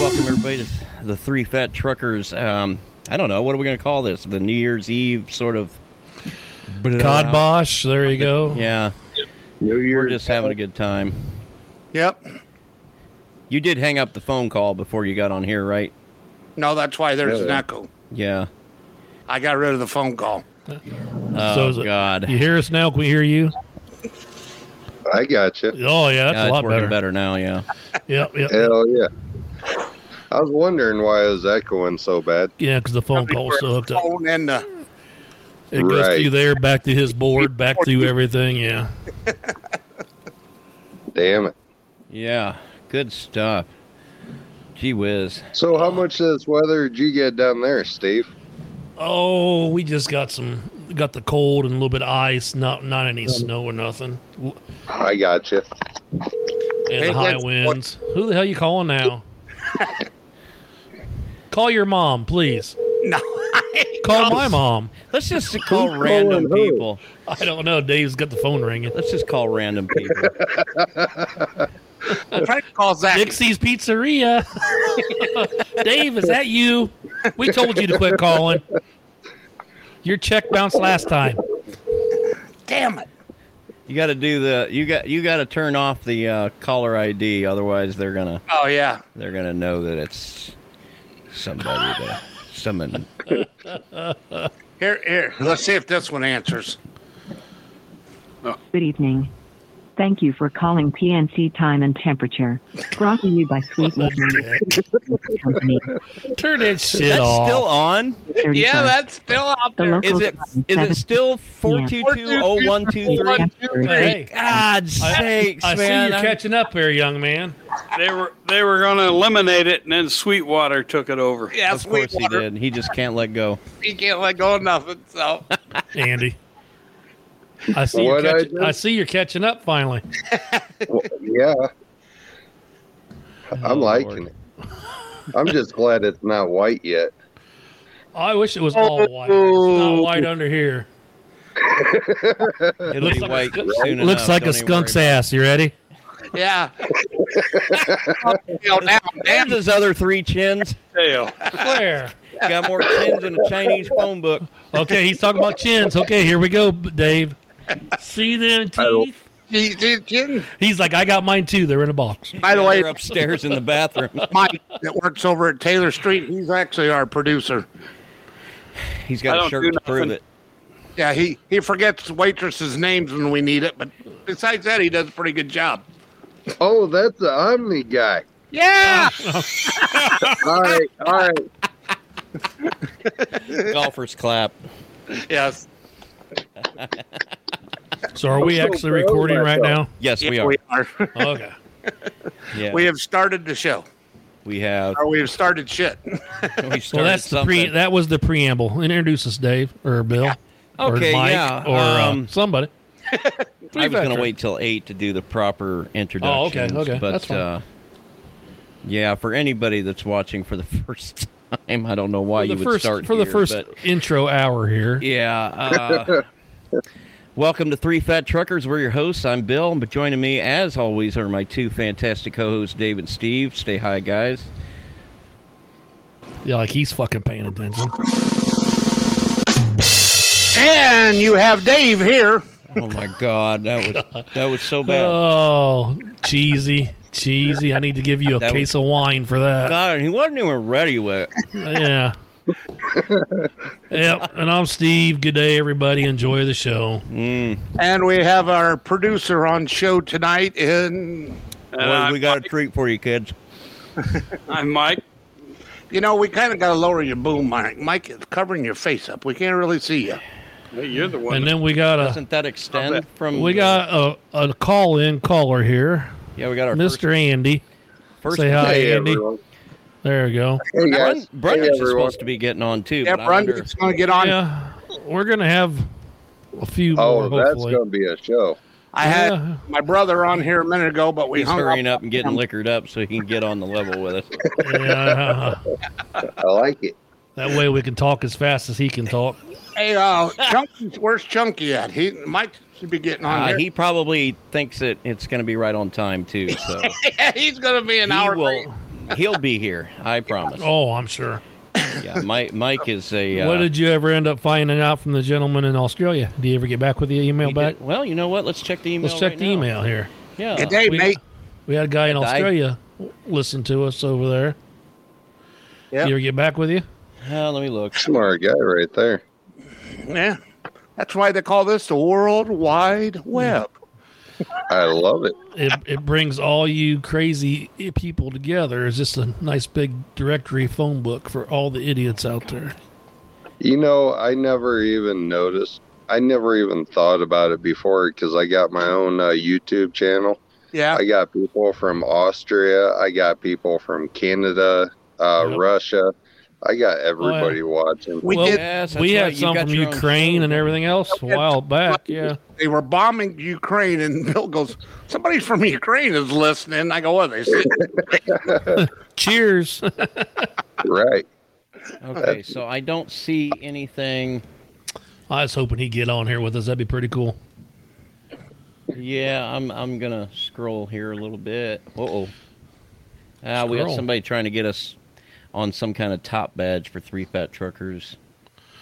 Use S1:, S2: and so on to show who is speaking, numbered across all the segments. S1: Welcome everybody to the Three Fat Truckers. Um, I don't know what are we going to call this? The New Year's Eve sort of.
S2: Cod Bosch, there you go.
S1: Yeah,
S3: New
S1: we're
S3: Year's.
S1: just having a good time.
S4: Yep.
S1: You did hang up the phone call before you got on here, right?
S4: No, that's why there's an
S3: Yeah.
S4: echo.
S1: Yeah.
S4: I got rid of the phone call.
S1: Oh
S2: So is it-
S1: God.
S2: You hear us now? Can we hear you?
S3: I got you.
S2: Oh yeah, that's
S1: Yeah,
S2: a
S1: it's
S2: lot
S1: working
S2: better.
S1: better. now. Yeah.
S2: Yep, yep. Yeah,
S3: Hell yeah. I was wondering why it was echoing so bad.
S2: yeah, because the phone call was still hooked up.
S4: Phone and the,
S2: It goes
S3: Right.
S2: through there, back to his board, back through everything. Yeah.
S3: Damn it.
S1: Yeah. Good stuff. Gee whiz.
S3: So, how much of this weather did you get down there, Steve?
S2: Oh, we just got some, got the cold and a little bit of ice. Not not any snow or nothing. And
S3: I got you.
S2: the high
S4: that's-
S2: winds. Who the hell you calling now? Call your mom, please.
S4: no,
S2: Call my mom.
S1: Let's just call random
S3: who?
S1: people.
S2: I don't know. Dave's got the phone ringing.
S1: Let's just call random people.
S4: I'm trying to call Zach.
S2: Dixie's Pizzeria. Dave, is that you? We told you to quit calling. Your check bounced last time.
S4: Damn it.
S1: You got to do the. You got. You got to turn off the uh, caller ID. Otherwise, they're gonna.
S4: Oh, yeah.
S1: They're gonna know that it's somebody to summon.
S4: Here, here. Let's see if this one answers.
S5: Good evening. Thank you for calling PNC Time and Temperature. Brought to you by Sweetwater Company.
S2: Turn that shit
S1: That's
S2: off.
S1: still on.
S5: 35.
S4: Yeah, that's still out
S5: The
S4: there.
S5: local
S1: Is it
S5: time,
S1: is it
S5: 7
S1: still four two two oh one two three?
S2: Hey,
S1: God sakes,
S2: I see
S1: man!
S2: you're catching up there, young man.
S6: They were they were going to eliminate it, and then Sweetwater took it over.
S4: Yeah,
S1: of course he
S4: Sweetwater.
S1: did. He just can't let go.
S4: He can't let go of nothing. So,
S2: Andy. I see, you're
S3: What I
S2: catching,
S3: do?
S2: I, see you're catching up finally.
S3: Well, yeah. I'm
S1: Oh,
S3: liking
S1: Lord.
S3: it. I'm just glad it's not white yet.
S2: Oh, I wish it was all white. It's
S3: Oh.
S2: not white under here.
S1: It'll
S2: Looks
S1: be
S2: like a
S1: white
S2: skunk-
S1: soon
S2: Looks
S1: enough.
S2: like
S1: Don't
S2: a
S1: even
S2: skunk's
S1: worry
S2: ass. You ready?
S4: yeah. Fell down.
S1: about it. There's his other three chins.
S6: Dale.
S2: Where?
S1: Got more chins than a Chinese phone book.
S2: Okay, he's talking about chins. Okay, here we go, Dave. See them
S3: don't-
S2: teeth?
S4: She- she- she-
S2: He's like, I got mine too. They're in a box.
S4: By the way,
S1: They're upstairs in the bathroom.
S4: Mike that works over at Taylor Street, he's actually our producer.
S1: He's
S6: I
S1: got a
S6: don't
S1: shirt
S6: do
S1: to prove
S6: nothing.
S1: it.
S4: Yeah, he, he forgets waitresses' names when we need it, but besides that, he does a pretty good job.
S3: Oh, that's the Omni guy.
S4: Yeah.
S3: All right. All right.
S1: Golfers clap.
S4: yes.
S2: So are we
S3: so
S2: actually
S3: proud of
S2: recording right now?
S1: Yes, we
S4: Yeah,
S1: are.
S4: We, are.
S2: Okay.
S1: yeah,
S4: we have started the show,
S1: we have.
S4: or we have started shit.
S1: We
S2: Well,
S1: started
S2: that's the pre.
S1: something.
S2: That was the preamble. Introduce us, Dave or Bill or
S1: Okay,
S2: Mike
S1: yeah,
S2: or uh,
S1: um,
S2: somebody.
S1: I was going
S2: Three-factor.
S1: to wait till eight to do the proper introductions.
S2: Oh, okay,
S1: But
S2: that's fine.
S1: Uh, yeah, for anybody that's watching for the first time, I don't know why
S2: for
S1: you
S2: the
S1: would
S2: first
S1: start
S2: for the
S1: here,
S2: first
S1: but-
S2: intro hour here.
S1: yeah. Uh, welcome to Three Fat Truckers. We're your hosts. I'm Bill, but joining me, as always, are my two fantastic co-hosts, Dave and Steve. Stay high, guys.
S2: Yeah, like he's fucking paying attention.
S4: and you have Dave here.
S1: Oh my God, that was that was so bad.
S2: Oh, cheesy, cheesy. I need to give you a
S1: That
S2: case of wine for that.
S1: God, he wasn't even ready with it.
S2: yeah. yep. And I'm Steve. Good day, everybody. Enjoy the show.
S4: And we have our producer on show tonight. And,
S6: And
S1: Well,
S6: I'm,
S1: we got a treat for you, kids.
S6: I'm Mike.
S4: you know, we kind of got to lower your boom, Mike. Mike, it's covering your face up. We can't really see you.
S6: Hey, you're the one.
S2: And then we got a
S1: Doesn't that extend from?
S2: we got a, a call in caller here,
S1: Yeah, we got our
S2: Mr. Andy.
S1: First,
S2: Say hi,
S3: Hey,
S2: Andy.
S3: everyone.
S2: There we go.
S3: Hey,
S1: Brun-
S3: guys.
S1: Brundage
S3: hey,
S1: is
S3: everyone.
S1: supposed to be getting on too.
S4: Yeah,
S1: but I wonder-
S4: Brundage going to get on.
S2: Yeah, we're gonna have a few
S3: Oh,
S2: more.
S3: that's
S2: Hopefully,
S3: going to be a show.
S4: I had
S2: Yeah.
S4: my brother on here a minute ago, but we
S1: He's
S4: hung
S1: hurrying
S4: up.
S1: up and getting liquored up so he can get on the level with us.
S2: yeah,
S3: I like it.
S2: that way we can talk as fast as he can talk.
S4: Hey, uh, Chunky, where's Chunky at? He Mike should be getting on
S1: Uh,
S4: here.
S1: he probably thinks that it's going to be right on time too. So
S4: yeah, he's going to be an
S1: he
S4: hour.
S1: will. He'll be here. I promise.
S2: Oh, I'm sure.
S1: Yeah, Mike. Mike is a. Uh,
S2: What did you ever end up finding out from the gentleman in Australia? Did you ever get back with the email
S1: he
S2: back?
S1: did- Well, you know what? Let's check the email.
S2: Let's check
S1: right
S2: the
S1: now.
S2: email here.
S1: Yeah.
S4: Good day,
S2: we-
S4: mate.
S2: We had a guy in
S1: Yeah, I-
S2: Australia listen to us over there.
S4: Yep.
S2: Did you ever get back with you?
S1: Uh, let me look.
S3: Smart guy right there.
S4: Yeah. That's why they call this the World Wide Web.
S1: Mm.
S3: I love it.
S2: It, it brings all you crazy i- people together. It's just a nice big directory phone book for all the idiots out there.
S3: You know, I never even noticed. I never even thought about it before because I got my own uh, YouTube channel.
S4: Yeah.
S3: I got people from Austria. I got people from Canada, uh,
S2: Yep.
S3: Russia. I got everybody watching.
S4: We
S2: Well,
S4: did.
S1: Yes, that's
S2: we
S1: right.
S2: had
S1: You've
S2: some
S1: got
S2: from
S1: your own
S2: Ukraine
S1: show.
S2: and everything else a while back. Yeah.
S4: They were bombing Ukraine, and Bill goes, "Somebody from Ukraine is listening." I go, "What?" They said,
S2: Cheers.
S3: Right.
S1: Okay, so I don't see anything.
S2: I was hoping he'd get on here with us. That'd be pretty cool.
S1: Yeah, I'm I'm gonna scroll here a little bit. Uh oh. Ah, we have
S2: Scroll.
S1: somebody trying to get us on some kind of top badge for three fat truckers.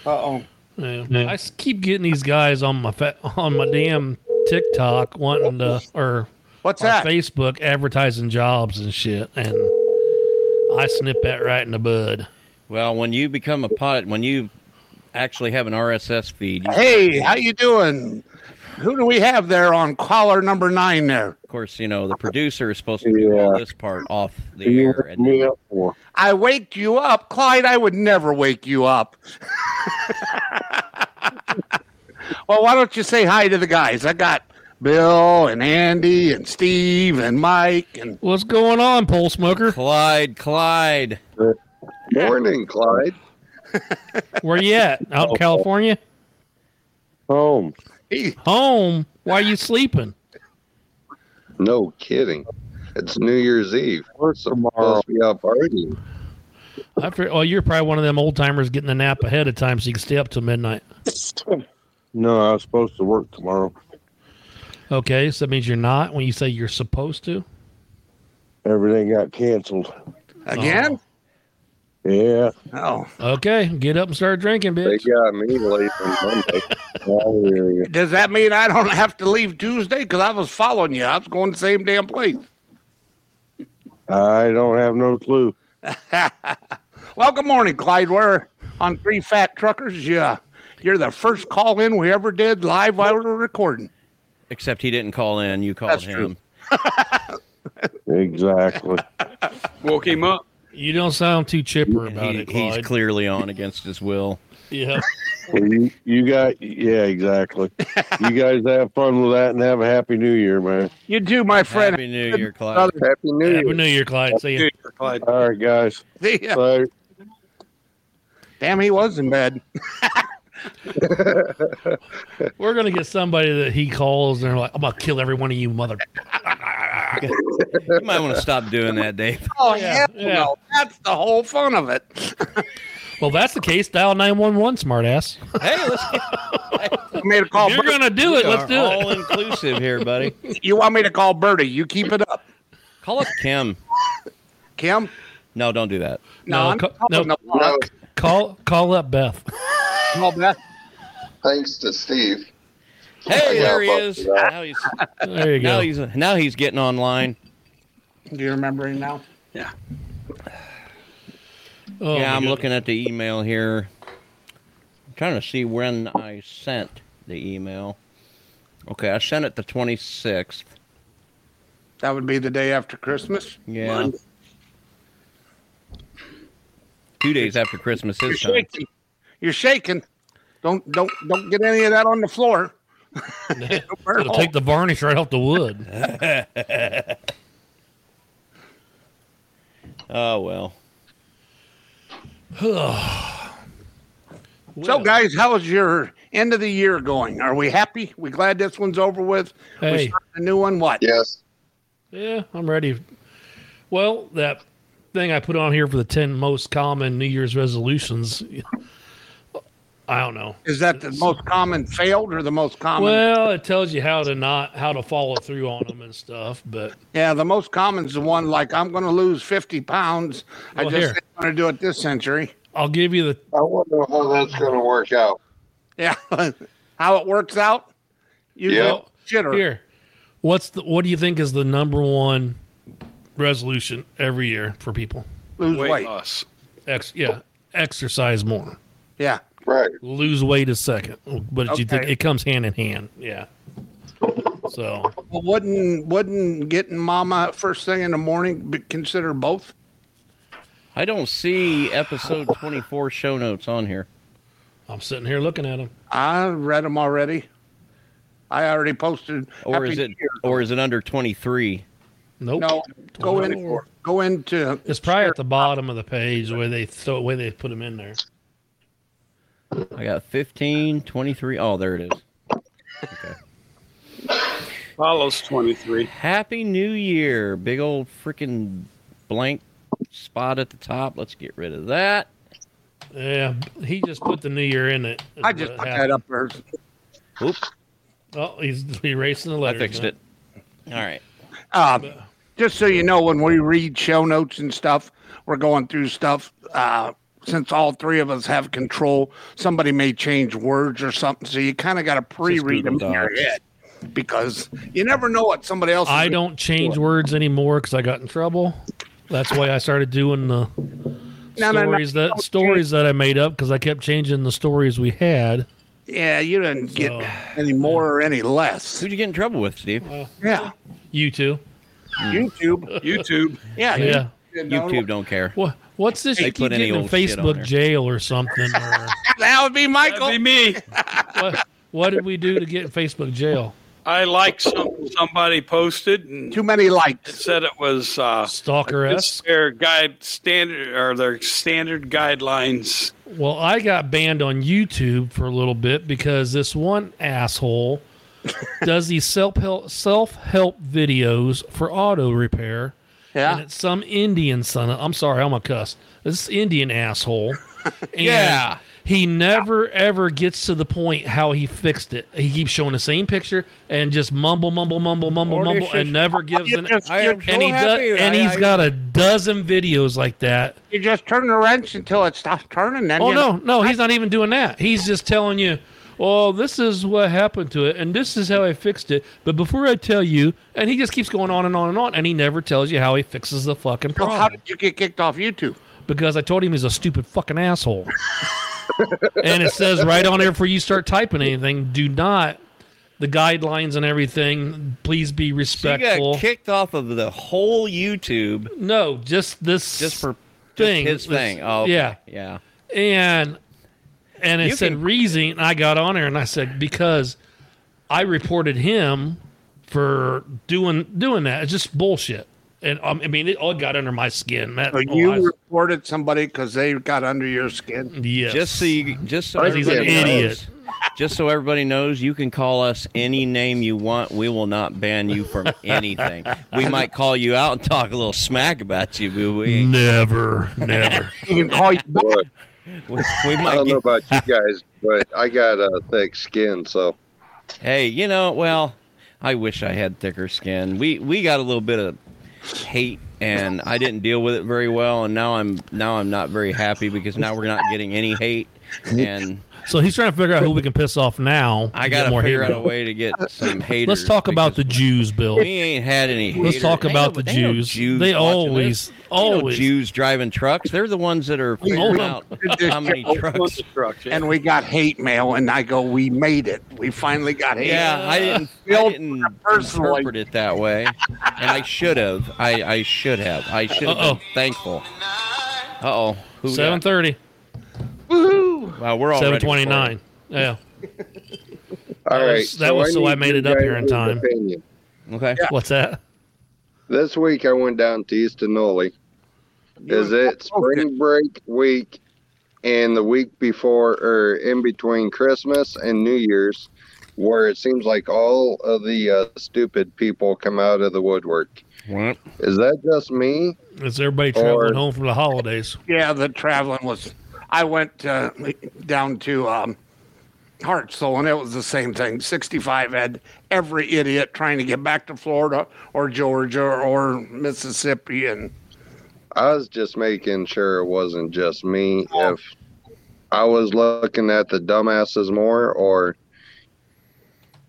S4: "Uh oh."
S2: Yeah. I s- keep getting these guys on my fa- on my damn TikTok wanting to or
S4: What's
S2: on
S4: that?
S2: Facebook advertising jobs and shit, and I snip that right in the bud.
S1: Well, when you become a pot, when you actually have an RSS feed, you,
S4: Hey, how you doing? Who do we have there on caller number nine? There,
S1: of course, you know the producer is supposed to do all
S3: Yeah.
S1: this part off the air, and then
S4: I waked you up, Clyde. I would never wake you up. well, why don't you say hi to the guys? I got Bill and Andy and Steve and Mike and
S2: What's going on, pole smoker?
S1: Clyde, Clyde.
S3: Morning, Clyde.
S2: Where you at?
S4: Oh.
S2: Out in California?
S3: Home.
S4: he,
S2: Home? Why you sleeping?
S3: No kidding. It's New Year's Eve. We're supposed to be out partying.
S2: I fig- well, you're probably one of them old timers getting a nap ahead of time so you can stay up till midnight.
S7: No, I was supposed to work tomorrow.
S2: Okay, so that means you're not when you say you're supposed to.
S7: Everything got canceled.
S4: again.
S7: Yeah,
S4: Oh.
S2: Okay, get up and start drinking,
S3: They
S2: bitch.
S3: got me late on Monday.
S7: I hear you.
S4: Does that mean I don't have to leave Tuesday? Because I was following you. I was going the same damn place.
S7: I don't have no clue.
S4: Well, good morning, Clyde. We're on Three Fat Truckers. Yeah, you're the first call in we ever did live while we were recording.
S1: Except he didn't call in. You called
S4: That's
S1: him.
S4: true.
S7: Exactly.
S6: Woke him up.
S2: You don't sound too chipper about
S1: He-
S2: it,
S1: he's
S2: Clyde.
S1: clearly on against his will.
S2: yeah.
S7: Well, you, you got yeah, exactly. You guys have fun with that and have a happy New Year, man.
S4: You too, my friend.
S1: Happy New Year, Clyde.
S4: Brother,
S3: Happy New
S2: Happy
S3: Year.
S2: New Year, Clyde. See ya.
S6: Clyde.
S7: All right, guys.
S4: see ya.
S7: Bye.
S4: Damn, he was in bed.
S2: We're gonna get somebody that he calls and they're like, "I'm gonna kill every one of you, mother."
S1: You might want to stop doing that, Dave.
S4: Oh
S2: Yeah,
S4: yeah,
S2: yeah.
S4: no, that's the whole fun of it.
S2: Well, if that's the case. Dial nine one one, smartass.
S1: Hey, let's
S4: You made a
S1: Oh,
S4: call.
S2: You're
S4: Birdie.
S2: gonna do it. Let's do
S1: all
S2: it.
S1: inclusive here, buddy.
S4: You want me to call Birdie? You keep it up,
S1: Call up Kim.
S4: Kim.
S1: No, don't do that.
S2: No,
S4: No, I'm
S2: ca-
S4: calling
S2: no.
S4: the block.
S2: Call call up Beth.
S4: Call Beth.
S3: Thanks to Steve.
S1: Hey,
S3: Yeah,
S1: there he
S3: fuck
S1: is.
S3: that.
S1: Now he's
S2: There you
S1: now
S2: go.
S1: he's now he's getting online.
S4: Do you remember him now?
S2: Oh,
S1: yeah,
S2: my
S1: I'm
S2: goodness.
S1: looking at the email here. I'm trying to see when I sent the email. Okay, I sent it the 26th.
S4: That would be the day after Christmas.
S1: Yeah. Two days after Christmas
S4: You're
S1: this time.
S4: shaking. You're shaking. Don't don't don't get any of that on the floor.
S2: It'll take the varnish right off the wood.
S1: Oh well.
S4: So, guys, how's your end of the year going? Are we happy? We glad this one's over with?
S2: Hey.
S4: We start a new one. What?
S3: Yes.
S2: Yeah, I'm ready. Well, that thing I put on here for the 10 most common New Year's resolutions, I don't know.
S4: Is that the most common failed or the most common?
S2: Well, it tells you how to not how to follow through on them and stuff, but
S4: yeah, the most common's the one like I'm going to lose 50 pounds. I
S2: Well,
S4: just
S2: here.
S4: ain't going to do it this century.
S2: I'll give you the
S3: I wonder how that's going to work out.
S4: Yeah, how it works out? You
S3: Yeah.
S4: know, shitter.
S2: here. What's the what do you think is the number one resolution every year for people?
S4: lose
S6: Weight
S4: weight.
S6: loss.
S2: Ex, yeah, exercise more.
S4: Yeah,
S3: Right.
S2: Lose weight is second, but you think
S4: Okay.
S2: it comes hand in hand. Yeah. So
S4: well, wouldn't wouldn't getting mama first thing in the morning be, consider both?
S1: I don't see episode 24 show notes on here.
S2: I'm sitting here looking at them.
S4: I read them already. I already posted.
S1: Or
S4: Happy
S1: is it
S4: New Year.
S1: or is it under 23?
S2: Nope.
S4: No, go in. Go into.
S2: It's probably at the bottom of the page where they throw where they put them in there.
S1: I got 15, 23. Oh, there it is.
S6: Follows 23.
S1: Happy New Year. Big old freaking blank spot at the top. Let's get rid of that.
S2: Yeah, he just put the new year in it.
S4: I just put that up there.
S1: Oop,
S2: Oh, he's erasing the
S1: I
S2: letters.
S1: fixed
S2: now.
S1: it. All right.
S4: Um, just so you know, when we read show notes and stuff, we're going through stuff. Uh, since all three of us have control, somebody may change words or something. So you kind of got to pre-read them
S1: Google
S4: in your
S1: Docs.
S4: head because you never know what somebody else. is
S2: I
S4: gonna-
S2: don't change words anymore because I got in trouble. That's why I started doing the
S4: No, no, no,
S2: stories
S4: you
S2: that
S4: don't
S2: stories that I made up because I kept changing the stories we had.
S4: Yeah, you didn't get
S2: So-
S4: any more or any less.
S1: Who'd you get in trouble with, Steve?
S4: Yeah,
S2: You two,
S4: YouTube.
S6: YouTube.
S4: Yeah,
S2: yeah.
S4: you- you know,
S1: YouTube don't care.
S2: What what's this?
S1: They
S2: you
S1: put
S2: keep
S1: any
S2: getting in
S1: old shit on
S2: Facebook
S1: there.
S2: jail or something? Or
S4: That would be Michael.
S6: That'd be me.
S2: what, what did we do to get in Facebook jail?
S6: I liked something somebody posted and
S4: Too many likes.
S6: said it was uh,
S2: Stalker
S6: it's
S2: s.
S6: their guide standard or their standard guidelines.
S2: Well, I got banned on YouTube for a little bit because this one asshole does these self help self help videos for auto repair.
S1: Ah.
S2: And
S4: Yeah,
S2: it's some Indian son. Of, I'm sorry, I'm a cuss. This Indian asshole. And
S4: Yeah.
S2: He never ever gets to the point how he fixed it. He keeps showing the same picture and just mumble, mumble, mumble, mumble,
S1: Or this
S2: mumble, and
S1: is-
S2: never gives
S4: You
S2: an.
S4: just-
S1: I am so
S2: And he does,
S1: happy.
S2: and
S1: I-
S2: he's
S1: I-
S2: got a dozen videos like that.
S4: you just turn the wrench until it stops turning. Then
S2: Oh
S4: you
S2: no, no, he's not even doing that. He's just telling you, "Well, this is what happened to it, and this is how I fixed it." But before I tell you, and he just keeps going on and on and on, and he never tells you how he fixes the fucking
S4: So how
S2: problem
S4: did you get kicked off YouTube?
S2: because I told him he's a stupid fucking asshole. and it says right on there before you start typing anything, do not the guidelines and everything. Please be
S1: You
S2: respectful.
S1: got kicked off of the whole YouTube
S2: no, just this,
S1: just for just
S2: thing,
S1: his
S2: this-
S1: thing. Oh, okay.
S2: yeah.
S1: yeah.
S2: and and it
S1: You
S2: said
S1: can-
S2: reason. And I got on there and I said because I reported him for doing doing that. It's just bullshit. And um, I mean, it all got under my skin. That,
S4: So
S2: oh,
S4: you
S2: I-
S4: reported somebody because they got under your skin.
S2: yes.
S1: Just so you, just so
S2: Because he's an
S1: everybody
S2: idiot.
S1: knows, just so everybody knows, you can call us any name you want. We will not ban you from anything. we might call you out and talk a little smack about you, but we
S2: Never, never.
S4: You can call you back.
S3: But
S1: we, we
S3: I
S1: might.
S3: don't know
S1: Get,
S3: about you guys, but I got a thick skin, so
S1: hey, you know, well, I wish I had thicker skin. We we got a little bit of hate. And I didn't deal with it very well, and now I'm now I'm not very happy because now we're not getting any hate, and
S2: so he's trying to figure out who we can piss off now.
S1: I
S2: to get
S1: gotta
S2: more
S1: figure out
S2: haters.
S1: a way to get some haters.
S2: Let's talk about
S1: because
S2: the Jews, Bill.
S1: We ain't had any.
S2: Let's
S1: haters.
S2: talk
S1: Ain't
S2: about
S1: no-
S2: the
S1: ain't no
S2: Jews.
S1: Jews
S2: They
S1: watching
S2: always,
S1: this. Ain't no
S2: always.
S1: Jews driving trucks. They're the ones that are figuring out how many trucks.
S4: And we got hate mail, and I go, "We made it. We finally got hate."
S1: Yeah, I didn't. I
S4: Bill
S1: didn't
S4: personally.
S1: interpret it that way, and I should have. I, I should have. I should have
S2: Uh-oh.
S1: been thankful. Uh oh.
S2: Seven thirty.
S1: Wow, we're all ready for it.
S2: 729. Yeah.
S3: All
S2: That
S3: right.
S2: was- that was so I
S3: need
S2: made
S3: you
S2: it up
S3: guys'
S2: here in time.
S3: opinion.
S1: Okay.
S2: What's that?
S3: This week I went down to East Noli. Is it spring break week and the week before or in between Christmas and New Year's, where it seems like all of the uh, stupid people come out of the woodwork?
S1: What?
S3: Is that just me?
S2: It's everybody traveling
S3: Or-
S2: home from the holidays.
S4: Yeah, the traveling was. I went uh, down to um, Hartsville, and it was the same thing. 65 had every idiot trying to get back to Florida or Georgia or Mississippi, and
S3: I was just making sure it wasn't just me. If I was looking at the dumbasses more, or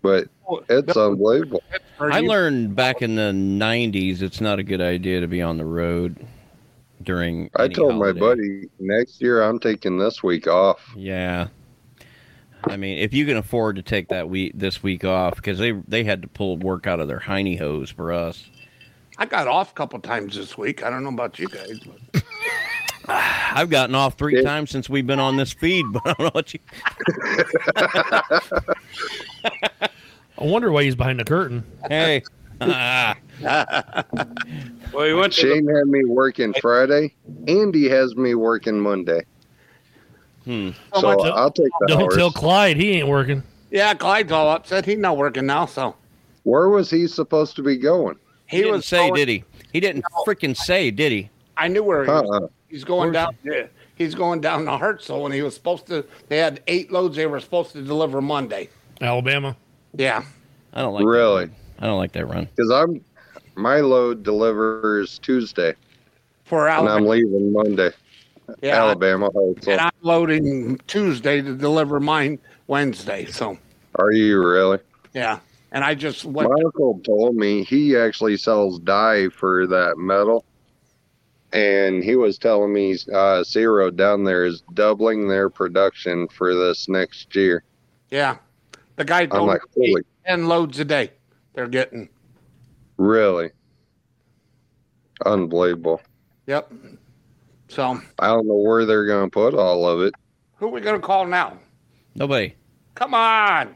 S3: but it's unbelievable.
S4: or
S1: I
S4: you-
S1: learned back in the '90s it's not a good idea to be on the road during.
S3: I
S1: any
S3: told my
S1: holiday.
S3: buddy next year I'm taking this week off.
S1: Yeah. I mean, if you can afford to take that week this week off, because they they had to pull work out of their hiney hose for us.
S4: I got off a couple times this week. I don't know about you guys. But
S1: I've gotten off three
S3: Yeah.
S1: times since we've been on this feed, but I don't know what you.
S2: I wonder why he's behind the curtain.
S1: Hey, ah,
S6: Well, he went to
S3: Shane had me working Friday. Andy has me working Monday.
S1: Hmm.
S3: So
S4: much-
S3: I'll take the
S2: Don't
S3: hours.
S2: tell Clyde he ain't working.
S4: yeah, Clyde's all upset. He's not working now, so
S3: Where was he supposed to be going?
S1: he, didn't
S4: was
S1: say,
S4: going-
S1: did he? He didn't freaking say, did he?
S4: I knew where he was.
S3: Uh-uh.
S4: He's going down. He's going down to Hartsville, and he was supposed to. They had eight loads they were supposed to deliver Monday.
S2: Alabama.
S4: Yeah,
S1: I don't like that
S3: Really?
S1: run. I don't like that run.
S3: Because I'm my load delivers Tuesday,
S4: for
S3: and I'm
S4: Alabama.
S3: leaving Monday.
S4: Yeah,
S3: Alabama. Huntsville.
S4: and I'm loading Tuesday to deliver mine Wednesday. So
S3: Are you really?
S4: yeah, and I just
S3: My
S4: went.
S3: uncle told me he actually sells dye for that metal. And he was telling me uh, Zero down there is doubling their production for this next year.
S4: Yeah, the guy
S3: I'm
S4: told
S3: like,
S4: me
S3: holy,
S4: ten loads a day. They're getting.
S3: really? Unbelievable.
S4: Yep. So
S3: I don't know where they're going to put all of it.
S4: who are we gonna call now?
S1: Nobody.
S4: Come on.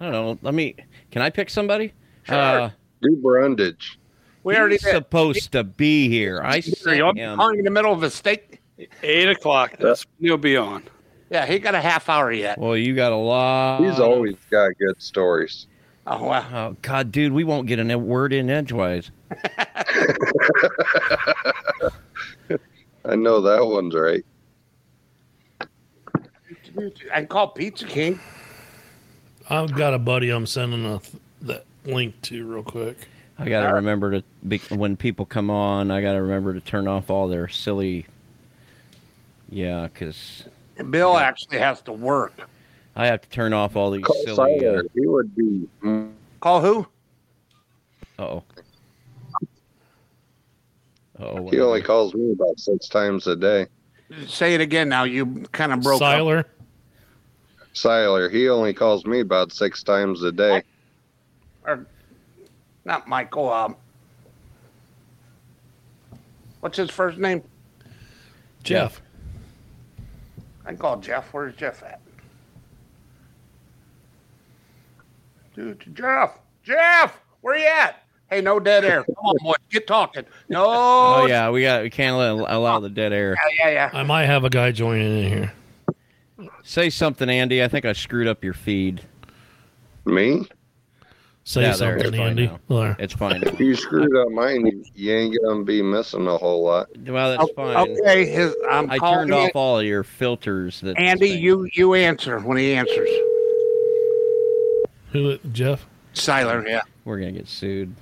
S1: I don't know. Let me. Can I pick somebody?
S4: Sure.
S1: Uh,
S3: Do Brundage.
S4: We already
S1: he's
S4: did.
S1: supposed to be here. I
S4: You're
S1: sent him.
S4: in the middle of a steak.
S6: eight o'clock. That's when he'll be on.
S4: Yeah, he got a half hour yet.
S1: Well, you got a lot.
S4: Uh,
S3: He's
S1: of-
S3: always got good stories.
S4: Oh wow.
S1: Oh God, dude, we won't get a word in edgewise.
S3: I know that one's right.
S4: I can call Pizza King.
S2: I've got a buddy I'm sending a th- that link to real quick.
S1: I got to remember to be, when people come on. I got to remember to turn off all their silly. Yeah, because
S4: Bill actually has to work.
S1: I have to turn off all these
S3: Cole
S1: silly. Uh
S3: Siler, he would be.
S4: Call who?
S1: oh. Oh,
S3: He only calls me about six times a day.
S4: Say it again now. You kind of broke up.
S2: Siler.
S3: Siler, he only calls me about six times a day.
S4: Or, not Michael. Um, what's his first name?
S2: Jeff.
S4: I call Jeff. Where's Jeff at? Dude, Jeff. Jeff, where you at? Hey, no dead air. Come on, boys, get talking. No.
S1: Oh yeah, we got. We can't allow, allow the dead air.
S4: Yeah, yeah,
S2: I might have a guy joining in here.
S1: Say something, Andy. I think I screwed up your feed.
S3: Me?
S2: Say
S1: Yeah, there,
S2: something,
S1: it's fine
S2: Andy.
S1: now.
S2: There.
S1: It's fine.
S3: If you screwed up mine, you ain't gonna be missing a whole lot.
S1: well, that's fine.
S4: Okay, his, I'm
S1: I
S4: calling
S1: turned off
S4: it.
S1: all of your filters. That
S4: Andy,
S1: thing-
S4: you you answer when he answers.
S2: Who? Jeff.
S4: Siler, yeah.
S1: We're gonna get sued.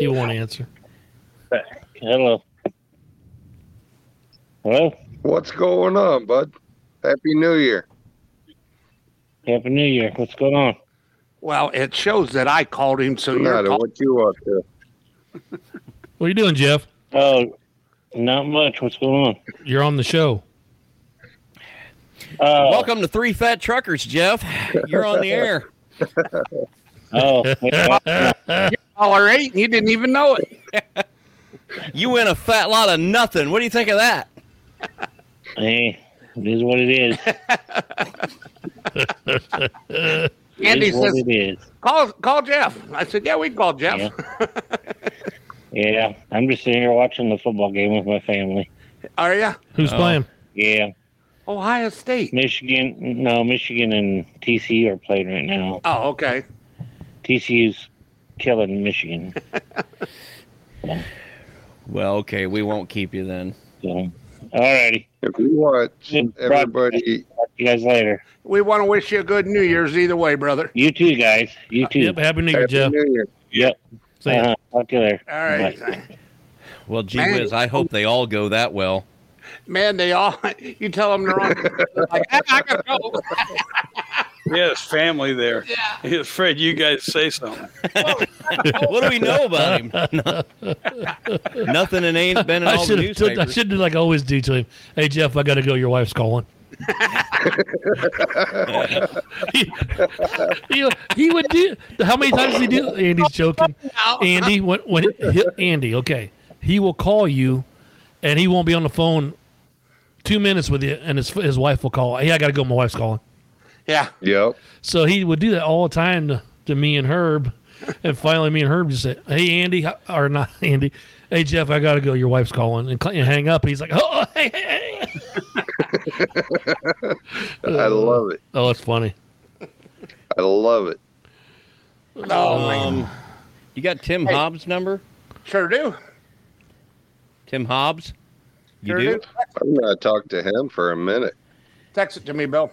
S2: He won't answer.
S7: Hello. Hello.
S3: What's going on, bud? Happy New Year.
S7: Happy New Year. What's going on?
S4: Well, it shows that I called him, so you're
S3: Nada,
S4: call-
S3: what you up to?
S2: What are you doing, Jeff?
S7: Oh, not much. What's going on?
S2: You're on the show.
S7: Oh,
S1: Welcome to Three Fat Truckers, Jeff. You're on the air.
S7: Oh,
S4: caller eight, and you didn't even know it.
S1: You win a fat lot of nothing. What do you think of that?
S7: hey,
S8: It is what it is. It
S4: Andy
S8: is what
S4: says,
S8: it is.
S4: call, call Jeff. I said, yeah, we can call Jeff.
S8: Yeah, I'm just sitting here watching the football game with my family.
S4: Are you?
S2: Who's
S1: Oh.
S2: playing?
S8: Yeah,
S4: Ohio State.
S8: Michigan. No, Michigan and TCU are playing right now.
S4: Oh, okay.
S8: TCU's killing Michigan.
S1: Well, okay, we won't keep you then.
S8: So, all righty.
S3: If you watch
S8: Good
S3: everybody,
S8: Talk to you guys later.
S4: We want to wish you a good New Year's either way, brother.
S8: You too, guys. You too.
S2: Yep, happy New Year,
S3: Happy
S2: Jeff.
S3: New Year.
S2: See ya.
S8: Uh-huh. Talk to you later.
S4: All right.
S8: Bye.
S1: Well, gee
S4: Man.
S1: whiz, I hope they all go that well.
S4: Man, they all, you tell them they're on. they're like, "Ah, I gotta go.
S6: He has family there. Yeah. He was afraid you guys say something.
S1: what do we know about him? Nothing and ain't been in
S2: I
S1: all the
S2: should have. I
S1: newspapers.
S2: should have like I always do to him. Hey Jeff, I gotta go. Your wife's calling. he, he- he would do. How many times did he do? Andy's joking. Andy, when when he, Andy, okay, he will call you, and he won't be on the phone two minutes with you, and his his wife will call. Hey, I gotta go. My wife's calling.
S4: Yeah.
S3: Yep.
S2: So he would do that all the time to, to me and Herb. And finally, me and Herb just said, Hey, Andy, h- or not Andy, hey, Jeff, I got to go. Your wife's calling. And, cl- and hang up. He's like, Oh, hey, hey, hey."
S3: I love it.
S2: Oh, it's funny.
S3: I love it.
S4: Oh, my God.
S1: Um, you got Tim Hobbs' number?
S4: Sure do.
S1: Tim Hobbs? You
S4: Sure do.
S3: I'm going to talk to him for a minute.
S4: Text it to me, Bill.
S1: do?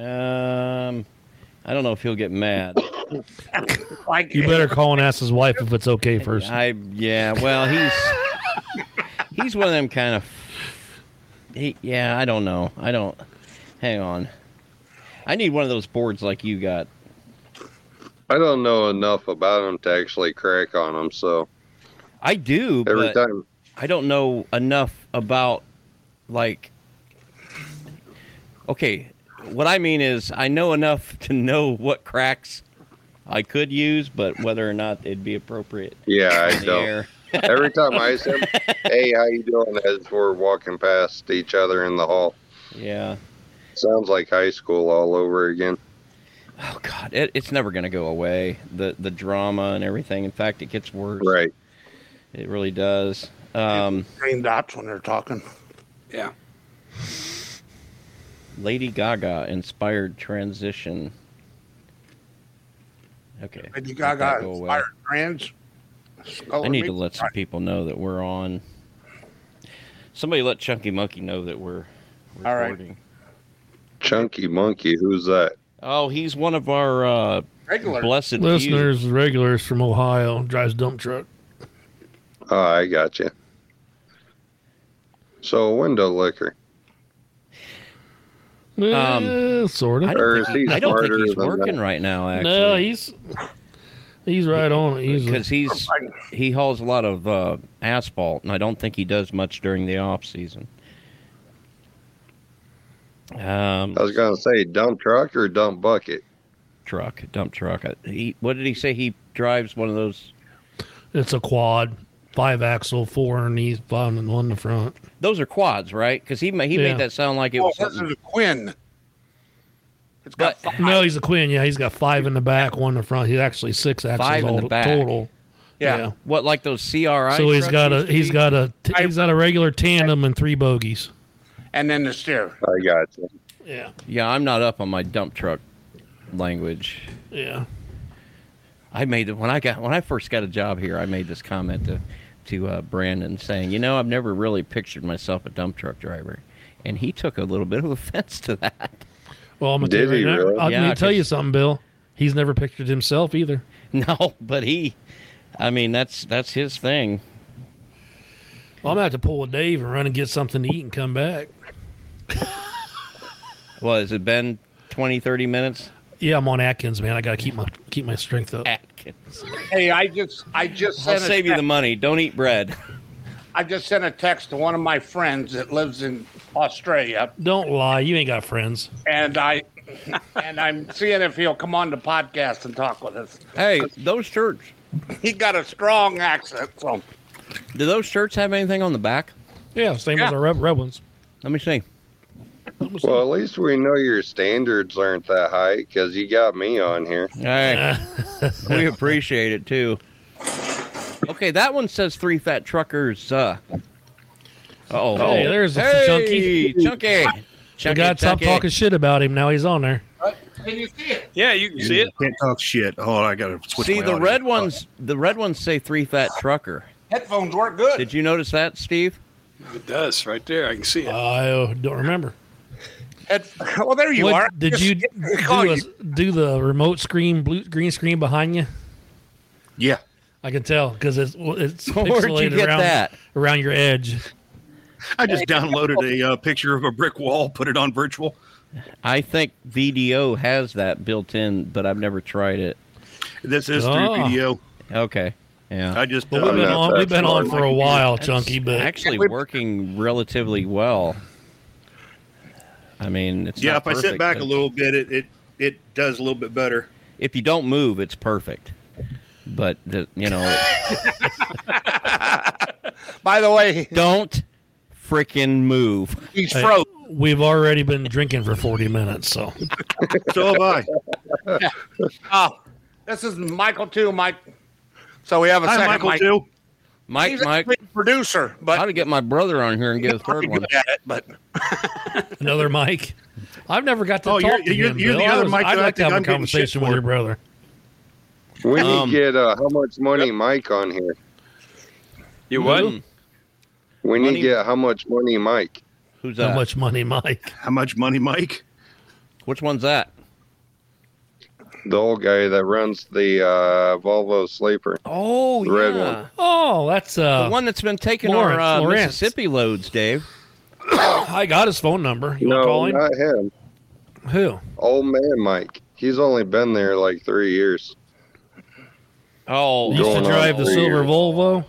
S1: Um, I don't know if he'll get mad.
S4: Like,
S2: You better call and ask his wife if it's okay first.
S1: I yeah. Well, he's he's one of them kind of. He, yeah, I don't know. I don't. Hang on. I need one of those boards like you got.
S3: I don't know enough about him to actually crack on him. So
S1: I do,
S3: every
S1: but
S3: time,
S1: I don't know enough about like. Okay, what I mean is I know enough to know what cracks I could use, but whether or not it'd be appropriate
S3: yeah,
S1: in
S3: I
S1: the
S3: don't.
S1: air.
S3: Every time I see him, hey, how you doing? As we're walking past each other in the hall,
S1: Yeah.
S3: sounds like high school all over again.
S1: Oh God, it, it's never gonna go away. The the drama and everything. In fact, it gets worse.
S3: Right.
S1: It really does. Um,
S4: green dots when they're talking.
S6: Yeah.
S1: Lady Gaga inspired transition. Okay.
S4: Lady
S1: let that
S4: Gaga
S1: go away.
S4: inspired trans.
S1: I need to let some people know that we're on. Somebody let Chunky Monkey know that we're
S4: All right.
S1: recording.
S3: Chunky Monkey, who's that?
S1: Oh, he's one of our uh,
S4: regular.
S1: blessed few.
S2: Listeners, regulars from Ohio, drives dump truck.
S3: Oh, I got you. So window licker,
S1: Um,
S2: Eh, sort
S1: I
S2: of.
S3: Or
S1: don't
S3: is
S1: think,
S3: he
S1: I don't think
S3: smarter
S1: he's
S3: than
S1: working
S3: that?
S1: right now. Actually,
S2: No, he's he's right on it.
S1: because
S2: He's
S1: he's he hauls a lot of uh, asphalt, and I don't think he does much during the off season. Um,
S3: I was gonna say dump truck or dump bucket.
S1: truck, dump truck. I- He, what did he say? He drives one of those
S2: it's a quad, five axle, four underneath, five and one in the front.
S1: those are quads, right? Because he ma- he
S2: Yeah.
S1: made that sound like it
S4: Oh,
S1: was.
S4: this
S1: something-
S4: is a Quinn. It's got
S1: But-
S4: five.
S2: No, he's a Quinn. Yeah, he's got five in the back, one in the front. He's actually six axles
S1: Five in
S2: all
S1: the back.
S2: total.
S4: Yeah.
S1: What like those CRI?
S2: So he's
S1: trucks
S2: got a
S1: used to
S2: he's
S1: be?
S2: got a t- he's got a regular tandem and three bogeys.
S4: and then the steer.
S3: I got you.
S2: Yeah,
S1: Yeah, I'm not up on my dump truck language.
S2: yeah.
S1: I made it when I got when I first got a job here. I made this comment to to uh, Brandon saying, you know, I've never really pictured myself a dump truck driver, and he took a little bit of offense to that.
S2: Well, I'm gonna
S3: Did
S2: tell
S3: he
S2: you, right now-
S3: really?
S2: I'm
S1: Yeah,
S2: gonna tell
S1: 'cause-
S2: you something, Bill. He's never pictured himself either.
S1: No, but he, I mean, that's that's his thing.
S2: Well, I'm gonna have to pull a Dave and run and get something to eat and come back.
S1: Well, has it been 20, 30 minutes?
S2: Yeah, I'm on Atkins, man. I gotta keep my keep my strength up.
S1: Atkins,
S4: Hey, I just I just
S1: I'll
S4: sent a
S1: save you the
S4: text-
S1: money. Don't eat bread.
S4: I just sent a text to one of my friends that lives in Australia,
S2: Don't lie, you ain't got friends.
S4: and I and I'm seeing if he'll come on the podcast and talk with us.
S1: Hey, those shirts.
S4: He got a strong accent, so
S1: Do those shirts have anything on the back?
S2: Yeah, same as
S4: Yeah.
S2: our red, red ones.
S1: Let me see.
S3: Well, at least we know your standards aren't that high because you got me on here.
S1: Hey, we appreciate it too. Okay, that one says three fat truckers. Uh, oh,
S2: Hey, there's a
S1: hey, chunky.
S2: I
S1: Chunky,
S2: got stop
S1: Chunky.
S2: talking shit about him. Now he's on there.
S6: Yeah, you can see it.
S9: Can't talk shit. Hold on, I gotta switch.
S1: See
S9: my
S1: the
S9: audio.
S1: red ones. The red ones say three fat trucker.
S4: Headphones work good.
S1: Did you notice that, Steve?
S6: It does right there. I can see it.
S2: I uh, don't remember.
S4: Head- well, there you
S2: What-
S4: are.
S2: Did
S4: Just-
S2: you
S4: they
S2: do,
S4: call
S2: a- do the remote screen, blue green screen behind you?
S9: Yeah.
S2: I can tell because it's well, it's
S1: Where'd you
S2: pixelated
S1: get
S2: around
S1: that?
S2: around your edge.
S9: I just downloaded a uh, picture of a brick wall, put it on virtual.
S1: I think VDO has that built in, but I've never tried it.
S9: This is
S2: Oh.
S9: through video.
S1: Okay, yeah.
S9: I just
S2: But
S9: uh,
S2: we've been
S3: that's
S2: on we've been on
S3: excellent.
S2: for a while, Chunky. But
S1: actually working relatively well. I mean, it's
S9: yeah.
S1: not
S9: If I sit
S1: perfect,
S9: back
S1: but
S9: a little bit, it, it it does a little bit better.
S1: If you don't move, it's perfect. But the, you know,
S4: By the way,
S1: don't freaking move.
S4: he's
S2: Hey,
S4: froze.
S2: we've already been drinking for forty minutes, so
S9: So have I.
S4: Oh, this is Michael too, Mike. So we have a
S9: Hi,
S4: second
S9: Michael.
S4: Mike.
S9: Too.
S1: Mike,
S4: He's a
S1: Mike,
S4: great producer,
S1: how
S4: but
S1: to get my brother on here and get a third
S4: pretty
S1: one?
S4: good at it. But
S2: another Mike. I've never got to
S9: Oh,
S2: talk
S9: you're-
S2: to
S9: you're-
S2: him,
S9: you're
S2: Bill.
S9: the
S2: I
S9: other
S2: was-
S9: Mike
S2: I'd
S9: that I
S2: like to
S9: think
S2: have a
S9: I'm getting shit
S2: conversation with
S9: for.
S2: your brother.
S3: We need
S1: Um,
S3: to get uh, how much money Mike on here.
S6: You what?
S1: Mm.
S3: We need
S1: Money-
S3: to get how much money Mike.
S1: Who's
S2: How
S1: that?
S2: much money, Mike?
S9: How much money, Mike?
S1: Which one's that?
S3: The old guy that runs the uh, Volvo sleeper.
S1: Oh,
S3: The red
S1: yeah.
S3: one.
S2: Oh, that's
S1: The
S2: uh.
S1: one that's been taking
S2: Lawrence,
S1: our uh,
S2: Lawrence.
S1: Mississippi loads, Dave.
S2: I got his phone number. You want to
S3: No,
S2: call him?
S3: not him.
S2: Who?
S3: Old man Mike. He's only been there like three years.
S1: Oh,
S3: Used
S2: Used to
S3: Going on
S2: drive the
S3: three
S2: silver
S3: years.
S2: Volvo.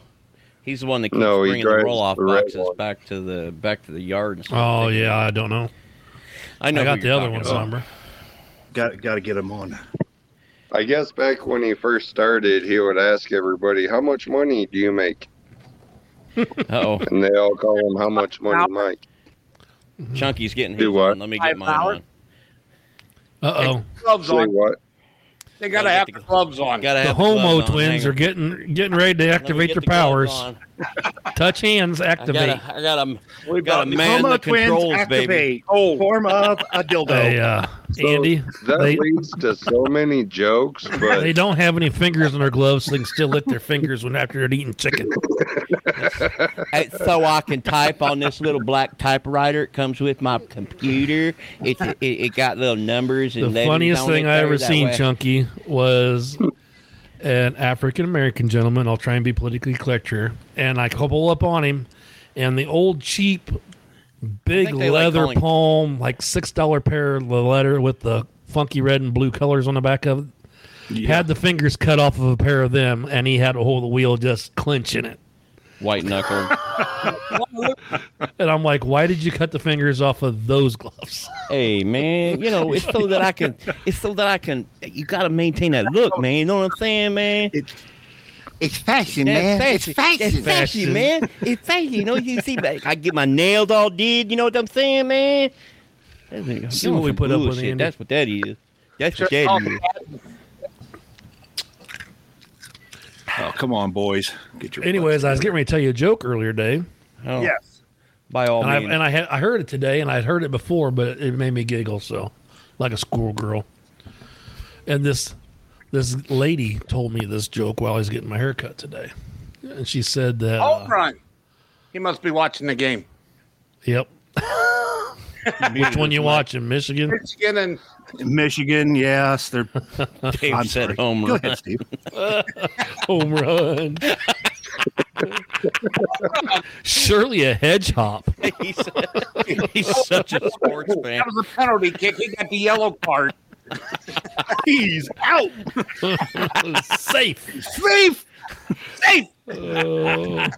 S1: He's the one that keeps
S3: No, he
S1: bringing the
S3: drives
S1: roll-off
S3: the red
S1: boxes
S3: one.
S1: back to the back to the yard. And stuff.
S2: Oh yeah, I don't know.
S1: I know.
S2: I
S1: who
S2: got the
S1: you're
S2: other
S1: talking
S2: one's
S1: about.
S2: number.
S9: Got got to get him on.
S3: I guess back when he first started, he would ask everybody, "How much money do you make?"
S1: Oh,
S3: And they all call him, "How much money, Mike?"
S1: Chunky's getting his
S3: Do what?
S1: one. Let me get
S4: Five
S1: mine.
S4: hours?
S1: on.
S2: Uh
S4: gloves
S3: Say
S4: on.
S3: what?
S4: They gotta have the gloves on.
S1: Gotta
S2: oh. The
S1: have
S2: Homo
S1: gloves on.
S2: twins
S1: Hang
S2: are
S1: on.
S2: getting getting ready to
S1: Let me
S2: activate
S1: get
S2: their
S1: the gloves
S2: powers.
S1: on.
S2: Touch hands,
S1: I got
S2: activate.
S1: a, I got a,
S4: We've
S1: got a man
S9: Homo
S1: that controls, baby.
S9: Oh, form of a dildo.
S2: Hey, uh, Andy,
S3: That
S2: they
S3: leads to so many jokes,
S2: they
S3: but
S2: don't have any fingers in their gloves, so they can still lick their fingers when after they're eating chicken.
S1: Hey, so I can type on this little black typewriter. It comes with my computer. It it, it got little numbers and
S2: The
S1: letters
S2: funniest
S1: on
S2: thing
S1: it
S2: I
S1: there
S2: ever
S1: that
S2: seen,
S1: way.
S2: Chunky, was an African American gentleman. I'll try and be politically correct here, and I couple up on him, and the old cheap, big
S1: they like
S2: leather
S1: calling-
S2: palm, like six dollar pair of the leather with the funky red and blue colors on the back of it. Had the fingers cut off of a pair of them, and he had a whole wheel just clinching it.
S1: White knuckle.
S2: And I'm like, why did you cut the fingers off of those gloves?
S1: hey man, you know it's so that I can. It's so that I can. You gotta maintain that look, man. You know what I'm saying, man?
S4: It's fashion,
S1: That's fancy. That's fancy,
S2: Fashion.
S1: man. It's fancy. You know, you see, like, I get my nails all did. You know what I'm saying, man? That's like,
S2: See
S1: I'm
S2: what we
S1: some
S2: put up with,
S1: bullshit.
S2: Andy.
S1: That's what that is. That's what
S4: Sure.
S1: that is.
S9: Oh, come on, boys. Get your
S2: Anyways, I was getting ready to tell you a joke earlier, Dave.
S1: Oh,
S9: Yes.
S1: By all
S2: and I,
S1: means.
S2: and I had I heard it today, and I'd heard it before, but it made me giggle so, like a schoolgirl. And this this lady told me this joke while I was getting my hair cut today, and she said that. uh,
S4: Home run. He must be watching the game.
S2: Yep. Which one you watching, Michigan?
S4: Michigan and
S9: Michigan, yes, they're.
S1: Dave
S9: I'm
S1: said
S9: sorry.
S1: home
S9: Go
S1: run.
S9: ahead, Steve.
S2: Home run. Surely a hedge hop.
S1: he's, he's such a sports fan.
S4: that was a penalty kick. He got the yellow card.
S9: He's out.
S2: Safe.
S4: Safe, safe.
S2: Oh.
S1: I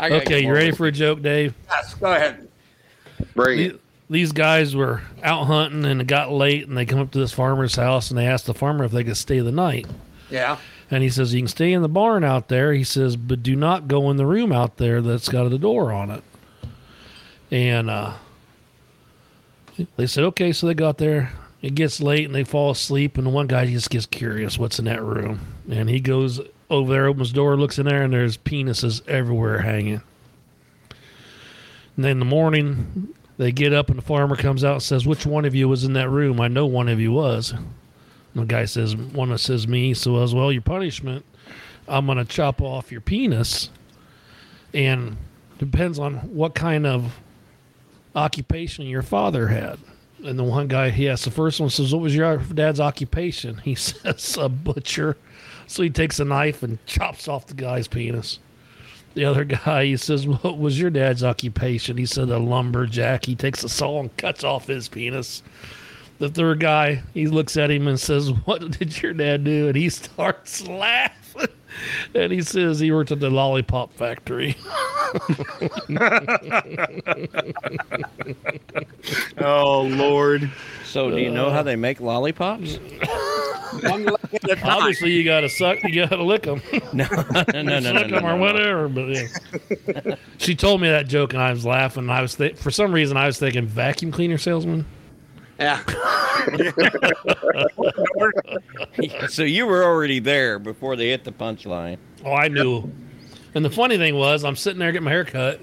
S1: gotta
S2: okay,
S1: get
S2: you
S1: more
S2: ready
S1: of
S2: for a joke, Dave?
S4: Yes, go ahead.
S3: bring
S2: The-
S3: it.
S2: these guys were out hunting and it got late and they come up to this farmer's house and they asked the farmer if they could stay the night
S4: Yeah.
S2: and he says you can stay in the barn out there he says but do not go in the room out there that's got the door on it and uh They said, okay, so they got there. It gets late and they fall asleep, and one guy just gets curious what's in that room. And he goes over there, opens the door, looks in there, and there's penises everywhere hanging. And then in the morning, they get up, and the farmer comes out and says, Which one of you was in that room? I know one of you was. And the guy says, One of us says me. So, as well, your punishment, I'm going to chop off your penis. And depends on what kind of occupation your father had. And the one guy he asked the first one says, What was your dad's occupation? He says, A butcher. So he takes a knife and chops off the guy's penis. The other guy he says, What was your dad's occupation? He said, A lumberjack. He takes a saw and cuts off his penis. The third guy, he looks at him and says, What did your dad do? And he starts laughing. And he says he worked at the lollipop factory.
S1: oh Lord! So do you know how they make lollipops?
S2: Obviously, you gotta suck, you gotta lick them.
S1: No, no, no, no,
S2: suck
S1: no,
S2: them
S1: no.
S2: or whatever. But yeah. she told me that joke, and I was laughing. I was thi- for some reason I was thinking vacuum cleaner salesman.
S4: Yeah.
S1: so you were already there before they hit the punchline.
S2: Oh, I knew. And the funny thing was, I'm sitting there getting my hair cut,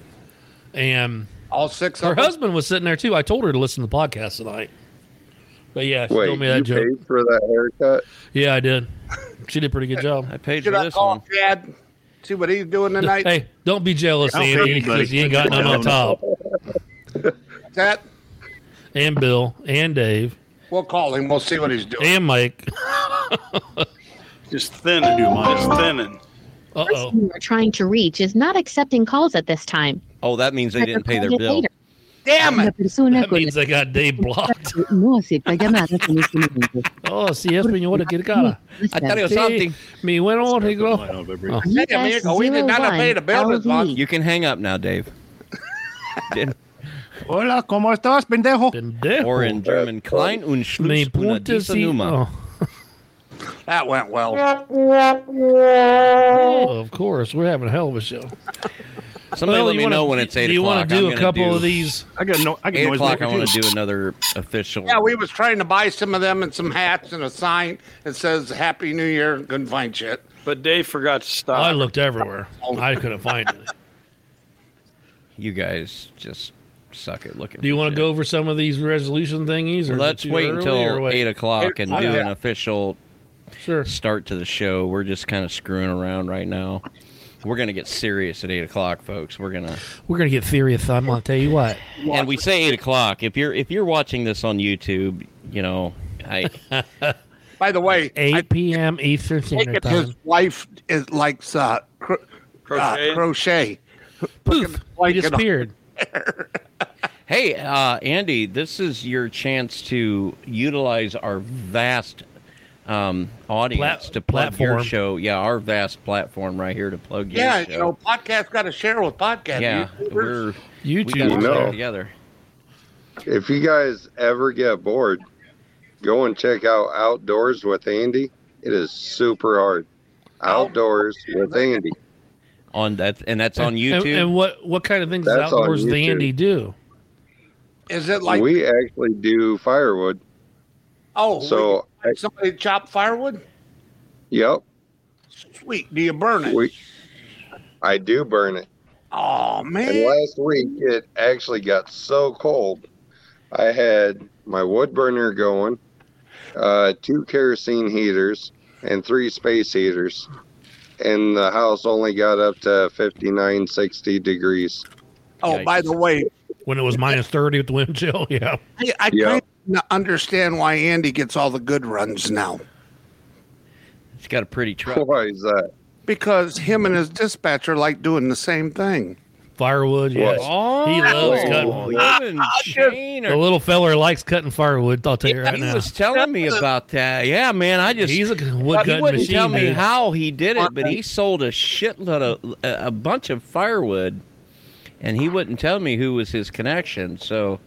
S2: and
S4: all six.
S2: Her husband was sitting there too. I told her to listen to the podcast tonight. But yeah, she
S3: Wait,
S2: told me that
S3: you
S2: joke.
S3: paid for that haircut?
S2: Yeah, I did. She did a pretty good job.
S1: I paid
S4: Should
S1: for
S4: I
S1: this
S4: call
S1: one.
S4: Chad? See what he's doing tonight.
S2: Hey, don't be jealous,
S9: I don't
S2: Andy,
S9: think anybody
S2: because you ain't got
S9: could
S2: none on
S9: have known.
S2: top.
S4: That
S2: And Bill, and Dave,
S4: we'll call him. We'll see what he's doing.
S2: and Mike.
S6: Just thinning.
S9: Do mine.
S6: Just thinning.
S2: Uh
S10: person
S2: oh.
S10: you are trying to reach is not accepting calls at this time.
S1: Oh, that means they didn't pay their
S10: Call
S1: bill.
S10: later.
S4: Damn
S5: La
S4: it!
S5: persona
S2: That
S5: con
S2: means I got Dave blocked.
S10: Eh,
S5: la que no acepta llamadas en este momento.
S2: Oh, si española que cara.
S1: I thought it was something.
S2: Mi bueno, digo.
S9: Mine on vibration.
S2: Oh.
S4: Hey, Amigo, we did not pay the bill this month.
S1: You can hang up now, Dave. Did-
S4: Hola, ¿cómo estás, pendejo?
S2: Pendejo.
S1: or in German, Klein und
S2: Mi
S1: Schluss una
S2: punta
S1: diese
S2: si-
S1: Nummer.
S2: oh.
S4: That went well.
S2: Oh, of course. We're having a hell of a show.
S1: Somebody
S2: Well,
S1: let
S2: you
S1: me
S2: wanna-
S1: know when it's eight
S2: Do you
S1: o'clock.
S2: want to do
S1: I'm
S2: a
S1: gonna
S2: couple
S1: do-
S2: of these?
S9: I got no. I got
S1: Eight
S9: noise
S1: o'clock. I
S9: maker
S1: want
S9: too.
S1: to do another official.
S4: Yeah, we was trying to buy some of them and some hats and a sign that says "Happy New Year." Couldn't find shit.
S6: But Dave forgot to
S1: Uh,
S6: stop.
S2: I looked everywhere. I couldn't find it.
S1: You guys just suck at looking.
S2: Do you
S1: for
S2: want to
S1: shit.
S2: go over some of these resolution thingies? Or is it
S1: Let's
S2: too
S1: wait
S2: early, or
S1: until
S2: what?
S1: eight o'clock and do
S4: Okay.
S1: an official
S2: Sure.
S1: start to the show. We're just kind of screwing around right now. We're gonna get serious at eight o'clock, folks. We're gonna
S2: We're gonna get theory of thumb. I'll tell you what.
S1: and we say eight o'clock. If you're if you're watching this on YouTube, you know I
S4: By the way, I
S2: Eight p.m. Eastern Standard
S4: think his
S2: Time.
S4: wife is likes uh, cro-
S6: Crochet.
S4: Uh, crochet.
S2: Poof!
S4: Look
S2: He
S4: at the-
S2: disappeared.
S1: Hey, uh, Andy, this is your chance to utilize our vast um, audience
S2: Plat-
S1: to plug your
S2: platform.
S1: show. Yeah, our vast platform right here to plug your
S4: Yeah,
S1: show.
S4: you know, podcast got to share with podcast.
S1: yeah,
S4: YouTubers.
S1: we're we
S2: YouTube.
S1: got
S3: You
S1: it
S3: know.
S1: together.
S3: If you guys ever get bored, go and check out Outdoors with Andy. It is super hard. Outdoors with Andy.
S1: On that, and that's on
S2: And,
S1: YouTube.
S2: and what what kind of things does
S3: That's on
S2: outdoors the
S3: YouTube.
S2: Andy do?
S4: Is it like
S3: we actually do firewood.
S4: oh,
S3: So,
S4: we- somebody chop firewood?
S3: yep,
S4: Sweet. Do you burn it?
S3: we, I do burn it.
S4: oh
S3: And
S4: man.
S3: last week it actually got so cold. I had my wood burner going, uh, two kerosene heaters, and three space heaters. And the house only got up to 59, 60 degrees.
S4: Oh, by the way,
S2: When it was minus thirty with the wind chill. Yeah.
S4: I, I
S3: Yeah.
S4: can't understand why Andy gets all the good runs now
S1: it's got a pretty truck.
S3: Why is that?
S4: because him and his dispatcher like doing the same thing.
S2: Firewood. Yes.
S1: Oh,
S2: He loves
S1: cutting.
S2: cutting.
S1: Shane
S2: The
S1: or,
S2: little feller likes cutting firewood. I'll tell you right
S1: he
S2: now.
S1: was telling me about that. Yeah, man, I just
S2: He's a wood
S1: Well, he
S2: cutting
S1: wouldn't
S2: machine.
S1: tell me
S2: dude.
S1: how he did it, but he sold a shitload of a, a bunch of firewood, and he wouldn't tell me who was his connection. So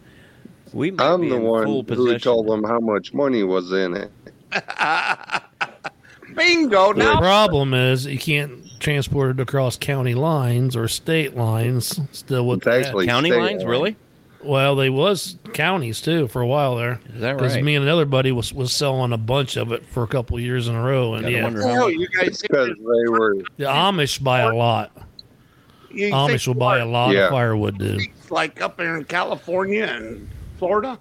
S1: we might
S3: I'm
S1: be
S3: the
S1: in
S3: one
S1: full
S3: who
S1: possession.
S3: told them how much money was in it.
S4: Bingo!
S2: The
S4: Now
S2: problem is you can't transport it across county lines or state lines. Still with
S3: It's actually
S1: county
S3: state
S1: lines,
S3: law.
S1: really?
S2: Well, they was counties too for a while there.
S1: Is that
S2: Because
S1: right?
S2: me and another buddy was was selling a bunch of it for a couple of years in a row, and
S1: Gotta
S2: yeah,
S1: wonder how-
S4: you guys
S3: because they were
S2: the Amish buy a lot.
S4: you
S2: Amish
S4: think
S2: will buy a lot
S3: Yeah.
S2: of firewood, dude.
S4: it's like up there in California and Florida.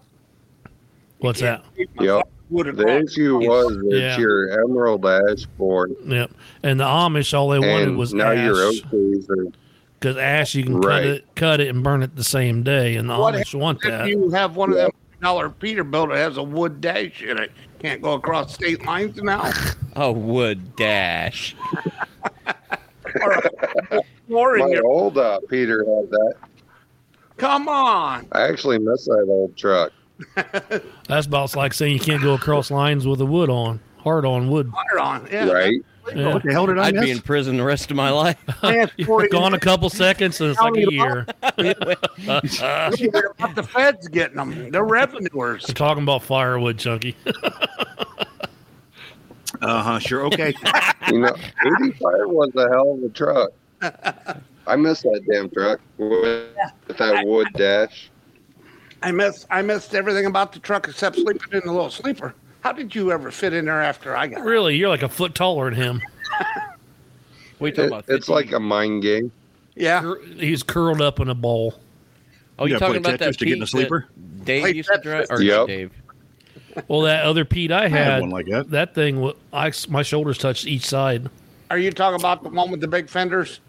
S2: What's that?
S3: Yep.
S4: Would have
S3: The issue was that
S2: Yeah.
S3: your emerald ash board
S2: Yep. And the Amish, all they wanted
S3: and
S2: was
S3: now your oak
S2: ash
S3: trees are
S2: because ash you can cut
S3: Right.
S2: it, cut it and burn it the same day, and the
S4: What
S2: Amish want
S4: if
S2: that.
S4: you have one of them dollar Peterbilt that has a wood dash in it? Can't go across state lines now.
S1: Oh, wood dash.
S4: Or in
S3: my
S4: your,
S3: old uh, Peter had that.
S4: come on.
S3: I actually miss that old truck.
S2: That's about like saying you can't go across lines with a wood on, hard on wood.
S4: Fire on. Yeah.
S3: Right?
S2: Yeah.
S9: What the hell did I
S1: I'd be
S9: miss?
S1: in prison the rest of my life.
S4: Fast forward-
S2: Gone a couple seconds, and it's like a year.
S4: You heard about the feds getting them. They're revenuers.
S2: We're talking about firewood, Chunky.
S9: Uh huh. Sure. Okay.
S3: You know, 85 was a hell of a truck. I miss that damn truck with that wood dash.
S4: I missed I missed everything about the truck except sleeping in the little sleeper. How did you ever fit in there after I got?
S2: really, you're like a foot taller than him.
S1: We talking
S3: It,
S1: about
S3: it's
S1: 50?
S3: like a mind game.
S4: Yeah,
S2: Cur- He's curled up in a ball.
S1: oh, you
S9: Yeah,
S1: talking
S9: play
S1: about that
S9: Tetris to get in a
S1: Pete
S9: sleeper?
S1: that Dave
S4: Play
S1: used to drive? Or
S3: Yep.
S1: Dave.
S2: Well, that other Pete I
S9: I had
S2: had,
S9: one like that.
S2: that thing, wa- I s- my shoulders touched each side.
S4: are you talking about the one with the big fenders?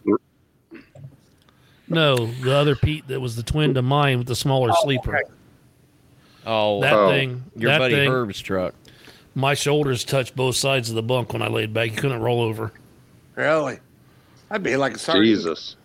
S2: No, the other Pete that was the twin to mine with the smaller sleeper.
S1: Oh,
S2: That
S3: Oh,
S2: thing,
S1: your
S2: that
S1: buddy
S2: thing,
S1: Herb's truck.
S2: my shoulders touched both sides of the bunk when I laid back. You couldn't roll over.
S4: Really? I'd be like a sergeant.
S3: Jesus.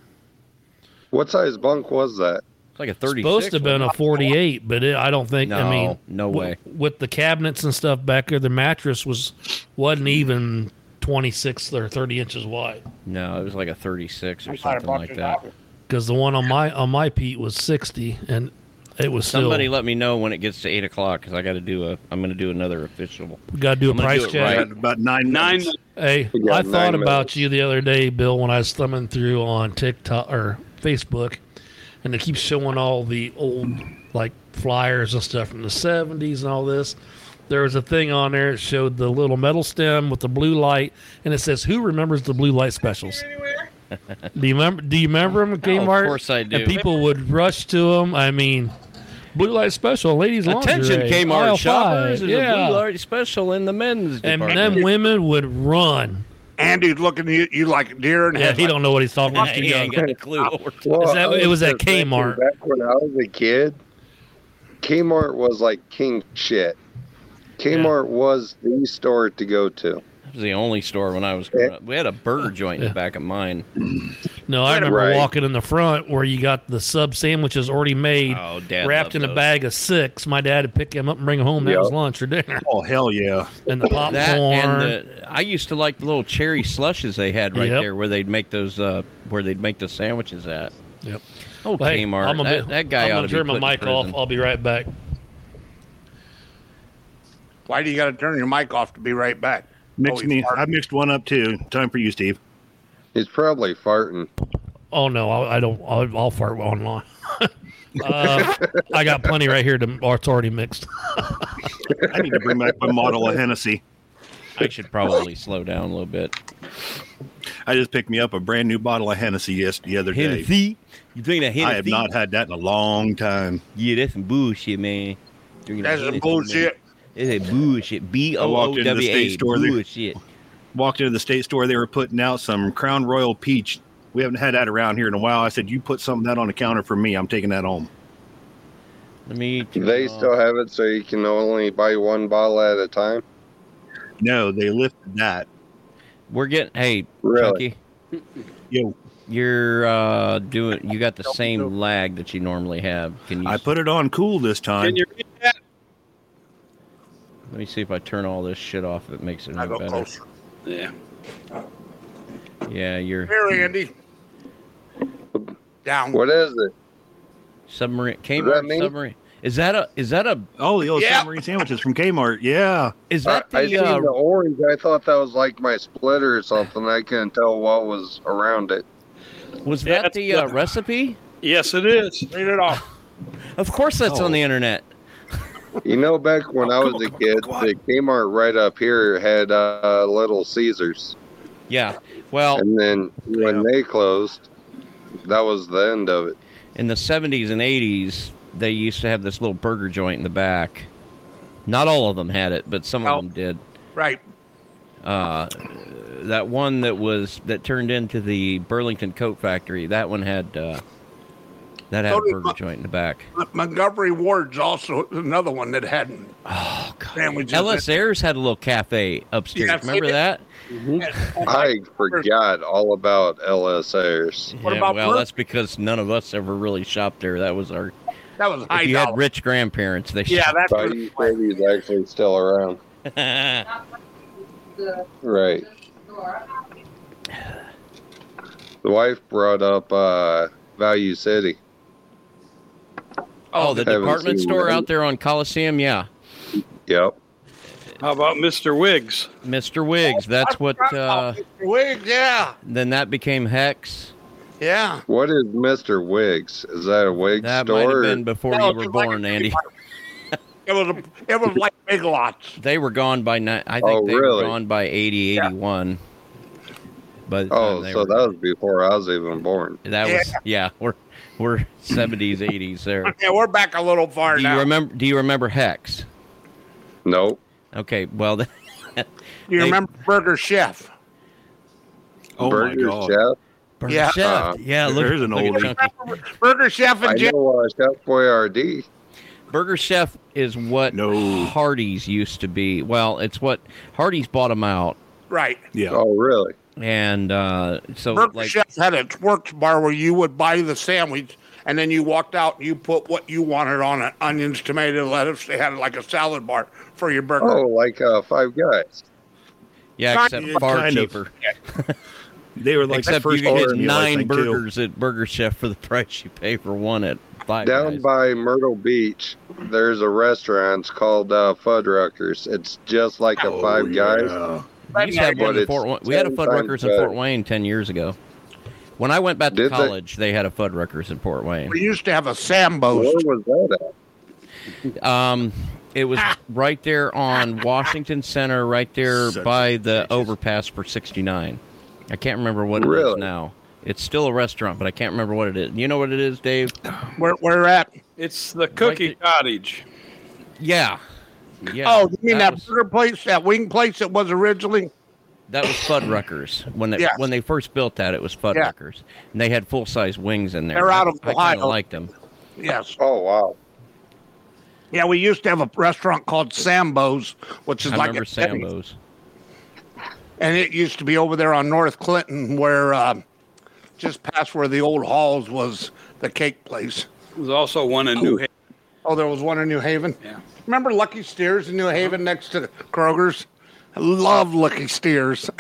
S3: What size bunk was that?
S1: It's like a 36.
S2: Supposed to have been
S1: wasn't
S2: a 48, but it, I don't think. I
S1: No,
S2: mean,
S1: no
S2: wi-
S1: way.
S2: with the cabinets and stuff back there, the mattress was wasn't even 26 or 30 inches wide
S1: it? No, it was like a 36 or
S4: I'm glad I
S1: something
S4: bought
S1: like
S4: you
S1: that.
S2: because the one on my on my Pete was 60, and it was still.
S1: Somebody let me know when it gets to 8 o'clock because I got to do a, I'm going to do another official.
S2: we got to do a
S1: I'm gonna
S2: price
S1: do it
S2: check.
S1: right.
S9: Got about nine.
S6: Nine.
S9: minutes.
S2: Hey,
S3: You got
S2: I
S3: nine
S2: thought about
S3: minutes.
S2: you the other day, Bill, when I was thumbing through on TikTok or Facebook, and they keep showing all the old like flyers and stuff from the '70s and all this. There was a thing on there that showed the little metal stem with the blue light, and it says, "Who remembers the blue light specials?" do you remember? Do you remember them, at
S1: Oh,
S2: Kmart?
S1: of course I do.
S2: And people would rush to them. I mean, blue light special, ladies'
S1: Attention,
S2: lingerie, aisle
S1: Kmart shoppers.
S2: five.
S1: There's
S2: Yeah.
S1: a Blue Light special in the men's
S2: and
S1: department.
S2: then women would run.
S4: Andy's looking at you, you like deer and
S2: Yeah, he don't know what he's talking about.
S1: he ain't got a clue. what we're-
S3: Well,
S2: Is that-
S3: I
S2: it was at
S3: just thinking
S2: Kmart.
S3: Back when I was a kid, Kmart was like king shit. Kmart was the store to go to.
S1: That was the only store when I was growing up. We had a burger joint in the back of mine.
S2: No, I remember
S3: Right.
S2: walking in the front where you got the sub sandwiches already made,
S1: Oh, Dad
S2: wrapped
S1: loved
S2: in a
S1: those.
S2: bag of six. My dad would pick them up and bring them home. That
S3: Yep.
S2: was lunch or dinner,
S9: Oh hell yeah!
S2: and the popcorn.
S1: That and the, I used to like the little cherry slushes they had right
S2: Yep.
S1: there where they'd make those uh, where they'd make the sandwiches at.
S2: Yep.
S1: Oh,
S2: Well, hey,
S1: Kmart.
S2: I'm a
S1: that,
S2: bit-
S1: that guy ought
S2: I'm gonna
S1: to be
S2: turn
S1: put in
S2: my mic off.
S1: prison.
S2: I'll be right back.
S4: Why do you got to turn your mic off to be right back?
S9: Mixed
S4: Oh,
S9: me.
S4: you are-
S9: I mixed one up too. Time for you, Steve.
S3: He's probably farting.
S2: Oh no, I, I don't. I'll, I'll fart online. uh, I got plenty right here. To, or it's already mixed.
S9: I need to bring back my model of Hennessy.
S1: I should probably slow down a little bit.
S9: I just picked me up a brand new bottle of Hennessy yes the other day.
S1: Hennessy, you drink that Hennessy?
S9: I have not had that in a long time.
S1: Yeah, that's some bullshit, man. Drinking
S4: That's some
S1: Hennessy,
S4: bullshit.
S1: Man. It's a bullshit. B O O
S9: walked into the
S1: W
S9: state
S1: A.
S9: store there.
S1: Bullshit.
S9: Walked into the state store. They were putting out some Crown Royal Peach. We haven't had that around here in a while. I said, "You put some of that on the counter for me. I'm taking that home."
S1: Let me. uh, turn
S3: They
S1: off-
S2: Oh.
S3: still have it, so you can only buy one bottle at a time.
S9: No, they lifted that.
S1: We're getting. Hey,
S3: Really?
S1: Chucky,
S9: Yo,
S1: you're uh, doing. You got the same lag that you normally have. Can you?
S9: I put it on cool this time.
S6: Can you read that?
S1: Let me see if I turn all this shit off. If it makes it
S4: I
S1: any
S4: go
S1: better.
S4: closer.
S6: Yeah.
S1: Yeah, you're
S4: Here, Andy. Down.
S3: What is it?
S1: submarine.
S3: that
S1: Kmart
S3: me?
S1: submarine. Is that a? Is that a?
S9: Oh, the old
S4: Yeah.
S9: submarine sandwiches from Kmart. Yeah.
S1: Is
S3: I,
S1: that
S3: I
S1: the?
S3: seen
S1: Uh,
S3: the orange. I thought that was like my splitter or something. I couldn't tell what was around it.
S1: was
S6: Yeah,
S1: that
S6: that's
S1: the
S6: the-
S1: uh, recipe?
S6: Yes, it is.
S4: Read it off.
S1: Of course, that's on the internet.
S3: You know, back
S2: Oh,
S3: when I was a kid, the Kmart right up here had uh, Little Caesars.
S1: Yeah. Well,
S3: and then when they closed, that was the end of it.
S1: In the 70s and 80s, they used to have this little burger joint in the back. Not all of them had it, but some of them did.
S4: Right.
S1: Uh, that one that was that turned into the Burlington Coat Factory. That one had uh, that had a
S4: So did
S1: burger joint in the back.
S4: Montgomery Ward's also another one that had
S3: Oh,
S4: sandwiches.
S1: Ellis Ayers had a little cafe upstairs.
S4: Yes,
S1: Remember
S4: it-
S1: that?
S3: I forgot all about LSAs.
S1: yeah, well, that's because none of us ever really shopped there. That was our.
S4: That was
S1: If you had rich grandparents, they shopped.
S3: Bayou Brady's actually still around. Right. The wife brought up uh, Value City.
S1: Oh, the
S3: Haven't
S1: department
S3: seen
S1: store
S3: that.
S1: out there on Coliseum, yeah.
S3: Yep.
S6: How about Mr. Wiggs?
S1: Mr. Wiggs, that's what. Uh,
S4: Wig, yeah,
S1: then that became Hex.
S4: yeah.
S3: What is Mr. Wiggs? Is that a wig
S1: That might have
S3: store?
S1: been before
S4: No,
S1: you were
S4: it's like a
S1: born, Andy.
S4: It was a, it was like Big Lots.
S1: They were gone by ni- I think
S3: Oh,
S1: they
S3: really?
S1: were gone by 80, 81. But uh,
S3: oh, so
S1: were,
S3: that was before I was even born.
S1: that was yeah, we're we're 70s, 80s there.
S4: Yeah, we're back a little far
S1: Do you
S4: now.
S1: remember do you remember Hex?
S3: Nope.
S1: Okay, well then,
S4: Do you
S1: they-
S4: remember Burger Chef?
S9: Oh my
S3: Burger
S9: God.
S3: Chef.
S1: Burger
S4: Yeah.
S3: Uh-huh.
S1: Chef. yeah, look,
S9: There's an
S1: look
S9: oldie.
S1: at Chunky.
S4: Burger Chef
S3: I
S4: and Jim.
S3: know uh, Chef Boyardee.
S1: Burger Chef is what
S9: No.
S1: Hardee's used to be. Well, it's what Hardee's bought them out,
S4: Right.
S9: Yeah.
S3: Oh, really?
S1: and uh, so
S4: Burger
S1: like
S4: Chef had a works bar where you would buy the sandwich and then you walked out and you put what you wanted on it onions, tomato, lettuce. They had like a salad bar for your burger.
S3: Oh, like uh, Five Guys.
S1: yeah, except
S4: Kind
S1: far
S9: of.
S1: cheaper.
S9: They were like
S1: Except
S9: the
S1: you
S9: first
S1: can get
S9: orange meal, I
S1: nine
S9: think, too.
S1: burgers at Burger Chef for the price you pay for one at Five
S3: Down
S1: Guys.
S3: by Myrtle Beach, there's a restaurant it's called uh, Fuddruckers. It's just like a
S9: Oh,
S3: Five Guys.
S9: yeah.
S1: we used to have
S3: But
S1: one in
S3: it's
S1: Fort Wa- We had a
S3: ten
S1: Fuddruckers
S3: times
S1: in
S3: better.
S1: Fort Wayne ten years ago. When I went back to
S3: Did they?
S1: college, they? had a Fuddruckers in Fort Wayne.
S4: We used to have a Sambo's.
S2: Oh,
S3: Where was that at?
S1: Um, it was
S4: Ah.
S1: right there on Washington Center, right there
S9: Such
S1: by the overpass for 69. I can't remember what it is
S3: Really?
S1: now. It's still a restaurant, but I can't remember what it is. You know what it is, Dave?
S4: Where we're at.
S6: It's the Cookie
S1: the-
S6: Cottage.
S1: Yeah. Yeah.
S4: oh, you mean that,
S1: was-
S4: burger place, that wing place that was originally?
S1: That was Fuddruckers. When they
S4: Yes.
S1: when they first built that, it was Fuddruckers, and they had full size wings in there.
S4: They're out of
S1: I, I kind
S4: Ohio.
S1: of liked them.
S4: Yes.
S3: Oh, wow.
S4: Yeah, we used to have a restaurant called Sambo's, which is
S1: I
S4: like
S1: remember
S4: a Denny's.
S1: Sambo's.
S4: and it used to be over there on North Clinton, where uh, just past where the old halls was the cake place.
S6: There's also one in New Haven.
S4: Oh, there was one in New Haven.
S6: Yeah.
S4: Remember Lucky Steers in New Haven next to Kroger's? I love Lucky Steers.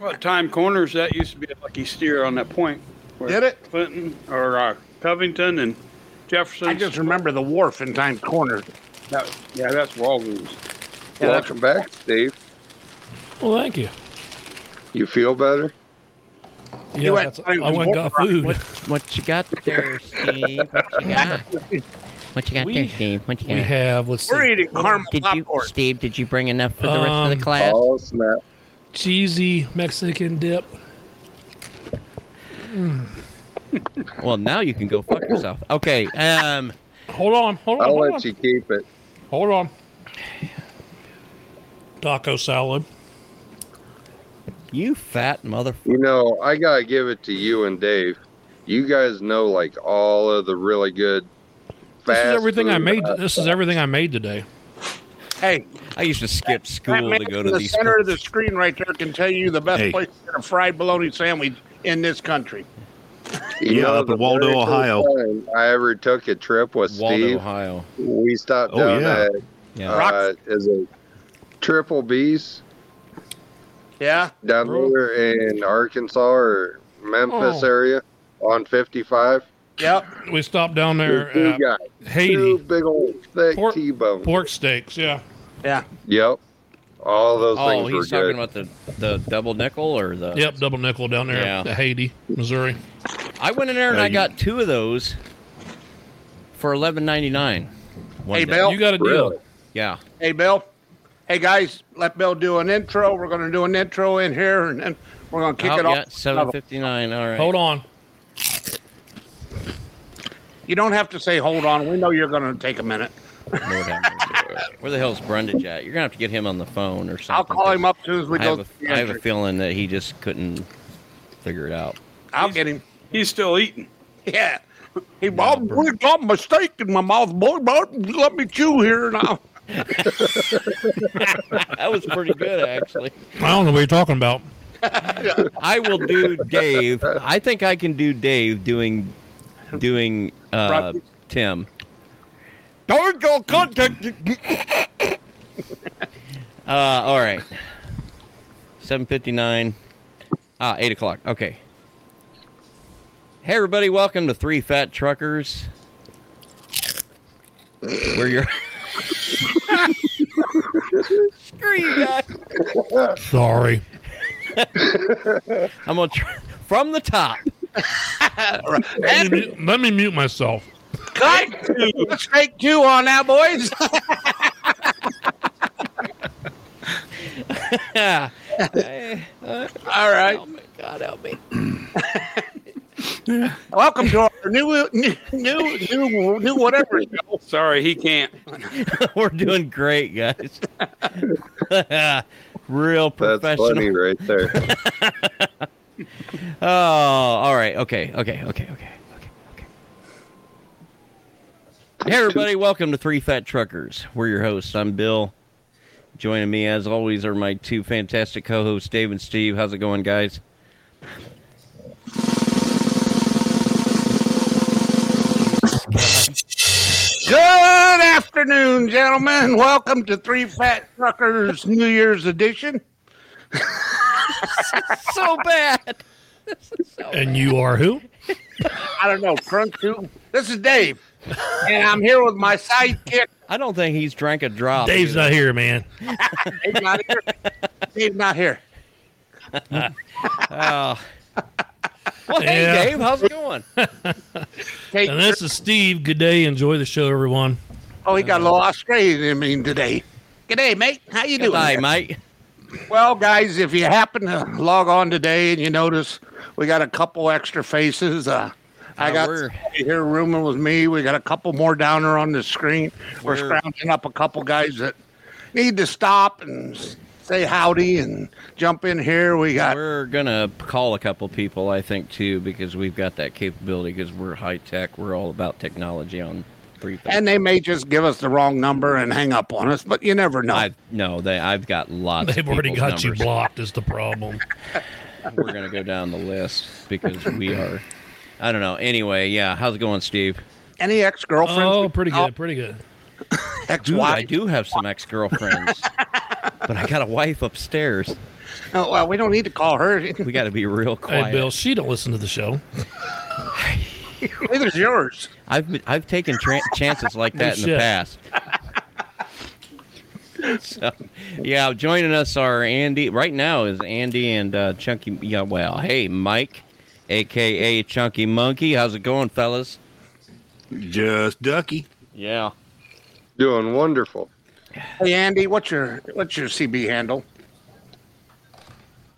S6: Well, Time Corners, that used to be a lucky steer on that point. where
S4: Did it?
S6: Clinton or uh, Covington and Jefferson.
S4: I just remember the wharf in Times Corner.
S6: That- yeah, that's Walgreens.
S4: Yeah, that's-
S3: Welcome back, Steve.
S2: Well, thank you.
S3: You feel better?
S2: Yeah,
S4: went-
S2: that's, I went and got food.
S1: What what you got there, Steve? What you got? What you got
S2: We-
S1: there, Steve? What you
S2: We
S1: got?
S2: have let's
S4: We're
S2: see,
S4: eating caramel
S1: Did you,
S4: popcorn.
S1: Steve? Did you bring enough for the rest of
S2: Um,
S1: the class?
S3: Oh, snap.
S2: cheesy Mexican dip.
S1: Well, now you can go fuck yourself. Okay. Um.
S2: Hold on, hold on,
S3: I'll
S2: hold on,
S3: let you keep it.
S2: hold on. Taco salad.
S1: You fat mother.
S3: You know, I got to give it to you and Dave. You guys know, like, all of the really good
S2: This
S3: fast
S2: is everything I
S3: food uh,
S2: made.
S3: restaurants.
S2: This is everything I made today.
S4: Hey,
S1: I used to skip
S4: that
S1: school
S4: man
S1: to go
S4: in
S1: to
S4: the
S1: these.
S4: center of the screen right there can tell you the best
S9: Hey.
S4: place to get a fried bologna sandwich in this country.
S3: You
S9: Yeah,
S3: know,
S9: up in
S3: the
S9: Waldo,
S3: very first
S9: Ohio.
S3: time I ever took a trip with
S1: Waldo,
S3: Steve.
S1: Ohio.
S3: We stopped
S9: Oh,
S3: down
S9: yeah.
S3: at
S1: Yeah.
S3: uh, is it Triple B's
S4: Yeah.
S3: down there in Arkansas or Memphis
S1: Oh.
S3: area on 55?
S4: Yep.
S2: We stopped down there
S3: two
S2: at
S3: guys, two
S2: Haiti.
S3: big old thick
S2: Pork-
S3: T-bone.
S2: Pork steaks, yeah.
S4: Yeah.
S3: Yep, all those
S1: Oh,
S3: things were
S1: he's talking
S3: good.
S1: about the the double nickel or the.
S2: Yep, double nickel down there
S1: Yeah.
S2: at Haiti, Missouri.
S1: I went in there and
S9: Uh,
S1: I
S9: you-
S1: got two of those for eleven ninety nine.
S4: Hey,
S3: Oh,
S4: Bill. You got a deal. Really?
S1: Yeah.
S4: Hey, Bill. Hey, guys, let Bill do an intro. We're going to do an intro in here, and then we're going to kick
S1: Oh,
S4: it
S1: yeah,
S4: off.
S1: seven fifty nine. All right.
S4: Hold on. You don't have to say hold on. We know you're going to take a minute.
S1: Lord have mercy. Where the hell's Brundage at? You're gonna have to get him on the phone or something.
S4: I'll call him up soon as we
S1: I
S4: go.
S1: have,
S4: through
S1: a,
S4: the
S1: I have a
S4: entry.
S1: feeling that he just couldn't figure it out.
S4: I'll get him.
S6: He's still eating.
S4: Yeah. He Bob, we got a mistake in my mouth, boy. Bob, let me chew here now.
S1: that was pretty good, actually.
S2: I don't know what you're talking about.
S1: I will do Dave. I think I can do Dave doing doing uh, Tim. Don't go contact. Uh, all right. Seven fifty nine. Ah, eight o'clock. Okay. Hey everybody, welcome to Three Fat Truckers. Where you're Screw you guys.
S2: Sorry.
S1: I'm gonna try from the top.
S2: Let me, mute- let me mute myself.
S4: Cut. Let's take two on that, boys. All right. Oh my
S1: God, help me.
S4: Welcome to our new new new new, new whatever.
S6: Sorry, he can't.
S1: We're doing great, guys. Real professional.
S3: Funny right there.
S1: Oh, all right. Okay. Okay. Okay. Okay. Okay. Okay. Hey, everybody. Welcome to Three Fat Truckers. We're your hosts. I'm Bill. Joining me, as always, are my two fantastic co hosts, Dave and Steve. How's it going, guys?
S4: Good afternoon, gentlemen. Welcome to Three Fat Truckers New Year's edition.
S1: so bad.
S2: And you are who?
S4: I don't know, crunk who? This is Dave, and I'm here with my sidekick.
S1: I don't think he's drank a drop.
S2: Dave's not here, man.
S4: Dave's not here. Dave's not here.
S1: oh. Well, hey,
S2: Yeah.
S1: Dave. How's it going?
S2: and this is Steve. Good day. Enjoy the show, everyone.
S4: Oh, he got a little Australian in him today. G'day, mate. How you doing?
S2: G'day,
S4: there?
S1: mate.
S4: Well, guys, if you happen to log on today and you notice we got a couple extra faces, uh, I
S1: Uh,
S4: got
S1: we're-
S4: somebody here rooming with me. We got a couple more down there on the screen. We're,
S1: We're-
S4: scrounging up a couple guys that need to stop and s- say howdy and jump in here. We got
S1: We're gonna call a couple people, I think, too, because we've got that capability. Because we're high tech, we're all about technology on three. Fat
S4: and they may just give us the wrong number and hang up on us, but you never know.
S1: I've no, they. I've got lots. of
S2: They've already
S1: people's
S2: got you
S1: numbers.
S2: blocked, is the problem.
S1: We're gonna go down the list because we are. I don't know. Anyway, yeah. How's it going, Steve?
S4: Any ex girlfriends?
S2: Oh, pretty good. Pretty good.
S1: Dude, I do have some ex girlfriends, but I got a wife upstairs.
S4: Oh, well, we don't need to call her.
S1: We got to be real quiet.
S2: Hey, Bill, she don't listen to the show.
S4: Neither's yours.
S1: I've I've taken tran chances like that in the
S2: shit.
S1: past. so, yeah, joining us are Andy. Right now is Andy and uh, Chunky. Yeah, well, hey, Mike, aka Chunky Monkey. How's it going, fellas?
S9: Just ducky.
S1: Yeah.
S3: Doing wonderful.
S4: Hey, Andy, what's your what's your CB handle?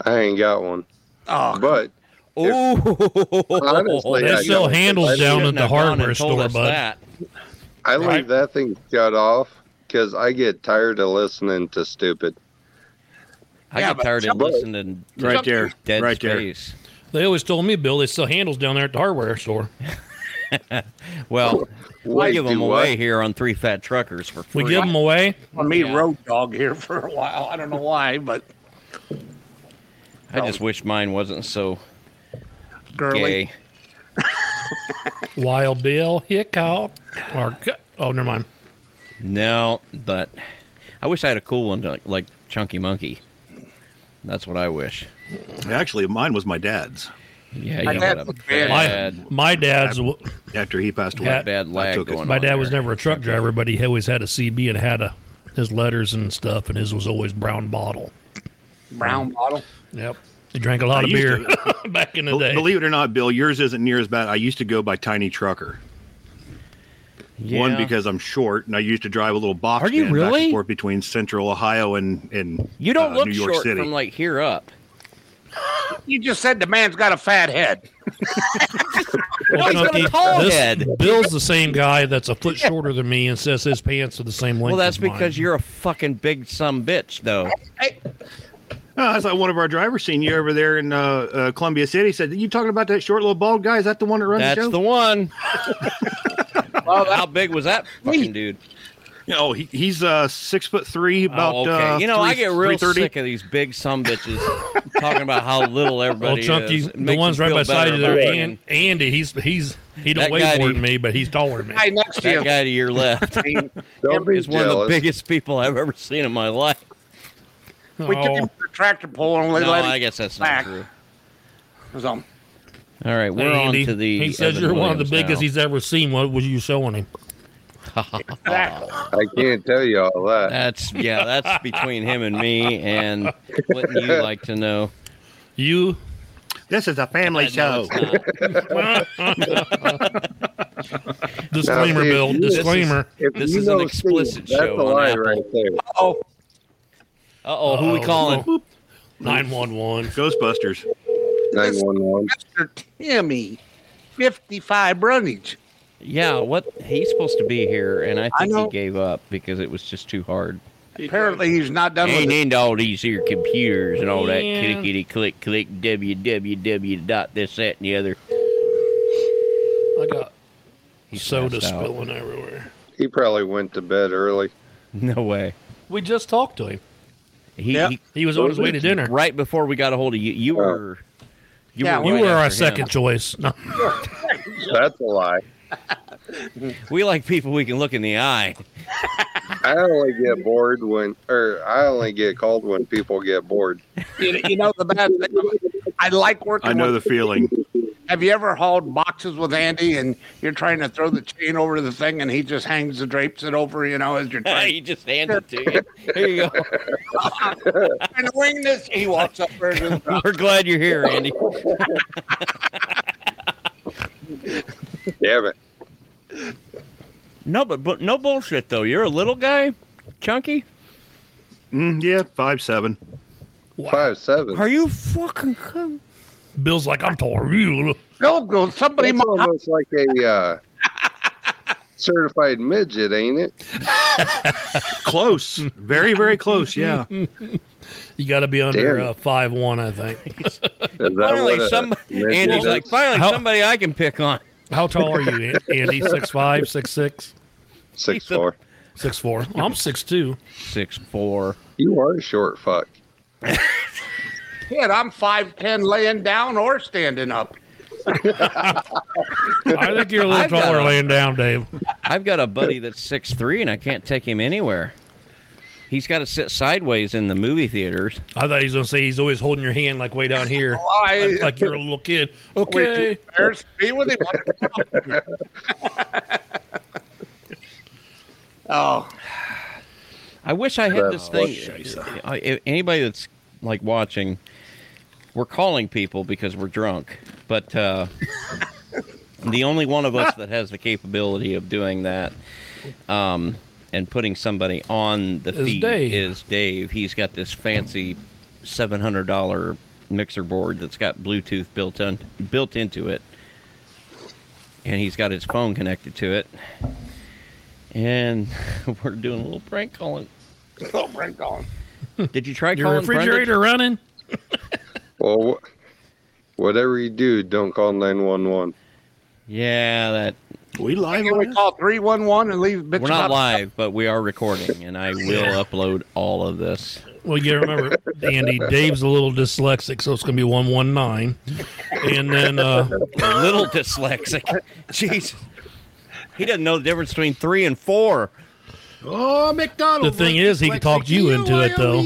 S3: I ain't got one.
S4: Oh,
S3: But
S1: Oh,
S3: honestly,
S2: they
S3: I
S2: sell
S3: don't-
S2: handles
S3: I
S2: down
S3: shouldn't
S2: at the
S3: have gone
S2: hardware
S3: and told
S2: store,
S3: us
S2: bud.
S3: that. I
S2: Right.
S3: leave that thing shut off because I get tired of listening to stupid.
S1: I
S3: Yeah,
S1: get
S3: but
S1: tired of
S3: something-
S1: listening to
S9: Right there,
S1: Dead
S9: right there.
S1: space.
S2: They always told me, Bill, they sell handles down there at the hardware store.
S1: Well, we
S4: Wait,
S1: give
S4: do
S1: them
S4: what?
S1: away here on Three Fat Truckers for free.
S2: We give them away.
S4: on me
S1: Yeah.
S4: road dog here for a while. I don't know why, but
S1: I just wish mine wasn't so gay.
S4: girly.
S2: Wild Bill Hickok. Or, oh, never mind.
S1: No, but I wish I had a cool one like, like Chunky Monkey. That's what I wish.
S9: Actually, mine was my dad's.
S1: Yeah,
S4: My
S1: you
S4: dad
S1: had a
S4: was bad.
S1: bad,
S2: My, my dad's. w-
S9: After he passed away,
S2: Yeah.
S1: bad
S9: I
S1: lag
S9: took it.
S1: going
S2: My
S1: on
S2: dad was
S1: there.
S2: never a truck driver, but he always had a CB and had a his letters and stuff, and his was always brown bottle.
S4: Brown bottle.
S2: Yep. He drank a lot
S9: I
S2: of beer
S9: used
S2: back in the
S9: Be-
S2: day.
S9: Believe it or not, Bill, yours isn't near as bad. I used to go by Tiny Trucker. One
S1: Yeah.
S9: because I'm short, and I used to drive a little box
S1: Are you
S9: van back
S1: really?
S9: and forth between Central Ohio and and
S1: You don't
S9: uh,
S1: look
S9: New York
S1: short
S9: City.
S1: from like here up.
S4: You just said the man's got a fat head.
S1: Well, Oh, he's got a
S2: Chunky,
S1: tall
S2: this-
S1: head.
S2: Bill's the same guy that's a foot shorter than me and says his pants are the same length.
S1: Well, that's
S2: as mine.
S1: because you're a fucking big some bitch, though.
S9: Uh, I saw one of our drivers seen you over there in uh, uh, Columbia City. Said, "You talking about that short little bald guy? Is that the one that runs
S1: That's
S9: the show?"
S1: the one. How big was that fucking dude?
S9: No, he, he's uh, six foot three, about.
S1: oh, okay.
S9: uh,
S1: you know, I
S9: three-
S1: get real
S9: 330.
S1: sick of these big some bitches talking about how little
S2: Well,
S1: everybody
S2: Chunky,
S1: is. It
S2: the
S1: makes
S2: ones
S1: me
S2: right
S1: feel
S2: beside
S1: better
S2: you there,
S1: about it.
S2: and, Andy, he's he's he don't
S1: That
S2: weigh
S1: guy
S2: more
S1: to-
S2: than me, but he's taller than me.
S4: Guy next to
S1: that
S4: you.
S1: guy to your left
S3: Don't be
S1: is one of the
S3: jealous.
S1: biggest people I've ever seen in my life.
S4: We took him to the tractor pole and we
S1: No,
S4: let him
S1: I guess that's not
S4: back.
S1: true.
S4: So,
S1: All right, we're
S2: Andy,
S1: on to the.
S2: he says
S1: Evan
S2: you're one of the
S1: Williams
S2: biggest
S1: now.
S2: he's ever seen. What was you showing him?
S4: exactly.
S3: I can't tell you all that.
S1: That's yeah. That's between him and me. And wouldn't you like to know?
S2: You
S9: This is a family
S1: No,
S9: show.
S1: it's not.
S2: disclaimer,
S3: see,
S2: Bill.
S3: you- this is-
S2: Disclaimer.
S3: If
S1: This
S3: you
S1: is an
S3: know
S1: explicit
S3: Steve, That's
S1: show
S3: a
S1: on
S3: lie
S1: Apple.
S3: right there.
S4: Oh,
S1: Uh oh, who we calling?
S2: Nine one one.
S9: Ghostbusters.
S3: Nine one one.
S4: Mr. Timmy, 55 runnage.
S1: Yeah, what he's supposed to be here, and I
S4: I
S1: think he
S4: know.
S1: gave up because it was just too hard.
S4: Apparently, he's not done with
S1: Ain't
S4: it.
S1: into all these here computers and all that
S2: Yeah.
S1: kitty kitty click click www dot this that and the other.
S2: I got
S1: He's
S2: soda
S1: passed out.
S2: spilling everywhere.
S3: He probably went to bed early.
S1: No way.
S2: We just talked to him.
S1: He,
S4: Yeah.
S1: he-
S2: He was on his way to dinner.
S1: right before we got a hold of you. You were you
S4: Yeah,
S1: were,
S2: You
S1: right
S2: were our
S1: after him.
S2: second choice. No.
S3: That's a lie.
S1: We like people we can look in the eye.
S3: I only get bored when, or I only get called when people get bored.
S4: You, you know, the bad thing. I like working
S9: I know the
S4: with.
S9: feeling.
S4: have you ever hauled boxes with Andy and you're trying to throw the chain over the thing and he just hangs the drapes it over, you know, as you're trying,
S1: he just handed it to you. Here you go.
S4: trying to wing this? He walks up there and goes,
S1: We're glad you're here, Andy.
S3: Damn it.
S1: No, but, but no bullshit though. You're a little guy, chunky.
S9: Mm, yeah, five seven.
S3: Five seven.
S1: Are you fucking? cum-
S2: Bill's like, I'm taller. than You
S4: Bill goes, somebody,
S3: That's
S4: mom,
S3: almost like a uh, certified midget, ain't it?
S9: Close. Very, very close. Yeah.
S2: you got to be under
S3: Damn.
S2: uh, five one, I think.
S3: Is that what uh,
S1: Finally,
S3: a
S1: some
S3: midget
S1: Andy's
S3: is?
S1: like, finally
S2: How-
S1: somebody I can pick on.
S2: How tall are you, An- Andy? Six five, six six,
S3: six four.
S2: six four. I'm six two.
S1: Six four.
S3: You are a short fuck.
S4: kid, I'm 5'10 laying down or standing up.
S2: I think you're a little
S1: I've got
S2: taller
S1: a-
S2: laying down, Dave.
S1: I've got a buddy that's six three, and I can't take him anywhere. He's got to sit sideways in the movie theaters.
S2: I thought he was gonna say he's always holding your hand like way down here,
S1: Oh,
S4: Why?
S2: like you're a little kid.
S4: Wait,
S2: Okay,
S4: there's me with him. oh,
S1: I wish I had this
S3: That's
S1: thing. I, if anybody that's like watching, we're calling people because we're drunk, but uh, the only one of us that has the capability of doing that um, and putting somebody on the
S2: Is
S1: feed
S2: Dave.
S1: is Dave. He's got this fancy seven hundred dollar mixer board that's got Bluetooth built on built into it, and he's got his phone connected to it. And we're doing a little prank calling.
S4: oh my God.
S1: Did you try
S2: your
S1: calling Brenda?
S2: refrigerator running.
S3: Well, wh- whatever you do, don't call nine one one.
S1: Yeah, that
S9: We live
S4: Can we
S9: on
S4: call 311 and leave bitch
S1: we're not
S4: about-
S1: live, but we are recording, and I will upload all of this.
S2: Well, you remember, Andy, Dave's a little dyslexic, so it's gonna be one one nine, and then uh,
S1: A little dyslexic. Jeez, he doesn't know the difference between three and four.
S9: this? Oh,
S2: the
S9: McDonald's.
S2: thing is, he can talk you into it though.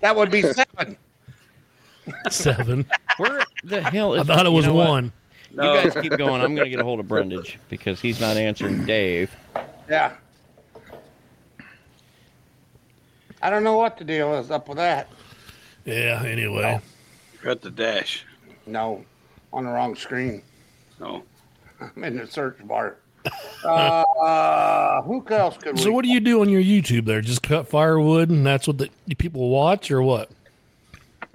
S4: That would be seven.
S2: Seven.
S1: Where the hell is?
S2: I thought it
S1: you
S2: was
S1: know what?
S2: one.
S1: You guys keep going. I'm gonna get a hold of Brundage because he's not answering Dave.
S4: Yeah. I don't know what the deal is up with that.
S2: Yeah. Anyway,
S6: Cut the dash.
S4: No, on the wrong screen.
S6: No.
S4: I'm in the search bar. Uh, who else could we?
S2: So what do you do on your YouTube there? Just cut firewood and that's what the the people watch or what?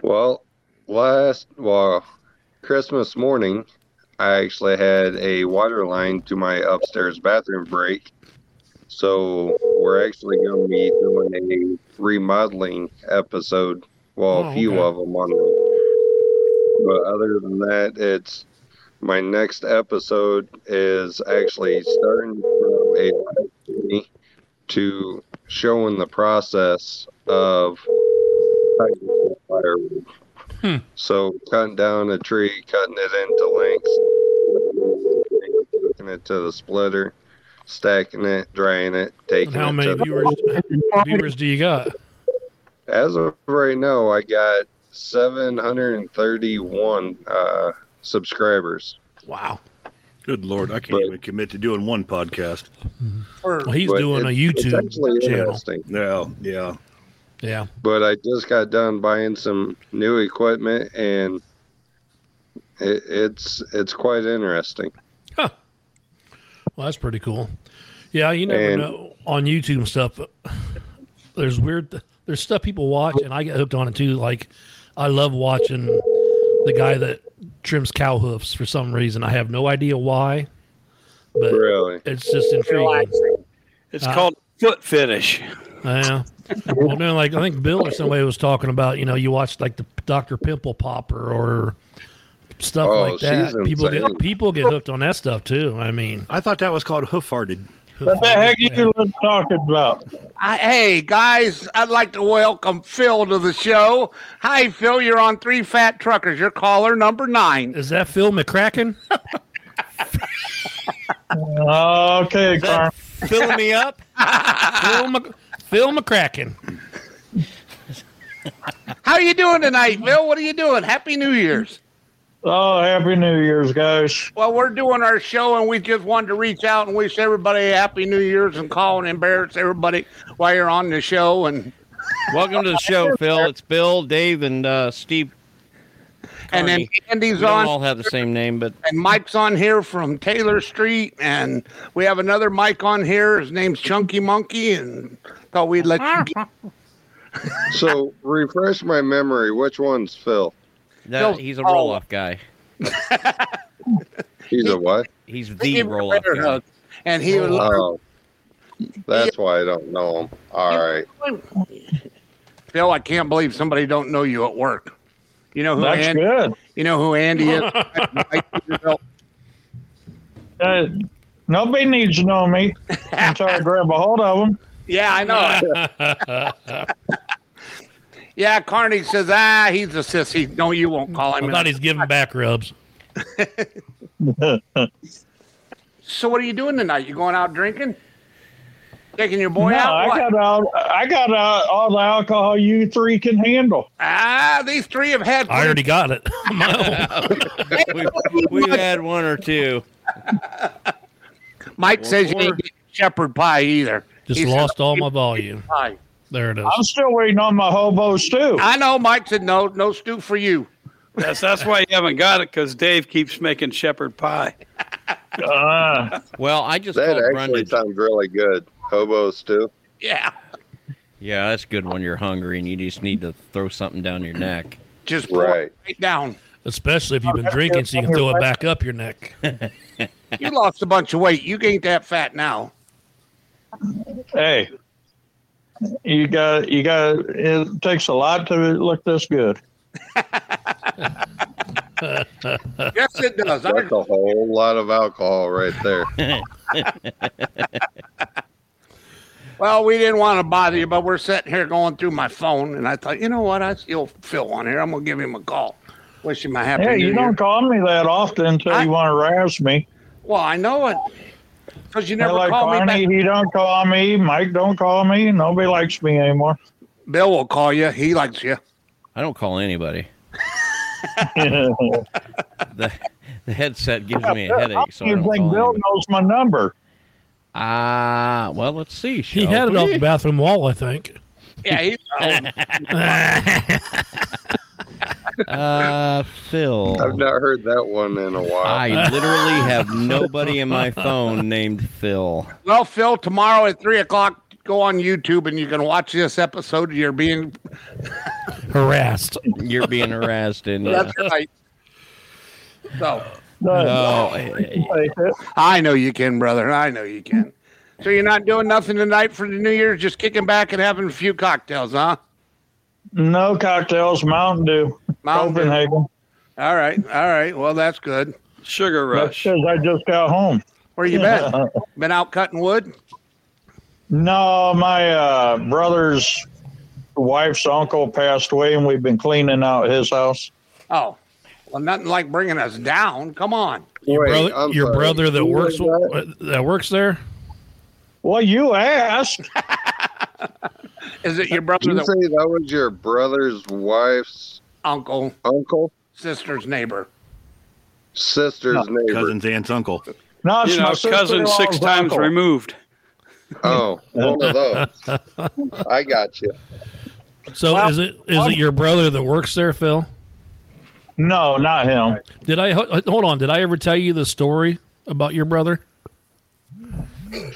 S3: Well, last well, Christmas morning, I actually had a water line to my upstairs bathroom break. So we're actually going to be doing a remodeling episode. Well,
S11: Oh,
S3: a few
S11: okay.
S3: of them on. the- But other than that, it's my next episode is actually starting from a live stream to showing the process of firewood.
S2: Hmm.
S3: So cutting down a tree, cutting it into lengths, taking it to the splitter, stacking it, drying it, taking
S2: How
S3: it.
S2: many
S3: to the-
S2: viewers viewers do you got?
S3: As of right now, I got 731 uh, subscribers.
S2: Wow.
S9: Good lord, I can't even commit to doing one podcast.
S4: Well,
S2: he's
S3: But
S2: doing a
S3: it- it's
S2: YouTube
S3: actually
S2: channel.
S3: interesting.
S9: No, yeah.
S2: Yeah.
S3: But I just got done buying some new equipment, and it, it's it's quite interesting.
S2: Well, that's pretty cool. Yeah, you never
S3: And-
S2: know on YouTube and stuff. There's weird. There's stuff people watch, and I get hooked on it too. Like, I love watching the guy that trims cow hoofs for some reason. I have no idea why, but
S3: really,
S2: it's just intriguing.
S6: It's
S2: Uh,
S6: called foot fetish.
S2: Yeah. well, no, like I think Bill or somebody was talking about. You know, you watch like the Doctor Pimple Popper or stuff
S9: Oh,
S2: like that.
S9: she's
S2: People
S9: insane.
S2: get people get hooked on that stuff too. I mean,
S9: I thought that was called hoof farted.
S2: What the heck
S9: are you talking about?
S4: I, hey guys, I'd like to welcome Phil to the show. Hi, Phil. You're on Three Fat Truckers. Your caller number nine.
S2: Is that Phil McCracken?
S12: Oh, Okay, Carm.
S1: Filling me up.
S2: Phil, Mc- Phil McCracken.
S4: How you doing tonight, Phil? What are you doing? Happy New Year's.
S12: Oh, happy New Year's, guys.
S4: Well, we're doing our show, and we just wanted to reach out and wish everybody a happy New Year's and call and embarrass everybody while you're on the show. And
S1: Welcome to the show, Phil. It's Bill, Dave, and uh, Steve.
S4: And then
S1: Carney.
S4: Andy's
S1: We don't
S4: on.
S1: all have the same name, but
S4: and Mike's on here from Taylor Street, and we have another Mike on here. His name's Chunky Monkey, and thought we'd let you. Get,
S3: So refresh my memory. Which one's Phil?
S1: that, he's a roll-off guy.
S3: He's a what?
S1: He's the roll-off
S4: better
S1: guy.
S4: hug. and he would
S3: Oh, that's why I don't know him. All right.
S4: Phil, I can't believe somebody don't know you at work. You know who
S12: That's
S4: Andy?
S12: good.
S4: You know who Andy is? Mike Peterbilt.
S12: Uh, nobody needs to know me until I grab a hold of them.
S4: yeah, I
S2: Oh,
S4: know. yeah, Carney says, ah, he's a sissy. No, you won't call him.
S2: I thought he's giving back rubs.
S4: So, what are you doing tonight? You going out drinking? Taking your boy
S12: no,
S4: out?
S12: I
S4: What?
S12: got all, I got all, all the alcohol you three can handle.
S4: Ah, these three have had.
S2: I already got it.
S1: we, we've had one or two.
S4: Mike says you ain't getting shepherd pie either.
S2: Just
S4: He said,
S2: lost all my volume.
S4: Pie.
S2: There it is.
S12: I'm still waiting on my hobo stew.
S4: I know Mike said no, no stew for you.
S6: That's that's why you haven't got it because Dave keeps making shepherd pie.
S12: Uh,
S1: Well, I just
S3: that
S1: called
S3: actually
S1: Brendan.
S3: sounds really good. Hobos too.
S4: Yeah.
S1: Yeah, that's good when you're hungry and you just need to throw something down your neck.
S4: Just
S3: right.
S4: Right down.
S2: Especially if you've been drinking, so you can throw it back up your neck.
S4: You lost a bunch of weight. You ain't that fat now.
S12: Hey, you got you got. It takes a lot to look this good.
S4: yes, it does.
S3: That's a whole lot of alcohol right there.
S4: Well, we didn't want to bother you, but we're sitting here going through my phone, and I thought, you know what? I still Phil on here. I'm gonna give him a call. Wish him a happy. New
S12: hey, you
S4: Year.
S12: don't call me that often until you want to rouse me.
S4: Well, I know it because you never
S12: like
S4: call me back.
S12: Arnie, he don't call me. Mike don't call me. Nobody likes me anymore.
S4: Bill will call you. He likes you.
S1: I don't call anybody.
S12: you
S1: The, the headset gives me a headache, so I don't
S12: think Bill
S1: call anybody.
S12: knows my number?
S1: Ah, well, let's see.
S2: He had it off the bathroom wall, I think.
S4: Yeah, he.
S1: Uh, Phil.
S3: I've not heard that one in a while.
S1: I literally have nobody in my phone named Phil.
S4: Well, Phil, tomorrow at three o'clock, go on YouTube and you can watch this episode. You're being
S2: Harassed.
S1: You're being harassed, and uh,
S4: that's right. So
S1: No.
S4: I know you can, brother. I know you can. So you're not doing nothing tonight for the New Year's, just kicking back and having a few cocktails, huh?
S12: No cocktails, Mountain Dew.
S4: Mountain Dew.
S12: Copenhagen.
S4: All right, all right. Well, that's good.
S6: Sugar
S12: Rush. Because I just got home. Uh-huh.
S4: Where you been? been out cutting wood?
S12: No, my uh, brother's wife's uncle passed away, and we've been cleaning out his house.
S4: Oh, well, nothing like bringing us down. Come on.
S2: Your, brother, your brother that works that? works there.
S12: Well, you asked.
S4: Is it your
S3: Did
S4: brother
S3: you
S4: that
S3: say that was your brother's wife's
S4: uncle,
S3: uncle,
S4: sister's neighbor?
S3: sister's neighbor?
S9: Cousin's aunt's uncle.
S12: No, it's
S6: You know, cousin
S12: my
S6: six
S12: sister-in-law's
S6: times
S12: uncle.
S6: removed.
S3: Oh, one of those. I got you.
S2: So is it is it your brother that works there, Phil?
S12: No, not him.
S2: Did I ho- hold on? Did I ever tell you the story about your brother?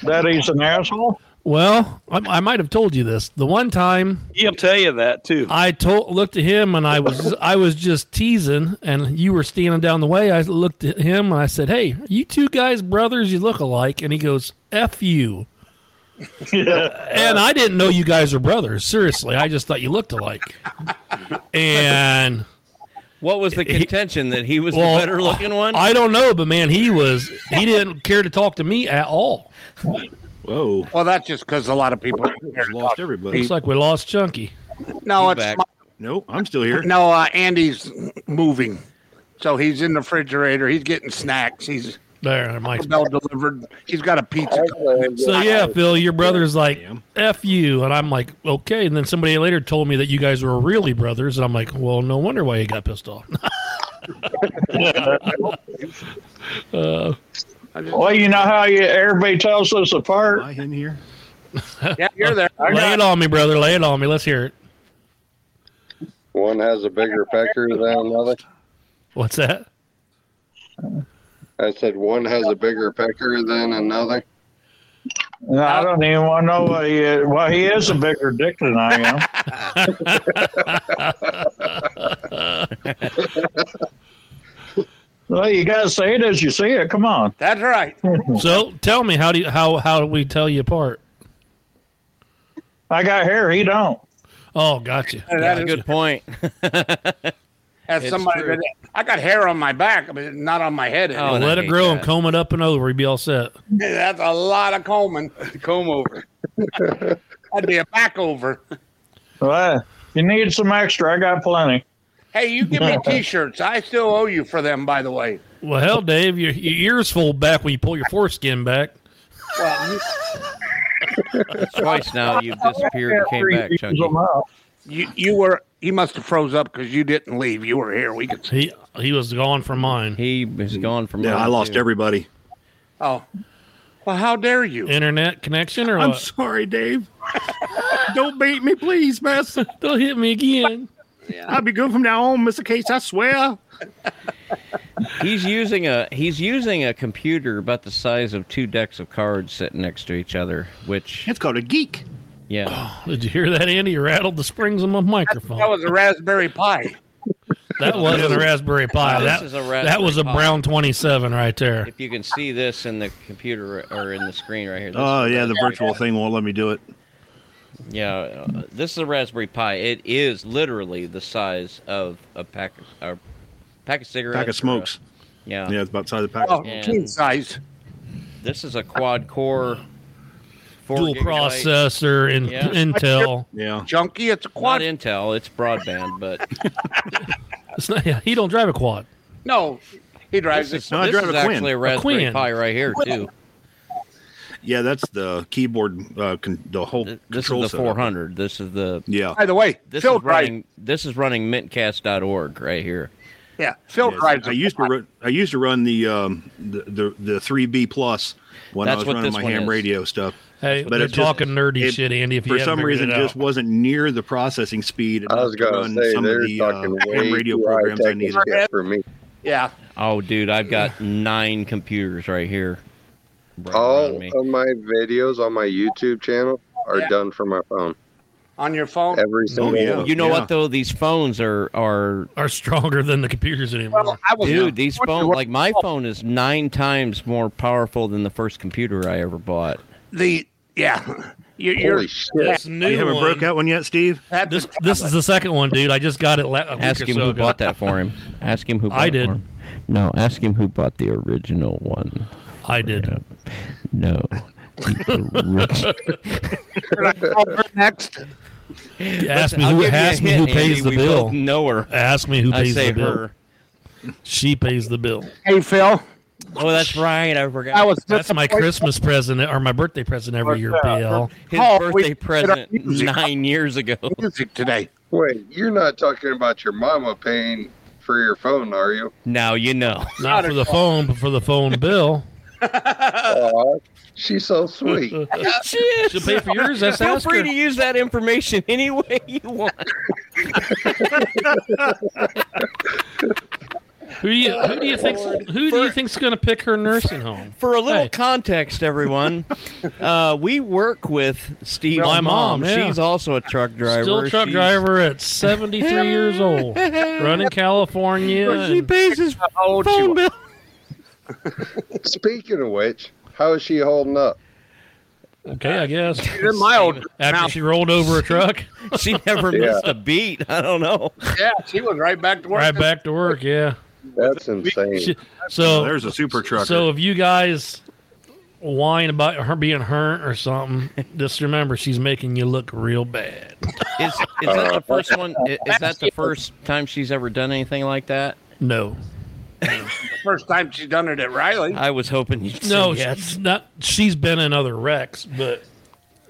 S12: That he's an asshole.
S2: Well, I, I might have told you this. The one time
S6: He'll tell you that too.
S2: I told looked at him and I was I was just teasing and you were standing down the way. I looked at him and I said, "Hey, you two guys brothers, you look alike." And he goes, "F you." and I didn't know you guys are brothers. Seriously, I just thought you looked alike. And
S1: what was the contention that he was
S2: well,
S1: the better looking one?
S2: I don't know, but man, he was he didn't care to talk to me at all.
S9: Whoa.
S4: Well, that's just because a lot of people lost
S9: everybody.
S2: Looks like we lost Chunky.
S4: No, it's
S9: back.
S4: my,
S9: Nope, I'm still here.
S4: no. Uh, Andy's moving, so he's in the refrigerator. He's getting snacks. He's
S2: There, Mike.
S4: Bell delivered. He's got a pizza.
S2: So yeah, Phil, your brother's like "f you," and I'm like, "Okay." And then somebody later told me that you guys were really brothers, and I'm like, "Well, no wonder why you got pissed off." uh,
S12: Well, you know how you, everybody tells us apart.
S9: I in here.
S4: yeah, you're there. I
S2: lay
S4: got
S2: it on me, brother. Lay it on me. Let's hear it.
S3: One has a bigger pecker than another.
S2: What's that?
S3: I said one has a bigger pecker than another.
S12: No, I don't even want to know what he is. Well, he is a bigger dick than I am. well, you gotta say it as you see it. Come on.
S4: That's right.
S2: So tell me, how do you, how how do we tell you apart?
S12: I got hair. He don't.
S2: Oh, gotcha.
S4: That is-
S1: Good point.
S4: As
S1: It's
S4: somebody,
S1: true.
S4: that, I got hair on my back, but not on my head.
S1: Oh,
S2: Let
S1: I
S2: it
S1: hate
S2: grow
S1: that.
S2: and comb it up and over. You'd be all set.
S4: That's a lot of combing.
S6: Comb over.
S4: That'd be a back over.
S12: Well, you need some extra. I got plenty.
S4: Hey, you give me t-shirts. I still owe you for them, by the way.
S2: Well, hell, Dave, your, your ears fold back when you pull your foreskin back.
S4: Well, you,
S1: Twice now you've disappeared and came back, Chunky.
S12: Come on.
S4: you, you were. He must have froze up because you didn't leave. You were here. We could.
S2: He he was gone from mine.
S1: He is gone from.
S9: Yeah,
S1: mine,
S9: I lost
S1: too.
S9: everybody.
S4: Oh, well, how dare you?
S2: Internet connection or
S9: I'm
S2: what?
S9: sorry, Dave. Don't beat me, please, Master.
S2: Don't hit me again.
S9: I'll be good from now on, Mr. Case. I swear.
S1: He's using a he's using a computer about the size of two decks of cards sitting next to each other. Which
S9: It's called a geek. Oh.
S1: yeah,
S2: Did you hear that, Andy? You rattled the springs on my microphone.
S4: That was a raspberry pie.
S2: That wasn't a Raspberry Pi.
S1: This
S2: that,
S1: is a Raspberry
S2: that was a
S1: Pi.
S2: Brown 27 right there.
S1: if you can see this in the computer or in the screen right here. This
S9: Oh
S1: is
S9: yeah,
S1: a
S9: the virtual thing won't let me do it.
S1: Yeah, uh, this is a Raspberry Pi. It is literally the size of a pack of, a pack of cigarettes.
S9: Pack
S1: or a-
S9: of smokes.
S1: yeah.
S9: Yeah, it's about the size of the pack.
S4: Oh,
S9: of
S1: Yeah.
S4: king size.
S1: This is a quad core. Four
S2: Dual
S1: gigabyte-
S2: processor and
S1: Yeah.
S2: Intel.
S9: Yeah.
S4: Junkie. It's a
S1: Not
S4: quad.
S1: Intel. It's broadband, but
S2: It's not, yeah, he don't drive a quad.
S4: No, he drives
S1: this
S4: it.
S1: is,
S9: No, I
S1: this
S9: drive
S1: is
S9: a Quinn.
S1: actually a
S9: A
S1: Raspberry
S2: Quinn.
S1: Pi right here too.
S9: Yeah, that's the keyboard. Uh, con- the whole
S1: Th- This
S9: control
S1: is the
S9: setup.
S1: 400. This is the
S9: Yeah.
S4: By the way,
S1: this
S4: Phil
S1: is running.
S4: drives.
S1: This is running mintcast.org right here.
S4: Yeah, Phil
S9: Yes,
S4: drives.
S9: I
S4: a
S9: used to
S4: quad.
S9: run. I used to run the um, the the three B plus when
S1: That's
S9: I was
S1: what
S9: running
S1: this
S9: my
S1: one
S9: ham
S1: is.
S9: radio stuff.
S2: Hey,
S9: But
S2: they're
S9: it just-
S2: talking nerdy
S9: it-
S2: shit, Andy. If you
S9: for
S2: haven't
S9: some
S2: figured
S9: reason
S2: it
S9: just
S2: out.
S9: wasn't near the processing speed.
S3: I was
S9: enough to
S3: gonna
S9: run
S3: say
S9: some of
S3: they're
S9: the, uh,
S3: talking
S9: ham
S3: way
S9: radio
S3: too high
S9: programs I
S3: tech
S9: needed.
S3: shit for me.
S4: Yeah.
S1: Oh, dude, I've got nine computers right here. right
S3: All
S1: around me.
S3: of my videos on my YouTube channel are done from my phone.
S4: On your phone?
S3: Every
S9: Oh,
S3: single one.
S1: You know what though? These phones are are
S2: are stronger than the computers anymore.
S4: Oh,
S1: Dude, these phones like my phone is nine times more powerful than the first computer I ever bought.
S4: The yeah. You're, you're,
S2: This new
S9: you haven't
S2: one-
S9: broke out one yet, Steve?
S2: This this is the second one, dude. I just got it. La- a week
S1: Ask
S2: or
S1: him
S2: so
S1: who
S2: ago.
S1: bought that for him. Ask him who bought
S2: I
S1: it
S2: did.
S1: for him. No, ask him who bought the original one.
S2: I did.
S1: No. the
S4: next.
S2: You ask
S1: Listen,
S2: me
S1: I'll
S2: who
S1: give you a
S2: ask me
S1: hint,
S2: who
S1: Andy.
S2: pays the
S1: We
S2: bill.
S1: both know her.
S2: Ask me who
S1: I
S2: pays
S1: say
S2: the bill.
S1: her.
S2: She pays the bill.
S4: Hey Phil.
S1: Oh, that's right. I forgot.
S4: I was
S2: That's my Christmas present or my birthday present every year, BL.
S1: His birthday present nine years ago.
S4: Music today.
S3: Wait, you're not talking about your mama paying for your phone, are you?
S1: Now you know.
S2: Not for the phone, but for the phone bill.
S9: Uh.
S3: Aw, she's so sweet.
S2: She'll pay for yours. That's
S1: Feel
S2: ask
S1: free
S2: her.
S1: to use that information any way you want.
S2: Who do you who do you think who do you think's going to pick her nursing home?
S1: For a little
S2: Hey.
S1: context, everyone, uh, we work with Steve's
S2: My mom,
S1: mom.
S2: yeah.
S1: She's also a truck driver.
S2: Still truck
S1: She's-
S2: driver at 73 years old, running California.
S1: Well, she
S2: and-
S1: pays his phone bill.
S3: Speaking of which, how is she holding up?
S2: okay, I guess.
S4: my old
S2: After she rolled over a truck,
S1: She never
S3: Yeah.
S1: missed a beat. I don't know.
S4: Yeah, she was right back to work.
S2: right back to work. Yeah.
S3: That's insane.
S2: She- so
S9: There's a super trucker.
S2: So if you guys whine about her being hurt or something, just remember she's making you look real bad.
S1: Is, is that the first one? i- Is, that the first time she's ever done anything like that?
S2: No,
S4: First time she's done it at Riley.
S1: I was hoping you'd say
S2: no,
S1: yes.
S2: she's not. She's been in other wrecks, but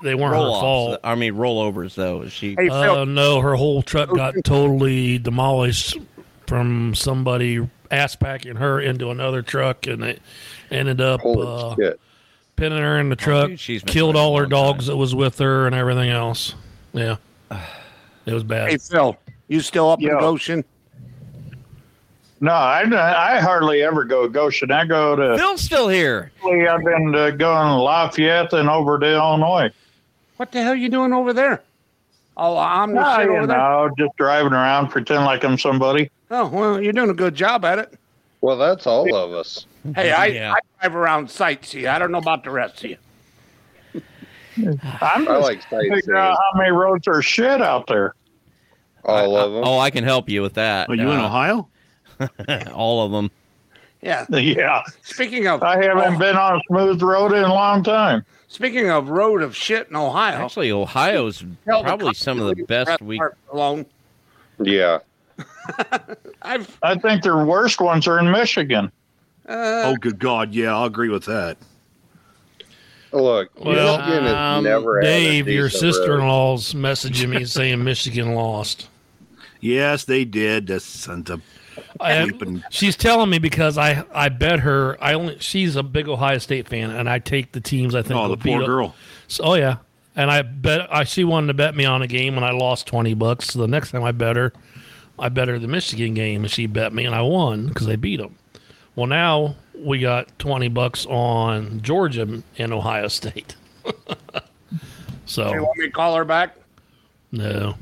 S2: they weren't her
S1: Roll
S2: fault.
S1: offs. I mean, rollovers, though. Is She,
S4: Hey, Phil.
S2: Uh, no, her whole truck got totally demolished from somebody ass packing her into another truck, and it ended up uh,
S9: Oh.
S3: Holy shit.
S2: pinning her in the truck.
S1: dude, she's been
S2: killed
S1: there a
S2: all her
S1: long time.
S2: dogs that was with her and everything else. Yeah, it was bad.
S4: Hey Phil, you still up in
S12: Yeah.
S4: Goshen?
S12: No, I, I hardly ever go to Goshen. I go to.
S1: Phil's still here.
S12: I've been to, going to Lafayette and over to Illinois.
S4: What the hell you doing over there? Oh, I'm the
S12: No,
S4: shit
S12: Ah, you
S4: over there.
S12: know, just driving around, pretend like I'm somebody.
S4: Oh well, you're doing a good job at it.
S3: Well, that's all of us.
S4: Hey, I,
S1: Yeah.
S4: I drive around sites here. I don't know about the rest of you.
S12: I'm
S3: I like
S12: just trying to
S3: sightseeing.
S12: figure out how many roads are shit out there.
S3: All of them.
S1: Oh, I can help you with that.
S9: Are you in Ohio?
S1: Ohio? all of them.
S4: Yeah.
S12: Yeah,
S4: Speaking of, oh,
S12: I haven't been on a smooth road in a long time.
S4: speaking of road of shit in Ohio,
S1: Actually, Ohio's
S4: tell the
S1: probably
S4: cop
S1: some
S4: to
S1: of the
S4: leave
S1: best
S4: Bret
S1: we.
S4: Hart alone.
S3: Yeah.
S4: I've
S12: I think their worst ones are in Michigan.
S4: uh,
S9: Oh, good God. Yeah, I'll agree with that.
S3: Look,
S2: Well,
S3: Michigan has
S1: um,
S3: never had a
S2: Dave, your
S3: decent road.
S2: sister-in-law's messaging me saying Michigan lost.
S9: Yes, they did. The sons of.
S2: I,
S9: Bleeping.
S2: she's telling me because I I bet her I only she's a big Ohio State fan and I take the teams I think.
S9: Oh,
S2: will
S9: the
S2: beat
S9: poor
S2: up-
S9: girl.
S2: So- oh yeah, and I bet I she wanted to bet me on a game and I lost twenty bucks. So the next time I bet her, I bet her the Michigan game and she bet me and I won because they beat them. Well now we got twenty bucks on Georgia and Ohio State. so
S4: you want me to call her back?
S2: No.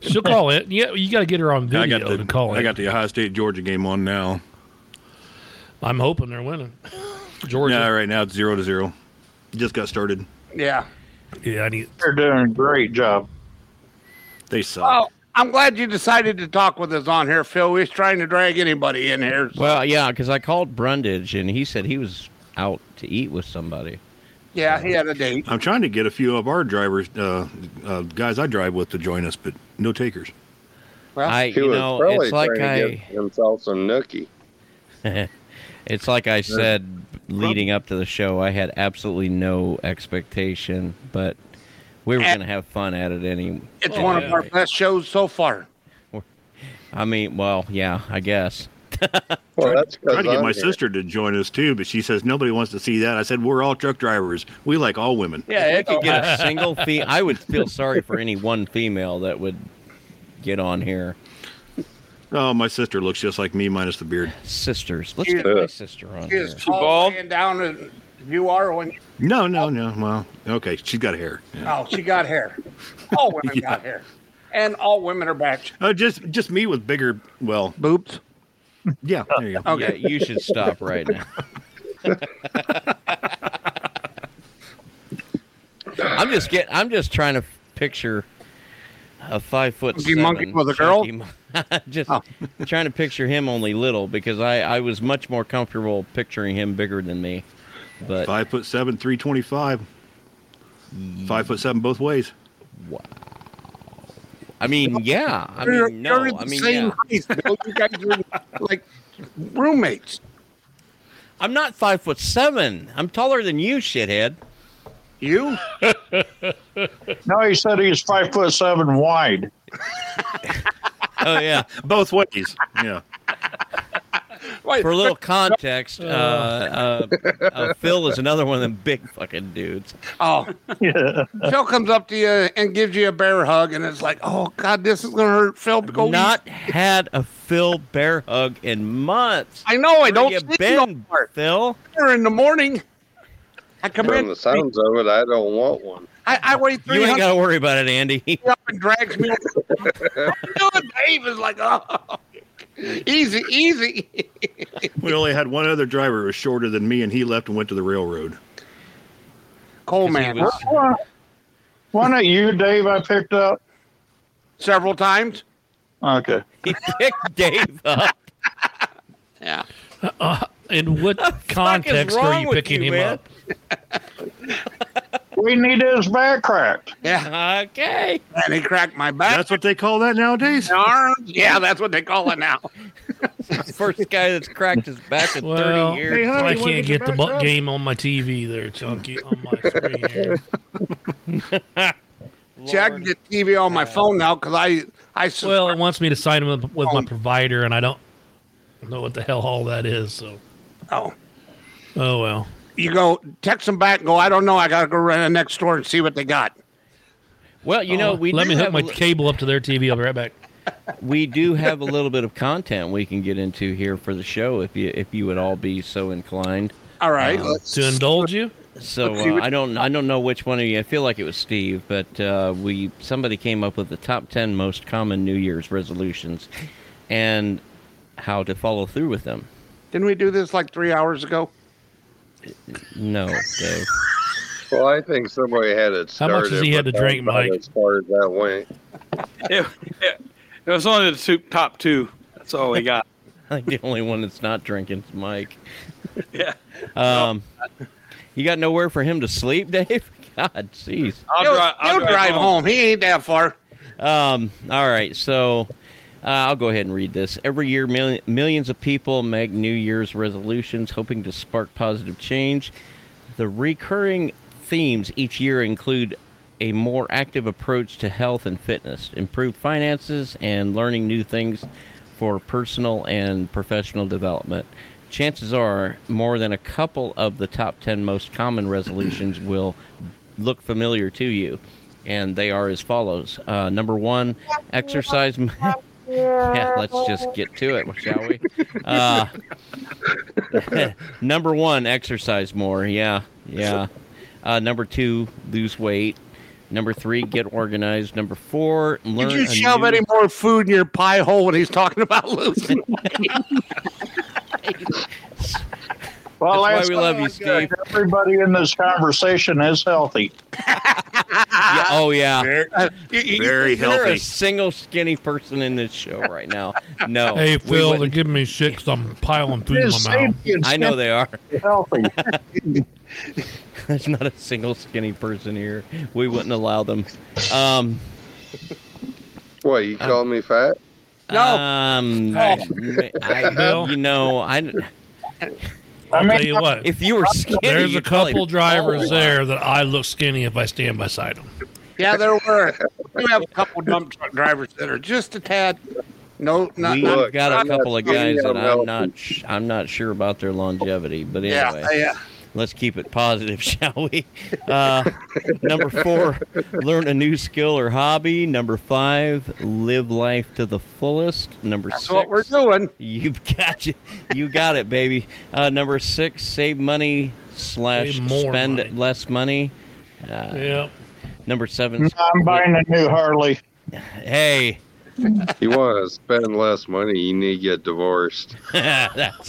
S2: She'll call it. Yeah, you got to get her on video
S9: I got,
S2: to
S9: the,
S2: call it.
S9: I got the Ohio State Georgia game on now.
S2: I'm hoping they're winning. Georgia.
S9: Yeah, right now it's zero to zero. Just got started.
S4: Yeah.
S2: Yeah, I need.
S12: They're doing a great job.
S9: They suck.
S4: Oh, I'm glad you decided to talk with us on here, Phil. We're trying to drag anybody in here.
S1: Well, yeah, because I called Brundage and he said he was out to eat with somebody.
S4: yeah, he had a date.
S9: I'm trying to get a few of our drivers, uh, uh, guys I drive with, to join us, but no takers.
S4: Well,
S1: I,
S3: He
S1: you
S3: was
S1: know,
S3: probably
S1: it's like
S3: trying to
S1: I,
S3: get himself some nookie.
S1: it's like I said leading up to the show. I had absolutely no expectation, but we were
S4: Eh.
S1: gonna have fun at it anyway.
S4: it's one of our best shows so far.
S1: I mean, well, yeah, I guess.
S3: Well, that's
S9: Tried to
S3: 'cause
S9: get
S3: I'm
S9: my
S3: here.
S9: sister to join us too, but she says nobody wants to see that. I said we're all truck drivers. We like all women.
S1: Yeah, I could get a single fee. I would feel sorry for any one female that would get on here.
S9: Oh, my sister looks just like me, minus the beard.
S1: Sisters, let's
S4: get my
S1: sister
S4: She is tall, laying down, and you are when.
S9: No, no, no. Well, okay, she's got hair. Yeah.
S4: Oh, she got hair. All women got hair, and all women are back.
S9: Oh, just just me with bigger, well,
S4: boobs.
S9: Yeah, there you go.
S4: Okay. Yeah, you should stop right now.
S1: I'm just get. I'm just trying to picture a five foot
S4: Chunky monkey with a girl? Oh.
S1: just trying to picture him only little because I I was much more comfortable picturing him bigger than me. But
S9: five foot seven, three twenty five. Five foot seven both ways.
S1: Wow. I mean, yeah. I
S4: You're-
S1: mean, no.
S4: you're the
S1: I mean,
S4: same
S1: yeah.
S4: height, Bill. You guys are like roommates.
S1: I'm not five foot seven. I'm taller than you, shithead.
S4: You?
S12: No, he said he's five foot seven wide.
S1: oh yeah,
S9: both ways. Yeah.
S1: For a little context, uh, uh, uh, Phil is another one of them big fucking dudes.
S4: Oh, Phil comes up to you and gives you a bear hug, and it's like, oh God, this is gonna hurt. Phil, go eat.
S1: not had a Phil bear hug in months.
S4: I know. I
S1: Where
S4: don't
S1: you
S4: sleep
S1: been,
S4: no
S1: Phil.
S4: Or in the morning, I come
S3: From
S4: in.
S3: the sounds of it, I don't want one.
S4: I, I weigh
S1: You
S4: three
S1: ain't got
S4: hundred
S1: to worry about it, Andy.
S4: up and drags me. Good, Dave is like, oh, easy, easy.
S9: We only had one other driver who was shorter than me, and he left and went to the railroad.
S4: Coleman.
S12: was- One that you, Dave, I picked up
S4: several times.
S12: Okay.
S1: He picked Dave up.
S4: Yeah.
S2: Uh, in what
S12: fuck is
S2: context are
S12: wrong
S2: you
S12: with
S2: picking
S12: you,
S2: him
S12: man?
S2: up?
S12: We need his back cracked.
S4: Yeah.
S1: Okay.
S4: And he cracked my back.
S9: That's what they call that nowadays.
S4: Arms. Yeah, that's what they call it now.
S1: First guy that's cracked his back in
S2: Well,
S1: 30 years.
S2: I can't get the butt game on my TV there, Chunky. On my screen here.
S4: See, I can get TV on my phone now because I I subscribe.
S2: Well, it wants me to sign him up with my provider, and I don't know what the hell all that is. So,
S4: oh,
S2: oh well.
S4: You go text them back and go. I don't know. I gotta go run the next door and see what they got.
S1: Well, you know, we
S2: Oh, let
S1: do
S2: me hook
S1: have
S2: my
S1: a li-
S2: cable up to their TV. I'll be right back.
S1: we do have a little bit of content we can get into here for the show if you if you would all be so inclined.
S4: All right,
S1: Um,
S4: let's-
S2: to indulge you.
S1: So
S2: let's see
S1: uh,
S2: what-
S1: I don't I don't know which one of you. I feel like it was Steve, but uh, we somebody came up with the top ten most common New Year's resolutions, and how to follow through with them.
S4: Didn't we do this like three hours ago?
S1: No, Dave.
S3: Well, I think somebody had it
S2: How
S3: started.
S2: much does he have
S3: but
S2: to drink,
S3: that's about
S2: Mike?
S3: As far as that went.
S6: It, it- it was only the two, top two. That's all we got.
S1: I think the only one that's not drinking is Mike.
S6: Yeah.
S1: Um, you got nowhere for him to sleep, Dave? God, jeez.
S6: I'll
S4: He'll-
S6: dri- I'll
S4: he'll drive home. He ain't that far.
S1: Um, all right, so uh, I'll go ahead and read this. Every year, mil- millions of people make New Year's resolutions, hoping to spark positive change. The recurring themes each year include a more active approach to health and fitness, improved finances, and learning new things for personal and professional development. Chances are, more than a couple of the top 10 most common resolutions will look familiar to you, and they are as follows. Uh, number one, exercise. yeah, let's just get to it, shall we? Uh, number one, exercise more. Yeah, yeah. Uh, number two, lose weight. Number three, get organized. Number four, learn.
S4: Did you
S1: a
S4: shove
S1: new-
S4: any more food in your pie hole when he's talking about losing?
S12: Well,
S1: That's why we love
S12: not
S4: Oh
S1: you,
S12: good.
S1: Steve.
S12: Everybody in this conversation is healthy.
S1: Yeah, oh yeah,
S4: very,
S9: very
S1: Is there
S9: healthy.
S1: a single skinny person in this show right now? No.
S2: Hey,
S1: Oh, we
S2: Phil, they're
S1: wouldn't-
S2: giving me shit 'cause I'm piling food in my mouth.
S1: I know they are.
S12: Healthy.
S1: There's not a single skinny person here. We wouldn't allow them. Um,
S3: What you call me fat?
S4: No.
S1: Um,
S4: Oh.
S1: I-
S2: Phil?
S1: you know, I.
S12: I
S2: I'll
S12: mean,
S2: tell you what.
S1: If you were skinny,
S2: There's a
S1: you'd probably
S2: couple drivers
S1: fall.
S2: there that I look skinny if I stand beside them.
S4: yeah, there were. We have a couple dump truck drivers that are just a tad No, not
S1: We've
S4: not-
S1: got a
S4: not-
S1: couple of guys
S4: yeah,
S1: that
S4: well,
S1: I'm not sh- I'm not sure about their longevity, but anyway,
S4: Yeah, yeah.
S1: let's keep it positive, shall we? Uh, number four, learn a new skill or hobby. Number five, live life to the fullest. Number
S4: That's
S1: six,
S4: what we're doing.
S1: You've got you, you got it, baby. Uh, number six, save money slash
S12: Save more
S1: spend less money. Uh,
S2: Yep.
S1: Number seven,
S12: I'm buying a new Harley.
S1: Hey.
S3: you want to spend less money, you need to get divorced.
S1: That's,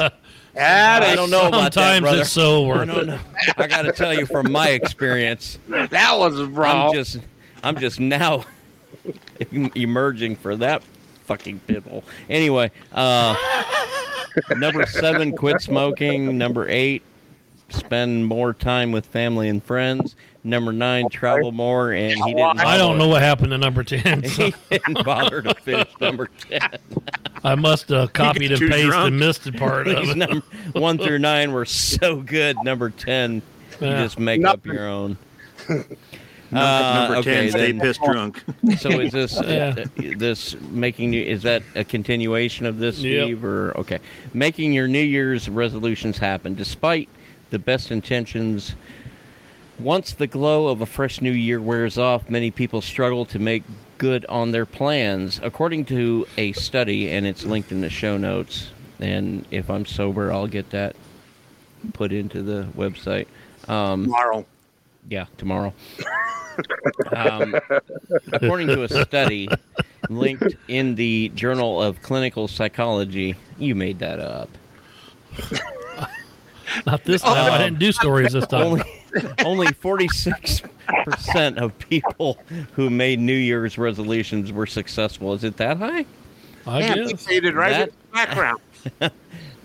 S4: That
S1: I
S4: is-
S1: don't know about that,
S4: sometimes
S1: brother.
S4: it's so
S1: I
S4: worth
S1: don't
S4: it.
S1: know. I got to tell you from my experience.
S4: That was wrong.
S1: I'm just, I'm just now emerging for that fucking piddle. Anyway, uh, number seven, quit smoking. Number eight, spend more time with family and friends. Number nine, travel more, and he didn't.
S2: I don't know
S1: follow
S2: what happened to number ten.
S1: it.
S2: so
S1: He didn't bother to finish number ten.
S2: I must have copied and
S1: Too
S2: pasted
S1: drunk.
S2: and missed the part of
S1: These
S2: it.
S1: num- one through nine were so good. Number ten,
S2: Yeah.
S1: you just make up your own. Uh,
S9: number 10, stay
S1: then-
S9: pissed drunk.
S1: So is this uh,
S9: Yeah.
S1: this making you? Is that a continuation of this,
S9: Yep.
S1: Steve? Or okay, making your New Year's resolutions happen despite the best intentions. Once the glow of a fresh new year wears off, many people struggle to make good on their plans, according to a study, and it's linked in the show notes. And if I'm sober, I'll get that put into the website. Um,
S4: tomorrow.
S1: Yeah, tomorrow. um, according to a study linked in the Journal of Clinical Psychology, you made that up.
S2: Not this time. I didn't do stories this time.
S1: Oh. Only, only 46% of people who made New Year's resolutions were successful. Is it that high?
S4: yeah, they faded right
S1: That-
S4: in the background.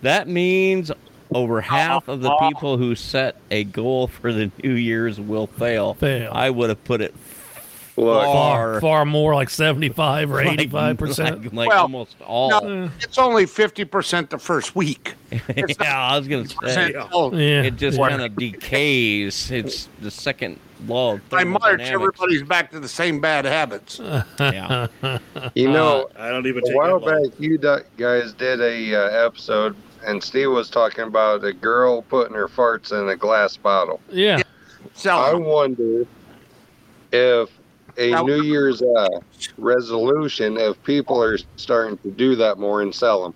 S1: That means over half of the people who set a goal for the New Year's will fail.
S2: Fail.
S1: I would have put it
S2: far,
S1: far,
S2: far more like seventy-five or
S1: Like-
S2: eighty-five percent.
S1: like- like almost all.
S4: No, it's only fifty percent the first week. It's
S1: yeah, I was gonna say
S4: Yeah. Oh,
S1: it just
S4: yeah.
S1: kind of decays. It's the second law of
S4: By March,
S1: thermodynamics.
S4: everybody's back to the same bad habits.
S1: Uh, Yeah.
S3: You know,
S9: I don't even
S3: a while back, you du- guys did a uh, episode, and Steve was talking about a girl putting her farts in a glass bottle.
S2: Yeah.
S4: Oh.
S3: I wonder if a New Year's uh, resolution, if people are starting to do that more and sell them.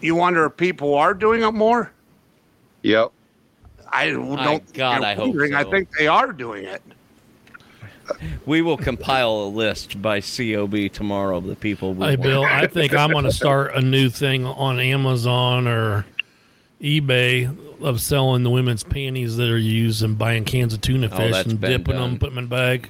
S4: You wonder if people are doing it more.
S3: Yep.
S4: I don't.
S1: My
S4: think
S1: God,
S4: they're
S1: I hope
S4: wondering. I
S1: so.
S4: think they are doing it.
S1: We will compile a list by COB tomorrow of the people. We
S2: Hey
S1: want.
S2: Bill, I think I'm going to start a new thing on Amazon or eBay of selling the women's panties that are used and buying cans of tuna
S1: Oh,
S2: fish
S1: that's
S2: and
S1: been
S2: dipping
S1: done.
S2: them, putting them in a bag.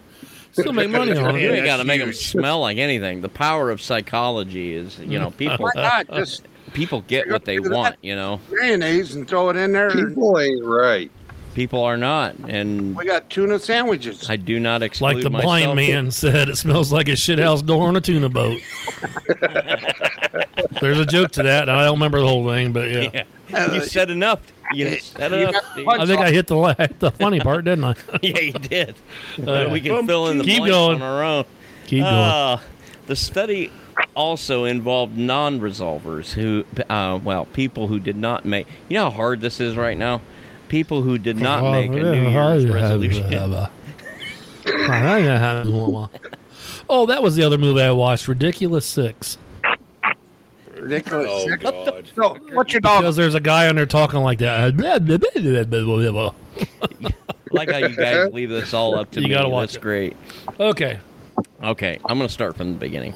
S2: Still make money on it.
S1: You ain't got to make them smell like anything. The power of psychology is, you know, people.
S4: Why not
S1: uh,
S4: just-
S1: people get what they want. You know,
S4: Mayonnaise and throw it in there. and
S3: People ain't right.
S1: people are not, and
S4: we got tuna sandwiches.
S1: I do not exclude
S2: Like the
S1: myself.
S2: blind man said, it smells like a shithouse door on a tuna boat. There's a joke to that. and I don't remember the whole thing, but yeah.
S1: Yeah. You said enough. You said enough. Steve.
S2: I think I hit the la- the funny part, didn't I?
S1: yeah, you did.
S2: Uh,
S1: we can fill in the
S2: keep
S1: blanks on
S2: going.
S1: our own.
S2: Keep going.
S1: Uh, the study also involved non-resolvers who, uh, well, people who did not make. You know how hard this is right now. People who did not
S2: Oh,
S1: make a
S2: yeah,
S1: New
S2: I
S1: Year's
S2: have,
S1: resolution.
S2: uh, I have one. oh, that was the other movie I watched, Ridiculous Six.
S4: Ridiculous. No, what's your dog?
S2: Because there's a guy on there talking like that.
S1: like how you guys leave this all up to
S2: You
S1: me.
S2: gotta watch
S1: That's great.
S2: Okay.
S1: Okay, I'm going to start from the beginning.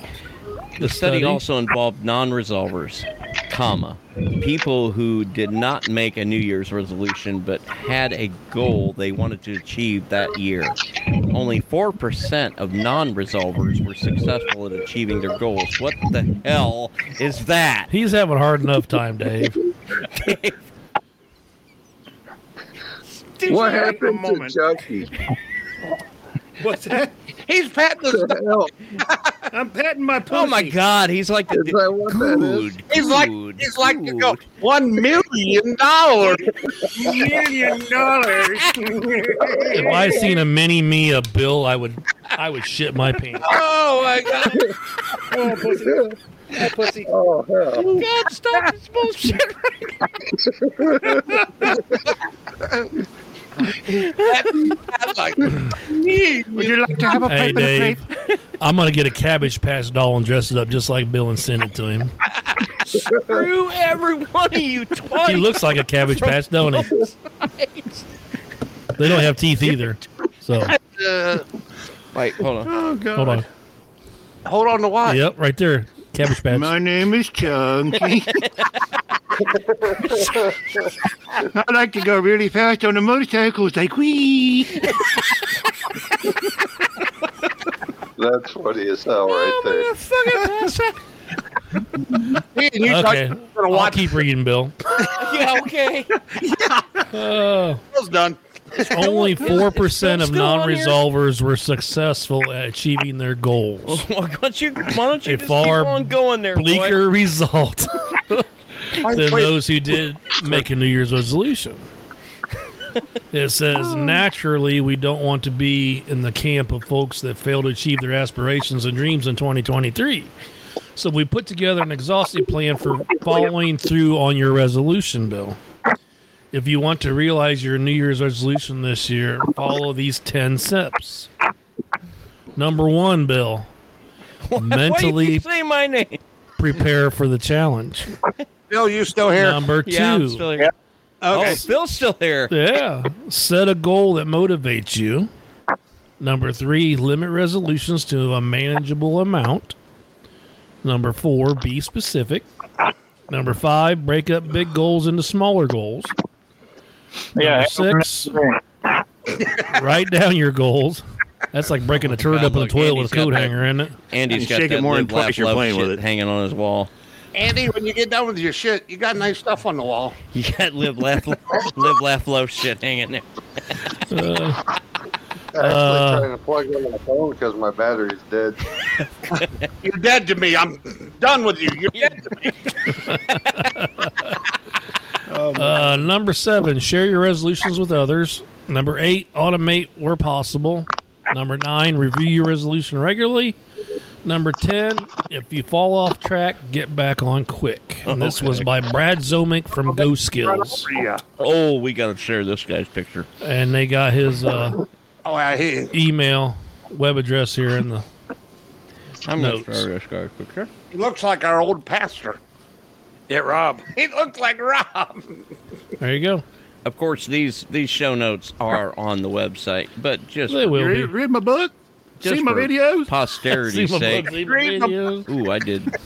S1: The study
S2: study?
S1: also involved non-resolvers, comma, people who did not make a New Year's resolution but had a goal they wanted to achieve that year. Only 4% of non-resolvers were successful at achieving their goals. What the hell is that?
S2: He's having a hard enough time, Dave.
S3: What happened to Chucky?
S9: What's that?
S4: He's patting his
S9: I'm patting my pussy.
S1: Oh my god, he's like the dude.
S4: He's like he's like to go one million dollars.
S9: million dollars.
S2: If I seen a mini me of Bill, I would I would shit my pants.
S4: Oh my god.
S9: Oh, pussy. Oh, pussy.
S3: Oh, hell.
S9: God, stop this bullshit.
S4: Would you like to have a
S2: Hey
S4: paper
S2: Dave,
S4: plate?
S2: I'm gonna get a cabbage patch doll and dress it up just like Bill and send it to him.
S1: Screw every one of you twice.
S2: He looks like a cabbage patch, don't he? They don't have teeth either. So
S4: Uh,
S1: Wait, hold on.
S4: oh god.
S2: hold on.
S4: Hold on to what?
S2: Yep, right there. Cabbage patch.
S9: My name is Chunky. I like to go really fast on the motorcycles, like wee.
S3: That's funny as hell right there.
S4: Me and you
S2: Okay.
S4: talking about
S2: I'll
S4: watch
S2: keep reading, Bill.
S1: Yeah, okay.
S2: Oh.
S4: Bill's done.
S2: Only four percent of
S1: Still on here?
S2: non-resolvers were successful at achieving their goals.
S1: Why don't you, why don't you
S2: A
S1: just keep
S2: far
S1: on going there, boy?
S2: Bleaker result than those who did make a New Year's resolution. It says naturally we don't want to be in the camp of folks that fail to achieve their aspirations and dreams in 2023. So we put together an exhaustive plan for following through on your resolution, Bill. If you want to realize your New Year's resolution this year, follow these 10 steps. Number one, Bill,
S1: Why you
S2: mentally
S1: keep saying my name?
S2: prepare for the challenge.
S4: Bill, you still here?
S2: Number two,
S1: Yeah, I'm still here.
S4: okay.
S1: Oh, Bill's still here.
S2: yeah, set a goal that motivates you. Number three, limit resolutions to a manageable amount. Number four, be specific. Number five, break up big goals into smaller goals.
S12: Yeah.
S2: Number six, write down your goals. That's like breaking a turd
S1: God,
S2: up in the
S1: look,
S2: toilet
S1: Andy's
S2: with a coat
S1: got that.
S2: hanger, isn't it?
S1: Andy's
S9: You
S1: got
S9: shake it
S1: that
S9: more
S1: live,
S9: and twice,
S1: laugh,
S9: you're
S1: love
S9: playing with
S1: shit
S9: it.
S1: hanging on his wall.
S4: Andy, when you get done with your shit, you got nice stuff on the wall.
S1: You got live, laugh, lo- live, laugh, love shit hanging there.
S3: Actually,
S2: Uh,
S3: trying to plug in my phone because my battery's dead.
S4: You're dead to me. I'm done with you. You're dead to me.
S2: Uh, number seven, share your resolutions with others. Number eight, automate where possible. Number nine, review your resolution regularly. Number 10, if you fall off track, get back on quick. And this was by Brad Zomick from Go Skills.
S4: Yeah.
S1: Oh, we got to share this guy's picture.
S2: And they got his uh,
S4: Oh, I hear.
S2: email, web address here in the.
S1: I'm going to
S2: Notes.
S1: share this guy's picture.
S4: He looks like our old pastor.
S6: Yeah, Rob.
S4: He looks like Rob.
S2: There you go.
S1: Of course, these these show notes are on the website, but just,
S2: They will
S9: Read,
S2: be.
S9: read my book.
S1: just
S9: see my
S1: for
S9: videos.
S2: See
S1: posterity's
S2: my
S1: sake.
S2: books, see my
S4: Read my-
S2: videos.
S1: Ooh, I did. Look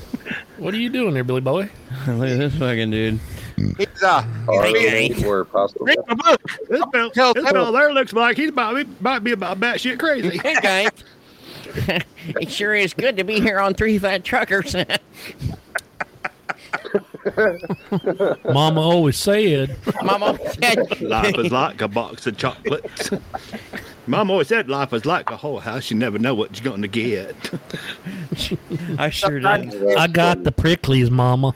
S2: What are you doing there, Billy Boy?
S1: at this fucking dude.
S4: He's uh,
S3: Or where possible.
S4: read my book.
S9: This fell-
S4: Tell-
S9: this
S4: tell-
S9: fella there looks like he might be, might be about batshit crazy.
S1: Hey, guys. it sure is good to be here on Three Fat Truckers.
S2: Mama always said,
S1: Mama said,
S9: life is like a box of chocolates. Mom always said life is like a whorehouse. You never know what you're going to get.
S1: I sure did.
S2: I got the pricklies, Mama.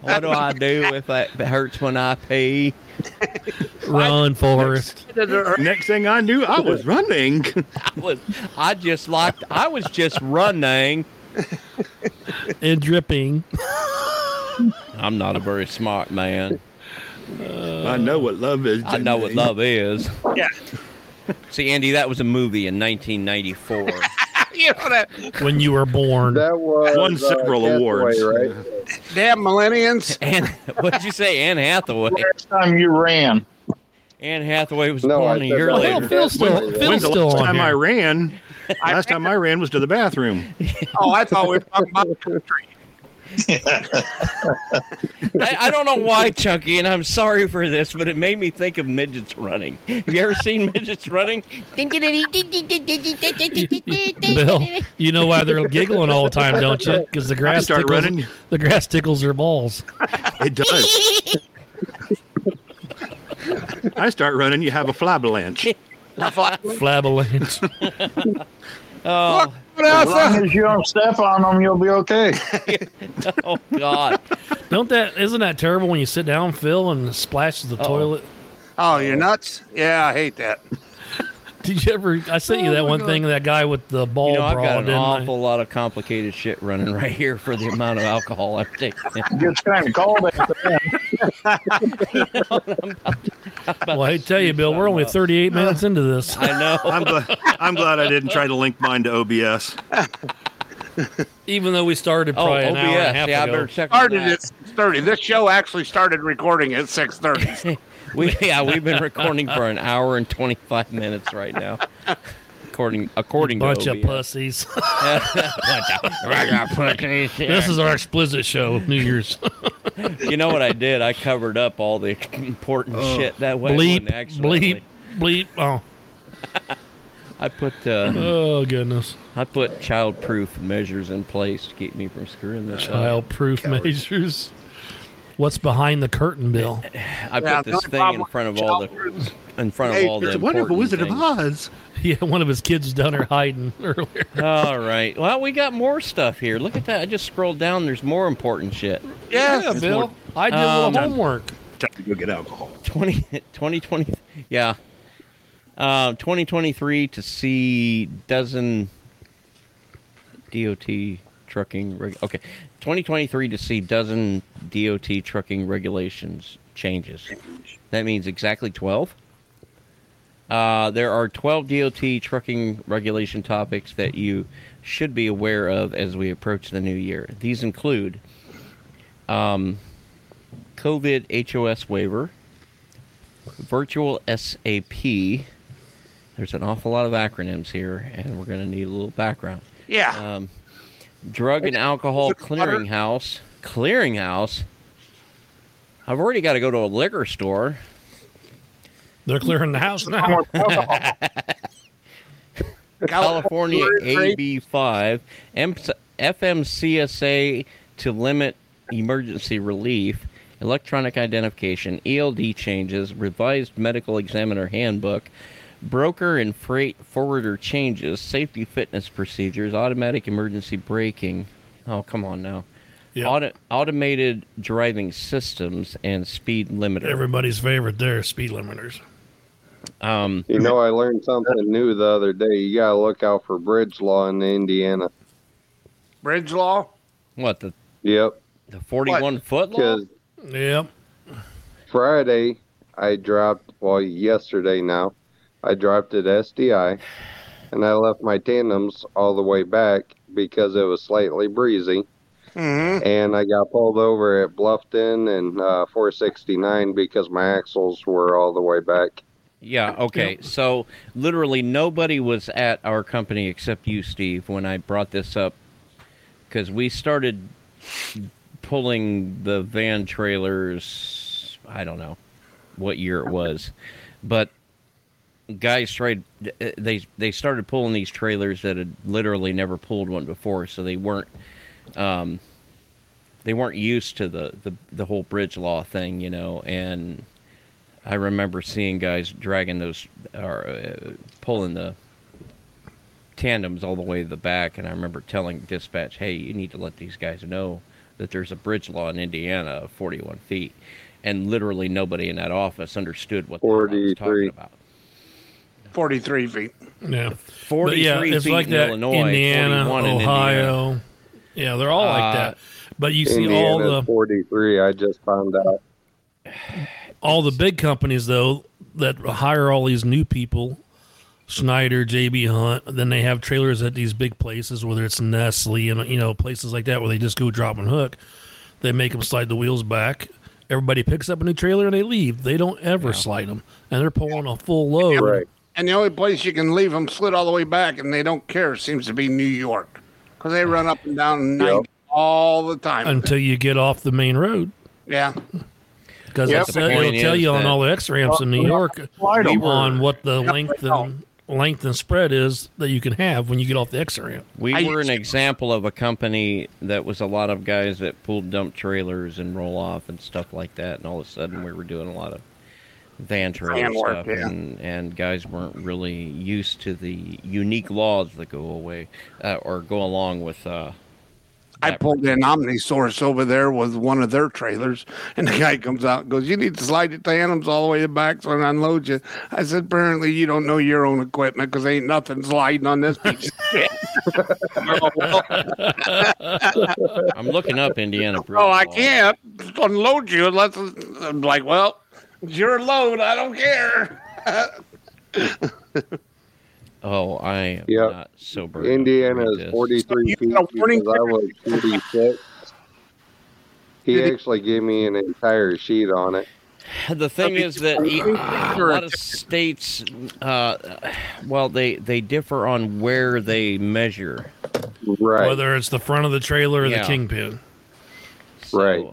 S1: What do I do if it hurts when I pee?
S2: Run, Forrest.
S9: Next thing I knew, I was running.
S1: I was, I just locked. I was just running.
S2: And dripping.
S1: I'm not a very smart man.
S9: I know what love is.
S1: I know what
S9: Jimmy.
S1: love is.
S4: Yeah.
S1: See, Andy, that was a movie in 1994.
S4: You know that
S2: when you were born.
S3: That was
S9: Won
S3: uh,
S9: several
S3: Castaway,
S9: awards.
S3: right?
S4: damn millennials.
S1: Anne, what did you say? Anne Hathaway.
S12: Last time you ran.
S1: Anne Hathaway was
S3: No, I
S1: born a
S3: said
S1: year
S3: that.
S2: Well, hell,
S1: later.
S2: Phil's still,
S3: When's
S2: Phil's
S9: When's the
S2: still
S9: last
S2: on
S9: time I
S2: here.
S9: ran? Last time I ran was to the bathroom.
S4: Oh, I thought we were talking about country.
S1: I, I don't know why, Chunky, and I'm sorry for this, but it made me think of midgets running. Have you ever seen midgets running?
S2: Bill, you know why they're giggling all the time, don't you? Because the grass
S9: start
S2: tickles,
S9: running.
S2: the grass tickles their balls.
S9: It does. I start running, you have a fly avalanche.
S2: Flabalance.
S1: oh,
S12: As long as you don't step on them, you'll be okay.
S1: oh God!
S2: Don't that isn't that terrible when you sit down, Phil, and it splashes the toilet?
S4: Oh, you're nuts! Yeah, I hate that.
S2: Did you ever? I sent you
S4: Oh,
S2: that
S4: my
S2: one
S4: God.
S2: thing, that guy with the ball
S1: you know, I've
S2: bra,
S1: got an
S2: didn't I?
S1: awful lot of complicated shit running right here for the amount of alcohol I've taken.
S12: It's kind of cold out there.
S2: Well, I tell you, Bill, we're only 38 minutes into this.
S9: I know. I'm glad, I'm glad I didn't try to link mine to OBS.
S2: Even though we started
S1: Oh,
S2: probably an hour and a half ago.
S4: started at six thirty. This show actually started recording at six thirty.
S1: We yeah, we've been recording for an hour and twenty five minutes right now. According according
S2: Bunch
S1: to
S2: of
S1: OBS.
S2: pussies.
S1: Bunch of pussies.
S2: This is our explicit show, New Year's.
S1: You know what I did? I covered up all the important
S2: Oh.
S1: shit that way. I
S2: Bleep,
S1: wouldn't accidentally-
S2: bleep, bleep. Oh,
S1: I put uh,
S2: oh goodness.
S1: I put child proof measures in place to keep me from screwing this up.
S2: Child-proof measures. What's behind the curtain, Bill?
S1: I
S2: Yeah,
S1: put this
S2: another
S1: thing
S2: problem
S1: in
S2: with
S1: front of all the in front of all the important things.
S2: Oz. Yeah, one of his kids was down there hiding earlier.
S1: All right. Well, we got more stuff here. Look at that. I just scrolled down. There's more important shit.
S2: Yeah,
S1: There's
S2: Bill.
S1: more-
S2: I did a little
S1: Um,
S2: homework.
S9: Time to go get alcohol.
S1: 20, 2020 yeah. Uh, 2023 to see dozen DOT trucking. Reg- okay. 2023 to see dozen DOT trucking regulations changes. That means exactly 12. Uh, there are 12 DOT trucking regulation topics that you should be aware of as we approach the new year. These include um, COVID HOS waiver, virtual SAP. There's an awful lot of acronyms here, and we're going to need a little background.
S4: Yeah.
S1: Um, drug and alcohol clearinghouse. Clearinghouse. I've already got to go to a liquor store.
S2: They're clearing the house now. Uh,
S4: Oh,
S1: California AB5, M- FMCSA to limit emergency relief, electronic identification, ELD changes, revised medical examiner handbook, broker and freight forwarder changes, safety fitness procedures, automatic emergency braking. Oh, come on now. Auto- automated driving systems and speed limiter.
S2: Everybody's favorite there, speed limiters.
S1: Um,
S3: You know, I learned something new the other day. You gotta look out for bridge law in Indiana.
S4: Bridge law.
S1: What the
S3: Yep.
S1: the forty-one foot law?
S3: Because
S2: Yep.
S3: Friday, I dropped. Well, yesterday now, I dropped at SDI, and I left my tandems all the way back because it was slightly breezy.
S4: Mm-hmm.
S3: and I got pulled over at Bluffton and uh, 469 because my axles were all the way back.
S1: Yeah, okay. So literally nobody was at our company except you, Steve, when I brought this up because we started pulling the van trailers. I don't know what year it was, but guys tried they they started pulling these trailers that had literally never pulled one before, so they weren't um, they weren't used to the, the the whole bridge law thing, you know, and I remember seeing guys dragging those or uh, pulling the tandems all the way to the back, and I remember telling dispatch, "Hey, you need to let these guys know that there's a bridge law in Indiana of 41 feet," and literally nobody in that office understood what the hell I was talking about.
S4: Forty-three feet.
S2: Yeah.
S1: 43
S2: But yeah, it's
S1: feet
S2: like
S1: in
S2: that
S1: Illinois,
S2: Indiana,
S1: 41 in Uh,
S2: Ohio. Yeah, they're all like that. But you see all
S3: Indiana's
S2: the
S3: 43. I just found out.
S2: all the big companies though that hire all these new people, Schneider, JB Hunt, then they have trailers at these big places, whether it's Nestle and you know places like that where they just go drop and hook. They make them slide the wheels back. Everybody picks up a new trailer and they leave. They don't ever slide them, and they're pulling a full load. Right.
S4: And the only place you can leave them slid all the way back, and they don't care. Seems to be New York, because they run up and down ninety all the time.
S2: until you get off the main road.
S4: yeah.
S2: Because
S4: Yep.
S2: it'll, tell, it'll tell you on all the X ramps in New York
S4: Slide 'em.
S2: on what the length and length and spread is that you can have when you get off the X ramp.
S1: We were an example of a company that was a lot of guys that pulled dump trailers and roll off and stuff like that, and all of a sudden we were doing a lot of van tour
S4: Van
S1: and
S4: work,
S1: stuff,
S4: yeah.
S1: and, and guys weren't really used to the unique laws that go away uh, or go along with. Uh,
S4: I pulled an Omnisaurus over there with one of their trailers, and the guy comes out and goes, You need to slide your tandems all the way to the back so I can unload you. I said, Apparently, you don't know your own equipment because ain't nothing sliding on this piece of shit.
S1: I'm looking up Indiana.
S4: Oh, I can't unload you unless it's, I'm like, Well, it's your load. I don't care.
S1: Oh, I am
S3: Yep.
S1: not sober. enough to
S3: Indiana
S1: read
S3: is
S1: this.
S3: 43 feet
S4: got a warning
S3: because I was 46. He actually gave me an entire sheet on it.
S1: The thing is that e- a lot of states, uh, well, they they differ on where they measure.
S3: Right.
S2: Whether it's the front of the trailer or
S1: Yeah.
S2: the kingpin.
S3: Right.